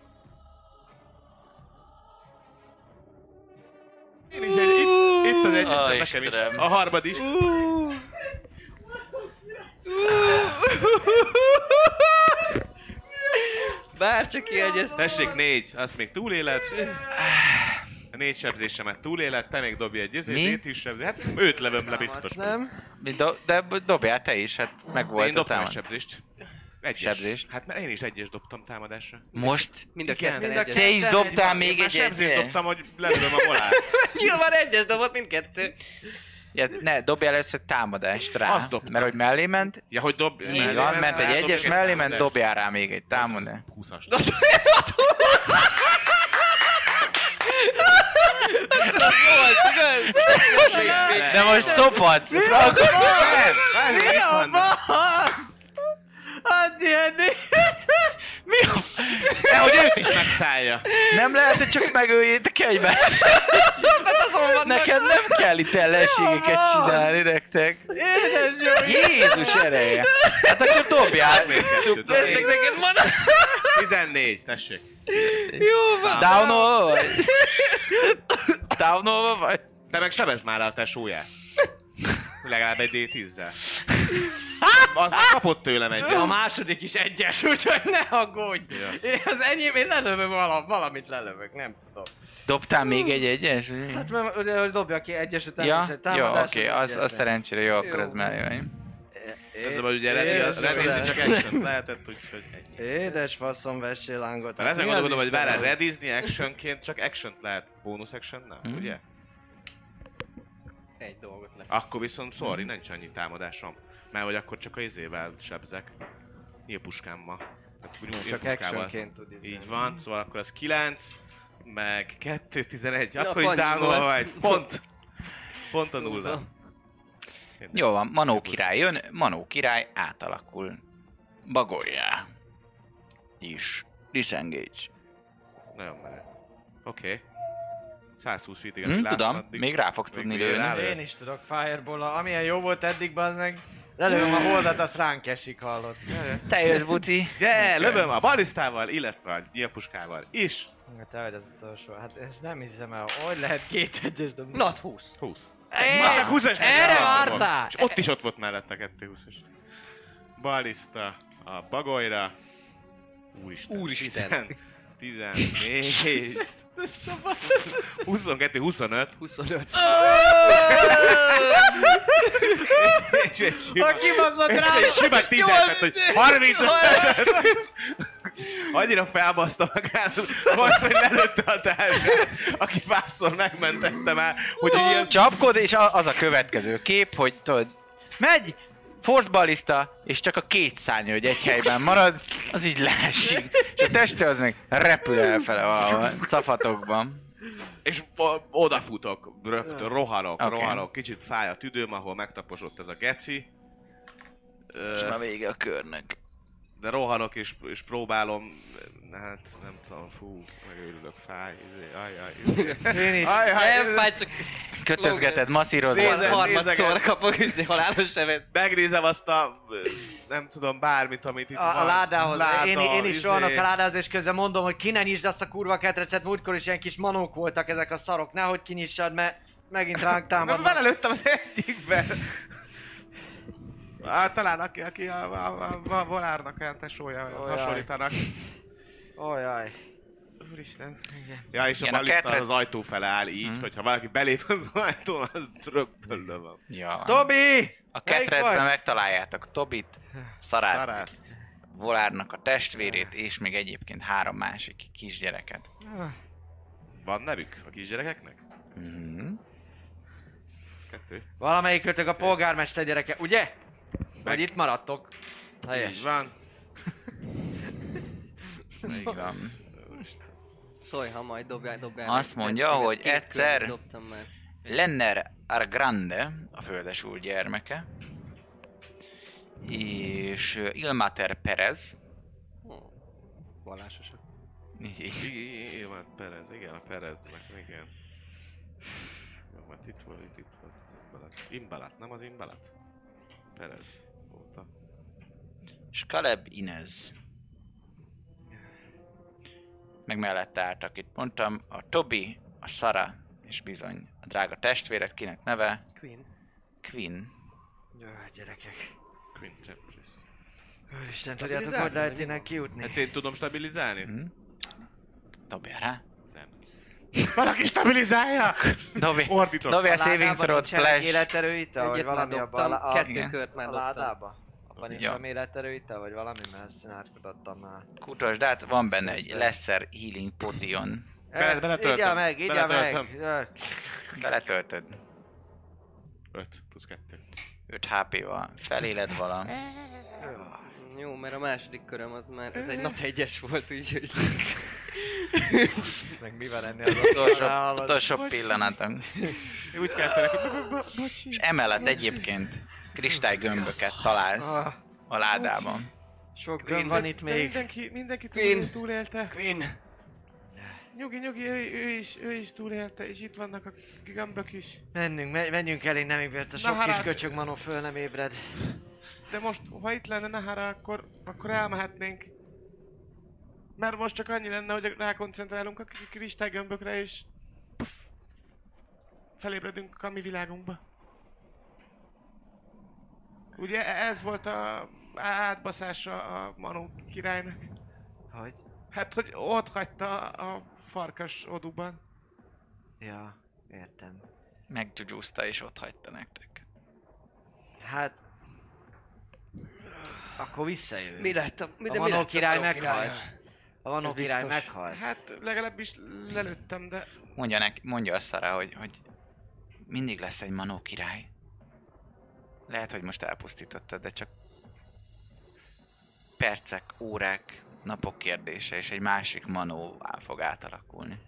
Én is egy, itt, itt az egyes,
Ó,
nekem
Istenem.
is. A harmad is.
Bárcsak kiegyeztem.
Tessék, négy, azt még túléled. A négy sebzésemet túléled, te még dobj egy izét,
Mi?
négy is sebzés. Hát őt lövöm le biztos.
Nem?
Mi Do- de b- dobjál te is, hát meg
Én
volt a
dobtam egy
támad.
sebzést. Egyes.
Sebzést?
Hát mert én is egyes dobtam támadásra.
Most?
Mind a
Igen,
ketten
mind a
egyes.
Te is dobtál még
Én már
egy
sebzést
egyet?
dobtam, hogy lelövöm a volált.
Nyilván egyes dobott mindkettő.
Ja, ne, dobjál ezt egy támadást rá.
Azt dobtam.
Mert hogy mellé ment,
Ja, hogy dob...
így van, ment egy egyes mellé, ment, dobjál rá még egy támadást.
20-as.
De most szopatsz! Franko,
Nem, nem,
Mi
itt
a
van.
basz? Addi, Addi!
De hogy őt is megszállja.
nem lehet, hogy csak megöljétek egymást. Nekem nem kell itt ellenségeket csinálni nektek.
Édes jó!
Jézus ereje! Hát akkor dobjál!
Még kettőt.
Ezek neked van.
14, tessék.
Jó van.
Downolva vagy? Downolva vagy?
De meg sebez már le a tesóját. Legalább egy D10-zel. Az már kapott tőlem egy.
A második is egyes, úgyhogy ne aggódj!
Ja.
Én az enyém, én lelövöm vala, valamit lelövök, nem tudom.
Dobtál még egy egyes?
Hát mert ugye, hogy dobja ki egyes után
Ja,
és egy
jó,
támadás.
oké, az, az szerencsére jó, akkor
Jó.
az mellé van.
Ez a ugye remél, remél, csak action lehetett, úgyhogy egy.
Édes faszom, vessél lángot.
Mert ezen
Mi az
gondolkodom, hogy
Istenem?
várjál, redizni actionként csak action lehet. Bónusz action nem,
Hmm?
Mhm.
ugye?
Egy dolgot le.
Akkor viszont
Hmm.
sorry, nincs annyi támadásom. Mert hogy akkor csak a izével sebzek. Nyílpuskámmal. Tehát úgy
Csak
nyílpuskával.
actionként tud izélni.
Így van, szóval akkor az 9, meg 2, 11, akkor is
pont
downol
nulla.
vagy. Pont. Pont a nulla.
Jó van, Manó király jön, Manó király átalakul. Bagoljá. Is. Disengage.
Nagyon menő. Oké. 120 feet
Hmm,
Hm, tudom, még rá fogsz
Még
tudni
ugye rá-
lőni.
Lelő.
Én is tudok fireball amilyen jó volt eddig, az meg. Lelőm a holdat, azt ránk esik, hallott.
Te jössz, buci.
De, lövöm a balisztával, illetve a nyilpuskával is.
Hát te vagy az utolsó, hát ezt nem hiszem el, hogy lehet két egyes dobni.
Not 20.
20.
Éj,
Már csak 20-es
erre
megvan.
vártál!
És ott is ott volt mellette 2 20 -es. Baliszta a bagolyra. Úristen.
Úristen.
10, 14,
szóval-
22, 25.
25.
És egy sima.
A kibaszott
És
rá!
egy sima 10 hogy 35
Harminc.
annyira felbaszta magát, most, hogy lelőtte a társát, aki párszor megmentette már, hogy egy ilyen
Csapkod, és a- az a következő kép, hogy tudod, megy, force ballista, és csak a két szárnya, hogy egy helyben marad, az így leesik. És a teste az meg repül elfele valahol, cafatokban.
És o- odafutok, rögtön rohanok,
Oké.
okay. rohanok, kicsit fáj a tüdőm, ahol megtaposott ez a geci. Ö,
És már vége a körnek.
De rohanok és, és próbálom, hát nem tudom, fú, megőrülök, fáj, izé, ajaj, izé.
Én is.
ajaj,
Nem
izé.
fáj, csak
Kötözgeted,
Nézem,
masszírozod.
nézem.
harmadszor kapok izé halálos sebet.
megnézem azt a, ö, nem tudom, bármit, amit itt
A, a
van.
ládához.
Láda,
én, én is
izé.
rohanok a ládához, és közben mondom, hogy ki ne nyisd azt a kurva ketrecet, múltkor is ilyen kis manók voltak ezek a szarok, nehogy kinyissad, mert megint ránk
Mert
támadnak.
belelőttem az egyikben. Hát talán aki, aki a, a, a, a volárnak olyan tesója,
Ajaj.
hasonlítanak.
Ojaj.
Úristen. Ja, és
Igen,
a
a
balista
ketret-
az ajtó fele áll így,
Mhm.
hogyha valaki belép az ajtón, az rögtön lövöm.
Ja.
Tobi!
A
Melyik
ketrecben
vagy?
megtaláljátok Tobit, Szarát,
Szarát.
Volárnak a testvérét, és még egyébként három másik kisgyereket.
Van nevük a kisgyerekeknek?
Mhm.
Mm-hmm.
Ez kettő.
Valamelyik kötök a polgármester gyereke, ugye? Vagy itt maradtok? Helyes.
Így van.
Így van.
Szólj, ha majd dobjál, dobjál.
Azt
meg.
mondja,
Egyszerre
hogy
két körbe
egyszer-
Dobtam már.
Lenner Argrande, a földes úr gyermeke, és ö, Ilmater Perez,
Ó, Vallásosak.
így, így,
Igen, igen, igen, van hát Perez, igen, a Pereznek, igen. Jó, mert itt volt, itt, itt volt az imbalat. Imbalat, nem az imbalat? Perez volt a...
és Caleb Inez. Meg mellette álltak itt, mondtam, a Tobi, a Sara, és bizony a drága testvéred, kinek neve
Queen.
Quinn.
Jaj, gyerekek.
Queen Templis.
Úristen,
Stabilizálni,
tudjátok, hogy lehet
vagy mi
innen
van?
Hát
kijutni?
én tudom stabilizálni?
Hm? Dobja rá.
Valaki stabilizálja!
Dobj,
Ordítok.
dobj a
A
saving
ládában
throw
nincsenek
flash.
életerőital, vagy
Egyet már
valami abban
dobtam,
a, a,
kettő
igen.
kört már
a
dobtam.
ládába? Abban nincs
Ja.
valami életerőital, vagy valami, mert ezt csinálkodottam már.
Kutasd át, van benne egy lesser healing potion.
Bele-
Ezt
beletöltöm.
Igyál meg, igyál meg!
Beletöltöm.
Jaj.
Beletöltöd.
5 plusz 2.
5 HP-val. Feléled vala.
Jó, mert a második köröm az már, ez egy
Mhm.
nat egyes volt, úgyhogy...
Ez Meg mi van ennél az
Utolsó,
Hallod.
utolsó pillanatom.
Úgy kell tényleg, hogy bocsi.
És emellett egyébként kristálygömböket találsz
Ah,
a ládában.
Sok gömb van itt
De
még.
Mindenki, mindenki
Queen.
túl, túlélte.
Queen!
Nyugi, nyugi, ő, ő, is, ő is túlélte, és itt vannak a gömbök is.
Mennünk, me- menjünk el innen, még a
Na,
sok
hát-
kis köcsög manó föl nem ébred.
De most, ha itt lenne Nahara, akkor, akkor elmehetnénk. Mert most csak annyi lenne, hogy rákoncentrálunk a k- kristálygömbökre, és... Puff, felébredünk a mi világunkba. Ugye e- ez volt a átbaszása a Manó királynak.
Hogy?
Hát, hogy ott hagyta a farkas oduban.
Ja, értem.
Meggyugyúzta és ott hagyta nektek.
Hát... Akkor visszajövünk.
Mi lett a... Mi,
A
de mi
Manó
lett
király
Manó királya?
meghalt. A Vanó
Ez
király
biztos.
meghalt.
Hát legalábbis lelőttem, de
Mondja, neki, mondja a Szara, hogy, hogy mindig lesz egy manó király. Lehet, hogy most elpusztítottad, de csak percek, órák, napok kérdése, és egy másik manóvá fog átalakulni.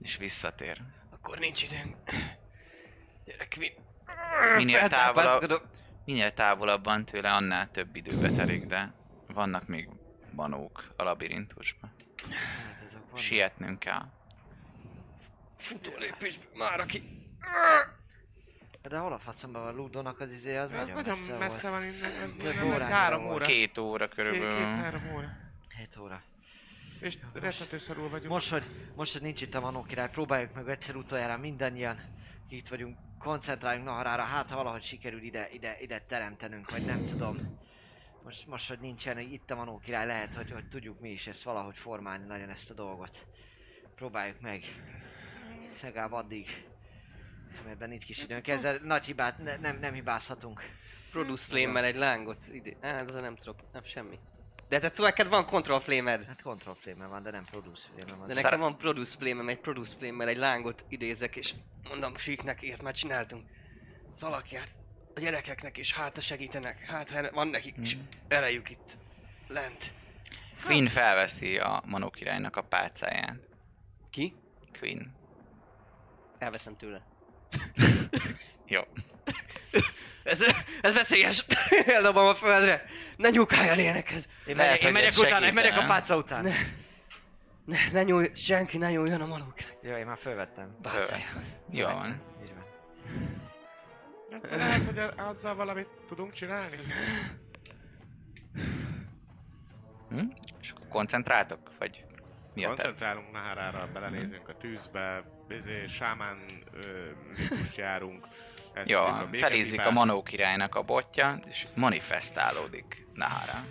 És visszatér.
Akkor nincs időnk. Gyere, Queen!
Minél távolabb,
Feltápászkodok.
minél távolabban tőle, annál több időbe telik, de vannak még manók a labirintusban.
Hát azok vannak.
Sietnünk kell.
Futó lépésből, már aki...
De hol a faszomban van Ludónak az izé, az
Ez
nagyon, messze, messze volt.
van innen, ez
Több
nem
órára
három
volt.
óra.
Két óra körülbelül.
Két-három óra.
7 óra.
És rettentő szarul vagyunk.
Most hogy, most, hogy nincs itt a Manó király, próbáljuk meg egyszer utoljára mindannyian. Itt vagyunk, koncentráljunk Naharára, hát ha valahogy sikerül ide, ide, ide teremtenünk, vagy nem tudom. Most, most, hogy nincsen itt a Manó király, lehet, hogy, hogy tudjuk mi is ezt valahogy formálni nagyon ezt a dolgot. Próbáljuk meg. Legalább addig. Mert ebben nincs kis időnk, ezzel nagy hibát ne, nem, nem hibázhatunk.
Produce flame-mel egy lángot ide. Á, hát ezzel nem tudok, nem semmi. De te neked van control flame-ed.
Hát control flame van, de nem produce flame van.
De nekem van produce flame egy produce flame egy lángot idézek, és mondom síknek, ért már csináltunk az alakját a gyerekeknek, és hát ha segítenek, hát ha van nekik is
Mhm.
erejük itt lent. Hát.
Queen felveszi a Manó királynak a pálcáját.
Ki?
Queen.
Elveszem tőle.
Jó.
Ez, ez veszélyes! Eldobom a földre! Ne nyúkáljál ilyenekhez!
Lehet,
Én, megyek, én
hogy
megyek
ez
utána, én megyek a
segítene.
pálca után.
Ne, ne, ne nyúlj, senki ne nyúljon a malóknak.
Jó, én már fölvettem.
Bácája.
Jó van.
Így van.
Ez Hát szóval lehet, hogy azzal valamit tudunk csinálni.
Hm? És akkor koncentráltok? Vagy mi a terv?
Koncentrálunk Nahárára, belenézünk a tűzbe, izé, sámán ö, ritmust járunk. eszünk
Jó,
békepipát.
felízik a Manó királynak a botja, és manifestálódik Nahára.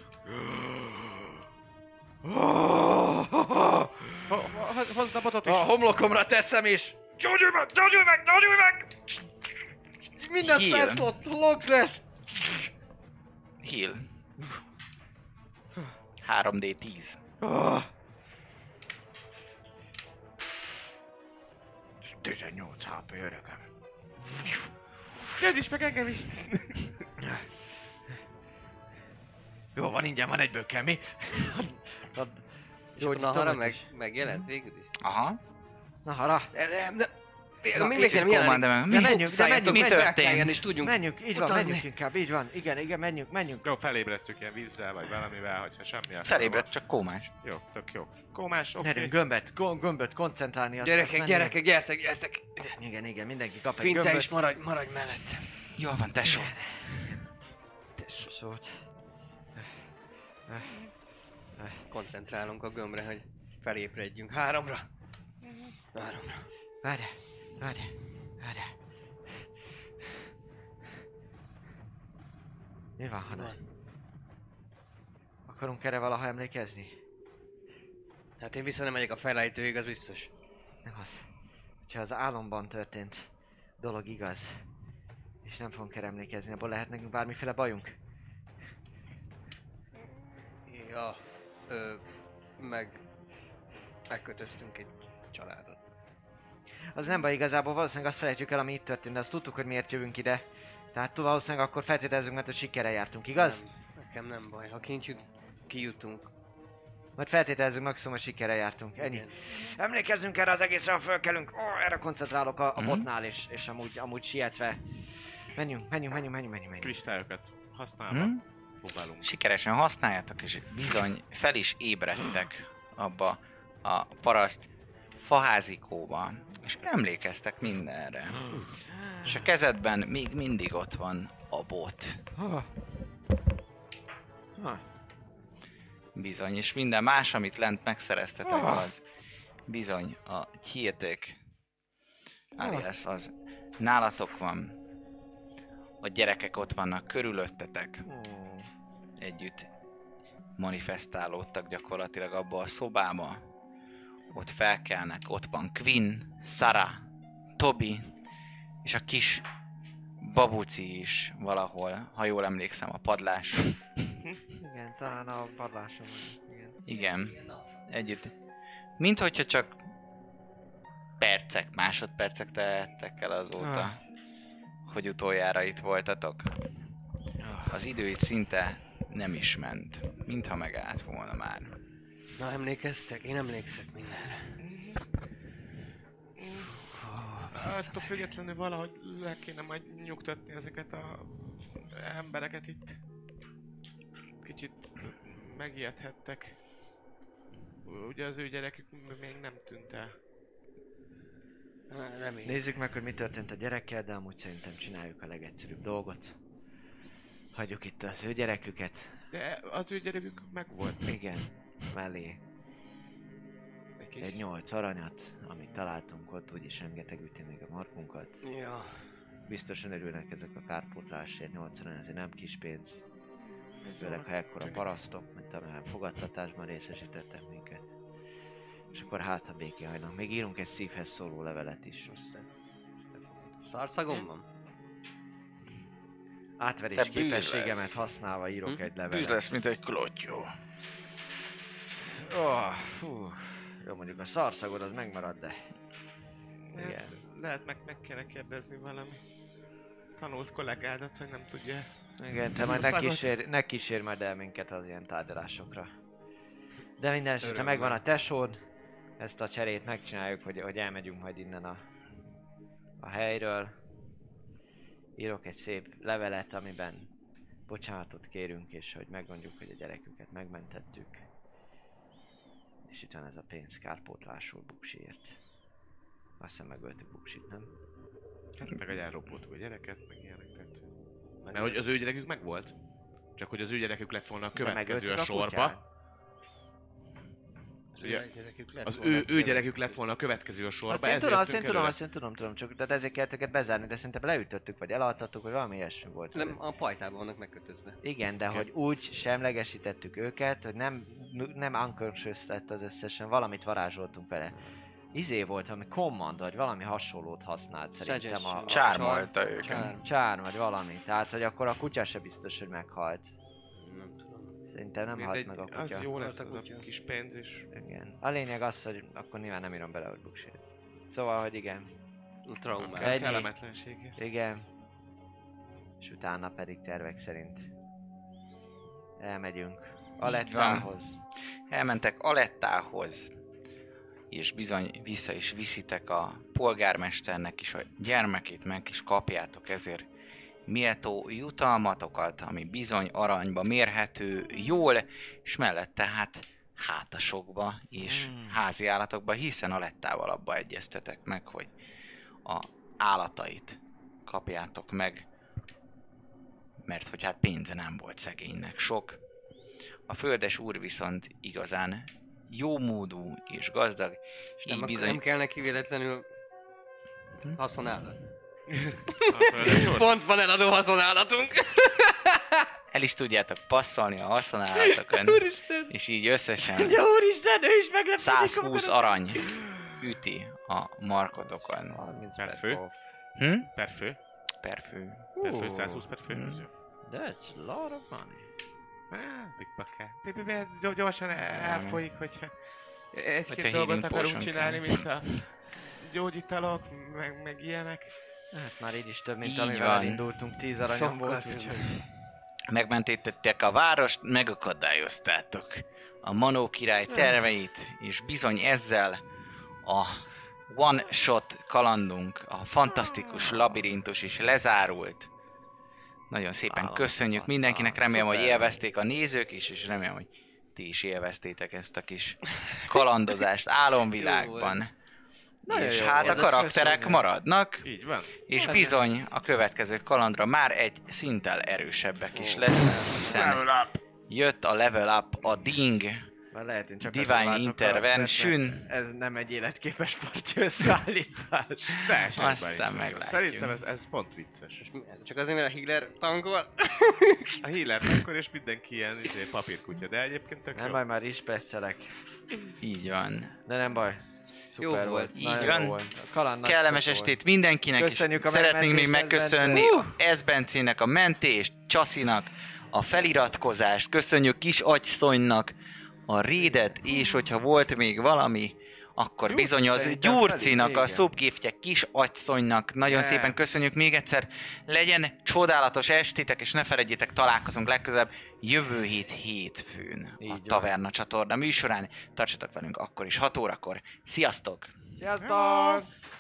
Ho- ho- ho- Hozd a botot is!
A homlokomra teszem is!
Gyógyulj meg! Gyógyulj meg! Gyógyulj meg!
Minden
Hír.
spellslot, logs lesz!
Heal. 3D10.
Oh,
18 HP öregem. Kérd is meg engem is!
jó, van ingyen, van egyből kell, mi?
És akkor Nahara meg, megjelent végül is.
Aha.
Nahara,
De nem, nem.
Na,
Még
kicsit
meg kell jelenni.
Commander,
De
mi?
menjünk, de menjünk,
mi történt?
És tudjunk
menjünk, így van,
utazni.
menjünk inkább, így van. Igen, igen, menjünk, menjünk.
Jó, felébresztjük ilyen vízzel, vagy valamivel, hogyha semmi a
Felébredt, csak kómás.
Jó, tök jó. Kómás, oké.
Nyerünk gömböt, gom- gömböt, koncentrálni azt.
Gyerekek,
azt
gyerekek, gyertek, gyertek!
menjünk. Igen, igen, mindenki kap egy
Queen, te is
gömböt.
maradj, maradj mellett.
Jól van, tesó.
Szóval,
Koncentrálunk a gömbre, hogy felébredjünk. Háromra. Háromra.
várjál, várjál, várjál. Mi van, ha nem? Akarunk erre valaha emlékezni?
Hát én vissza nem megyek a felejtőig, az biztos.
Nem az. Hogyha az álomban történt dolog igaz, és nem fogunk erre emlékezni, abból lehet nekünk bármiféle bajunk.
Ja. Ö, meg... Megkötöztünk egy családot.
Az nem baj igazából, valószínűleg azt felejtjük el, ami itt történt, de azt tudtuk, hogy miért jövünk ide. Tehát túl valószínűleg akkor feltételezünk, mert hogy sikerrel jártunk, igaz?
Nem, nekem nem baj, ha kincs jut, kijutunk.
Majd feltételezünk maximum, hogy sikerrel jártunk. Ennyi.
Igen.
Emlékezzünk erre az egészre, ha fölkelünk. Ó, erre koncentrálok a, a
Mhm.
botnál, és, és amúgy, amúgy sietve. Menjünk, menjünk, menjünk, menjünk, menjünk. menjünk.
Kristályokat használva
Hm?
próbálunk.
Sikeresen használjátok, és bizony fel is ébredtek abba a paraszt faházikóba, és emlékeztek mindenre.
Hmm.
És a kezedben még mindig ott van a bot.
Ha. Ha.
Bizony, és minden más, amit lent megszereztetek, az bizony a tiétek. Alias az nálatok van. A gyerekek ott vannak körülöttetek. Együtt manifestálódtak gyakorlatilag abba a szobába. Ott felkelnek, ott van Quinn, Sara, Tobi, és a kis babuci is valahol, ha jól emlékszem, a padlás.
Igen, talán a padlásom. van. Igen.
Igen. Együtt. Mint hogyha csak percek, másodpercek teltek el azóta,
Ah.
hogy utoljára itt voltatok. Az idő itt szinte nem is ment, mintha megállt volna már.
Na emlékeztek? Én emlékszek mindenre.
Attól Hát, függetlenül valahogy le kéne majd nyugtatni ezeket a embereket itt. Kicsit megijedhettek. Ugye az ő gyerekük m- még nem tűnt el.
Na, Remélem.
Nézzük meg, hogy mi történt a gyerekkel, de amúgy szerintem csináljuk a legegyszerűbb dolgot. Hagyjuk itt az ő gyereküket.
De az ő gyerekük megvolt.
Igen, mellé
Egy kis
egy nyolc aranyat, amit találtunk ott, úgyis rengeteg üti még a markunkat.
Ja.
Biztosan örülnek ezek a kárpótlásért, 8 arany azért nem kis pénz.
Ez
Főleg,
jó.
ha ekkora parasztok, mint amilyen fogadtatásban részesítettek minket. És akkor hát, ha béké hagynak. Még írunk egy szívhez szóló levelet is.
Szarszagom van?
Átverés
Te bűz
képességemet
lesz.
használva írok
Hm?
egy levelet.
Bűz lesz, mint egy klotyó.
Oh, fú. Jó, mondjuk a szarszagod az megmarad, de...
Hát, lehet meg, meg kéne kérdezni valami tanult kollégádat, hogy nem tudja.
Igen, te
Ezt
majd
a
ne
szagot.
kísér, ne kísér majd el minket az ilyen tárgyalásokra. De minden esetre
Örömmel.
megvan a tesód, ezt a cserét megcsináljuk, hogy, hogy elmegyünk majd innen a, a helyről. Írok egy szép levelet, amiben bocsánatot kérünk, és hogy megmondjuk, hogy a gyereküket megmentettük. És itt van ez a pénz kárpótlásul Buksiért. Azt hiszem megöltük Buksit, nem?
Hát meg, hogy elropoltuk a gyereket, meg ilyenek. Tehát... Mert hogy az ő gyerekük megvolt. Csak hogy az ő gyerekük lett volna a következő
megöltük
a
a
sorba.
Az
Ugye,
ő gyerekük lett
Az
volna
ő, ő
következő.
gyerekük lett volna a következő a sorba.
Azt én
ezért
tudom, azt én
jöttünk
tudom,
előre.
azt én tudom, tudom, csak tehát ezért kellett őket bezárni, de szerintem leütöttük, vagy elaltattuk, vagy valami ilyesmi volt.
Nem, a pajtában vannak megkötözve.
Igen, de hogy úgy semlegesítettük őket, hogy nem, nem unconscious lett az összesen, valamit varázsoltunk vele. Izé volt, ami command, vagy valami hasonlót használt szerintem a, a
Suggestion.
Csármolta őket.
Csár.
csár, vagy valami. Tehát, hogy akkor a kutya se biztos, hogy meghalt.
Nem tudom.
Szerintem nem halt
Mindegy,
meg a kutya.
Az jó lesz
Halt a
az Hát a
kutya.
kis pénz is.
Igen. A lényeg az, hogy akkor nyilván nem írom bele, hogy buksét. Szóval, hogy igen.
A traumák.
Ennyi.
Kellemetlensége.
Igen. És utána pedig tervek szerint elmegyünk Aletvához.
Elmentek Alettához, és bizony vissza is viszitek a polgármesternek is a gyermekét, meg is kapjátok ezért méltó jutalmatokat, ami bizony aranyba mérhető jól, és mellette hát hátasokba és házi állatokba, hiszen Alettával abba egyeztetek meg, hogy a állatait kapjátok meg, mert hogy hát pénze nem volt szegénynek sok, a földes úr viszont igazán jómódú és gazdag,
És
és
nem,
így
bizony... nem
bizony...
kell neki véletlenül haszonállat. Pont van eladó haszonállatunk.
El is tudjátok passzolni a haszonállatokon,
Úristen!
és így összesen
Ja, úristen, ő is meglepődik!
120 arany üti a markotokon.
30
Per
per
fő?
kop.
Hm?
Per fő.
Per fő.
Per
Ú,
fő, 120 per fő.
Mm.
az jó. Hát,
That's a lot of money.
Á, Big Bucket. Bi- bi-
hát
bi- gy- Gyorsan el- elfolyik, hogyha
Hogyha
egy-két
healing
dolgot akarunk
potion
csinálni,
kell.
mint a gyógyítalok, meg, meg ilyenek.
Hát már így is több, mint
Így
amivel
van.
indultunk, 10 aranyom
Sokkal
volt,
több.
úgyhogy...
Megmentettek a várost, megakadályoztátok a Manó király
Hm.
terveit, és bizony ezzel a One Shot kalandunk, a fantasztikus
Hm.
labirintus is lezárult. Nagyon szépen
Állam.
köszönjük mindenkinek,
Állam.
remélem, hogy
Szuper.
élvezték a nézők is, és remélem, hogy ti is élveztétek ezt a kis kalandozást álomvilágban.
Nagyon
és
jó
hát
volt.
a karakterek
Köszönjük.
maradnak,
Így van.
és bizony, a következő kalandra már egy szinttel erősebbek is lesznek, hiszen jött a level up, a ding,
Már lehet, én csak
Divine
azért váltok
Intervention.
alapvetően, mert Ez nem egy életképes parti összeállítás.
De semmi
Aztán
baj nincs.
meglátjuk.
Szerintem ez, ez pont vicces.
És Csak azért, mert a Hitler tankol.
A healer akkor és mindenki ilyen izé, papírkutya, de egyébként tök
Nem
jó.
baj, már is percelek.
így van.
De nem baj.
Jó
Szuper
volt.
volt.
Így
nagyon
van.
jó volt. A kaland nagy
Kellemes
cucc volt.
estét mindenkinek, és
Köszönjük a
szeretnénk még
megmentést,
megköszönni Esbencének a mentést, Csaszinak a feliratkozást, köszönjük Kis Agyszonynak a rédet, és hogyha volt még valami, akkor
Gyurci
bizony az
szerintem
Gyurcinak,
felé,
a
igen.
szubgiftje Kis Agyszonynak, nagyon
Ne.
szépen köszönjük még egyszer, legyen csodálatos estétek, és ne felejtjétek, találkozunk legközelebb jövő hét hétfőn
Így
a
van.
Taverna csatorna műsorán. Tartsatok velünk akkor is 6 órakor. Sziasztok!
Sziasztok!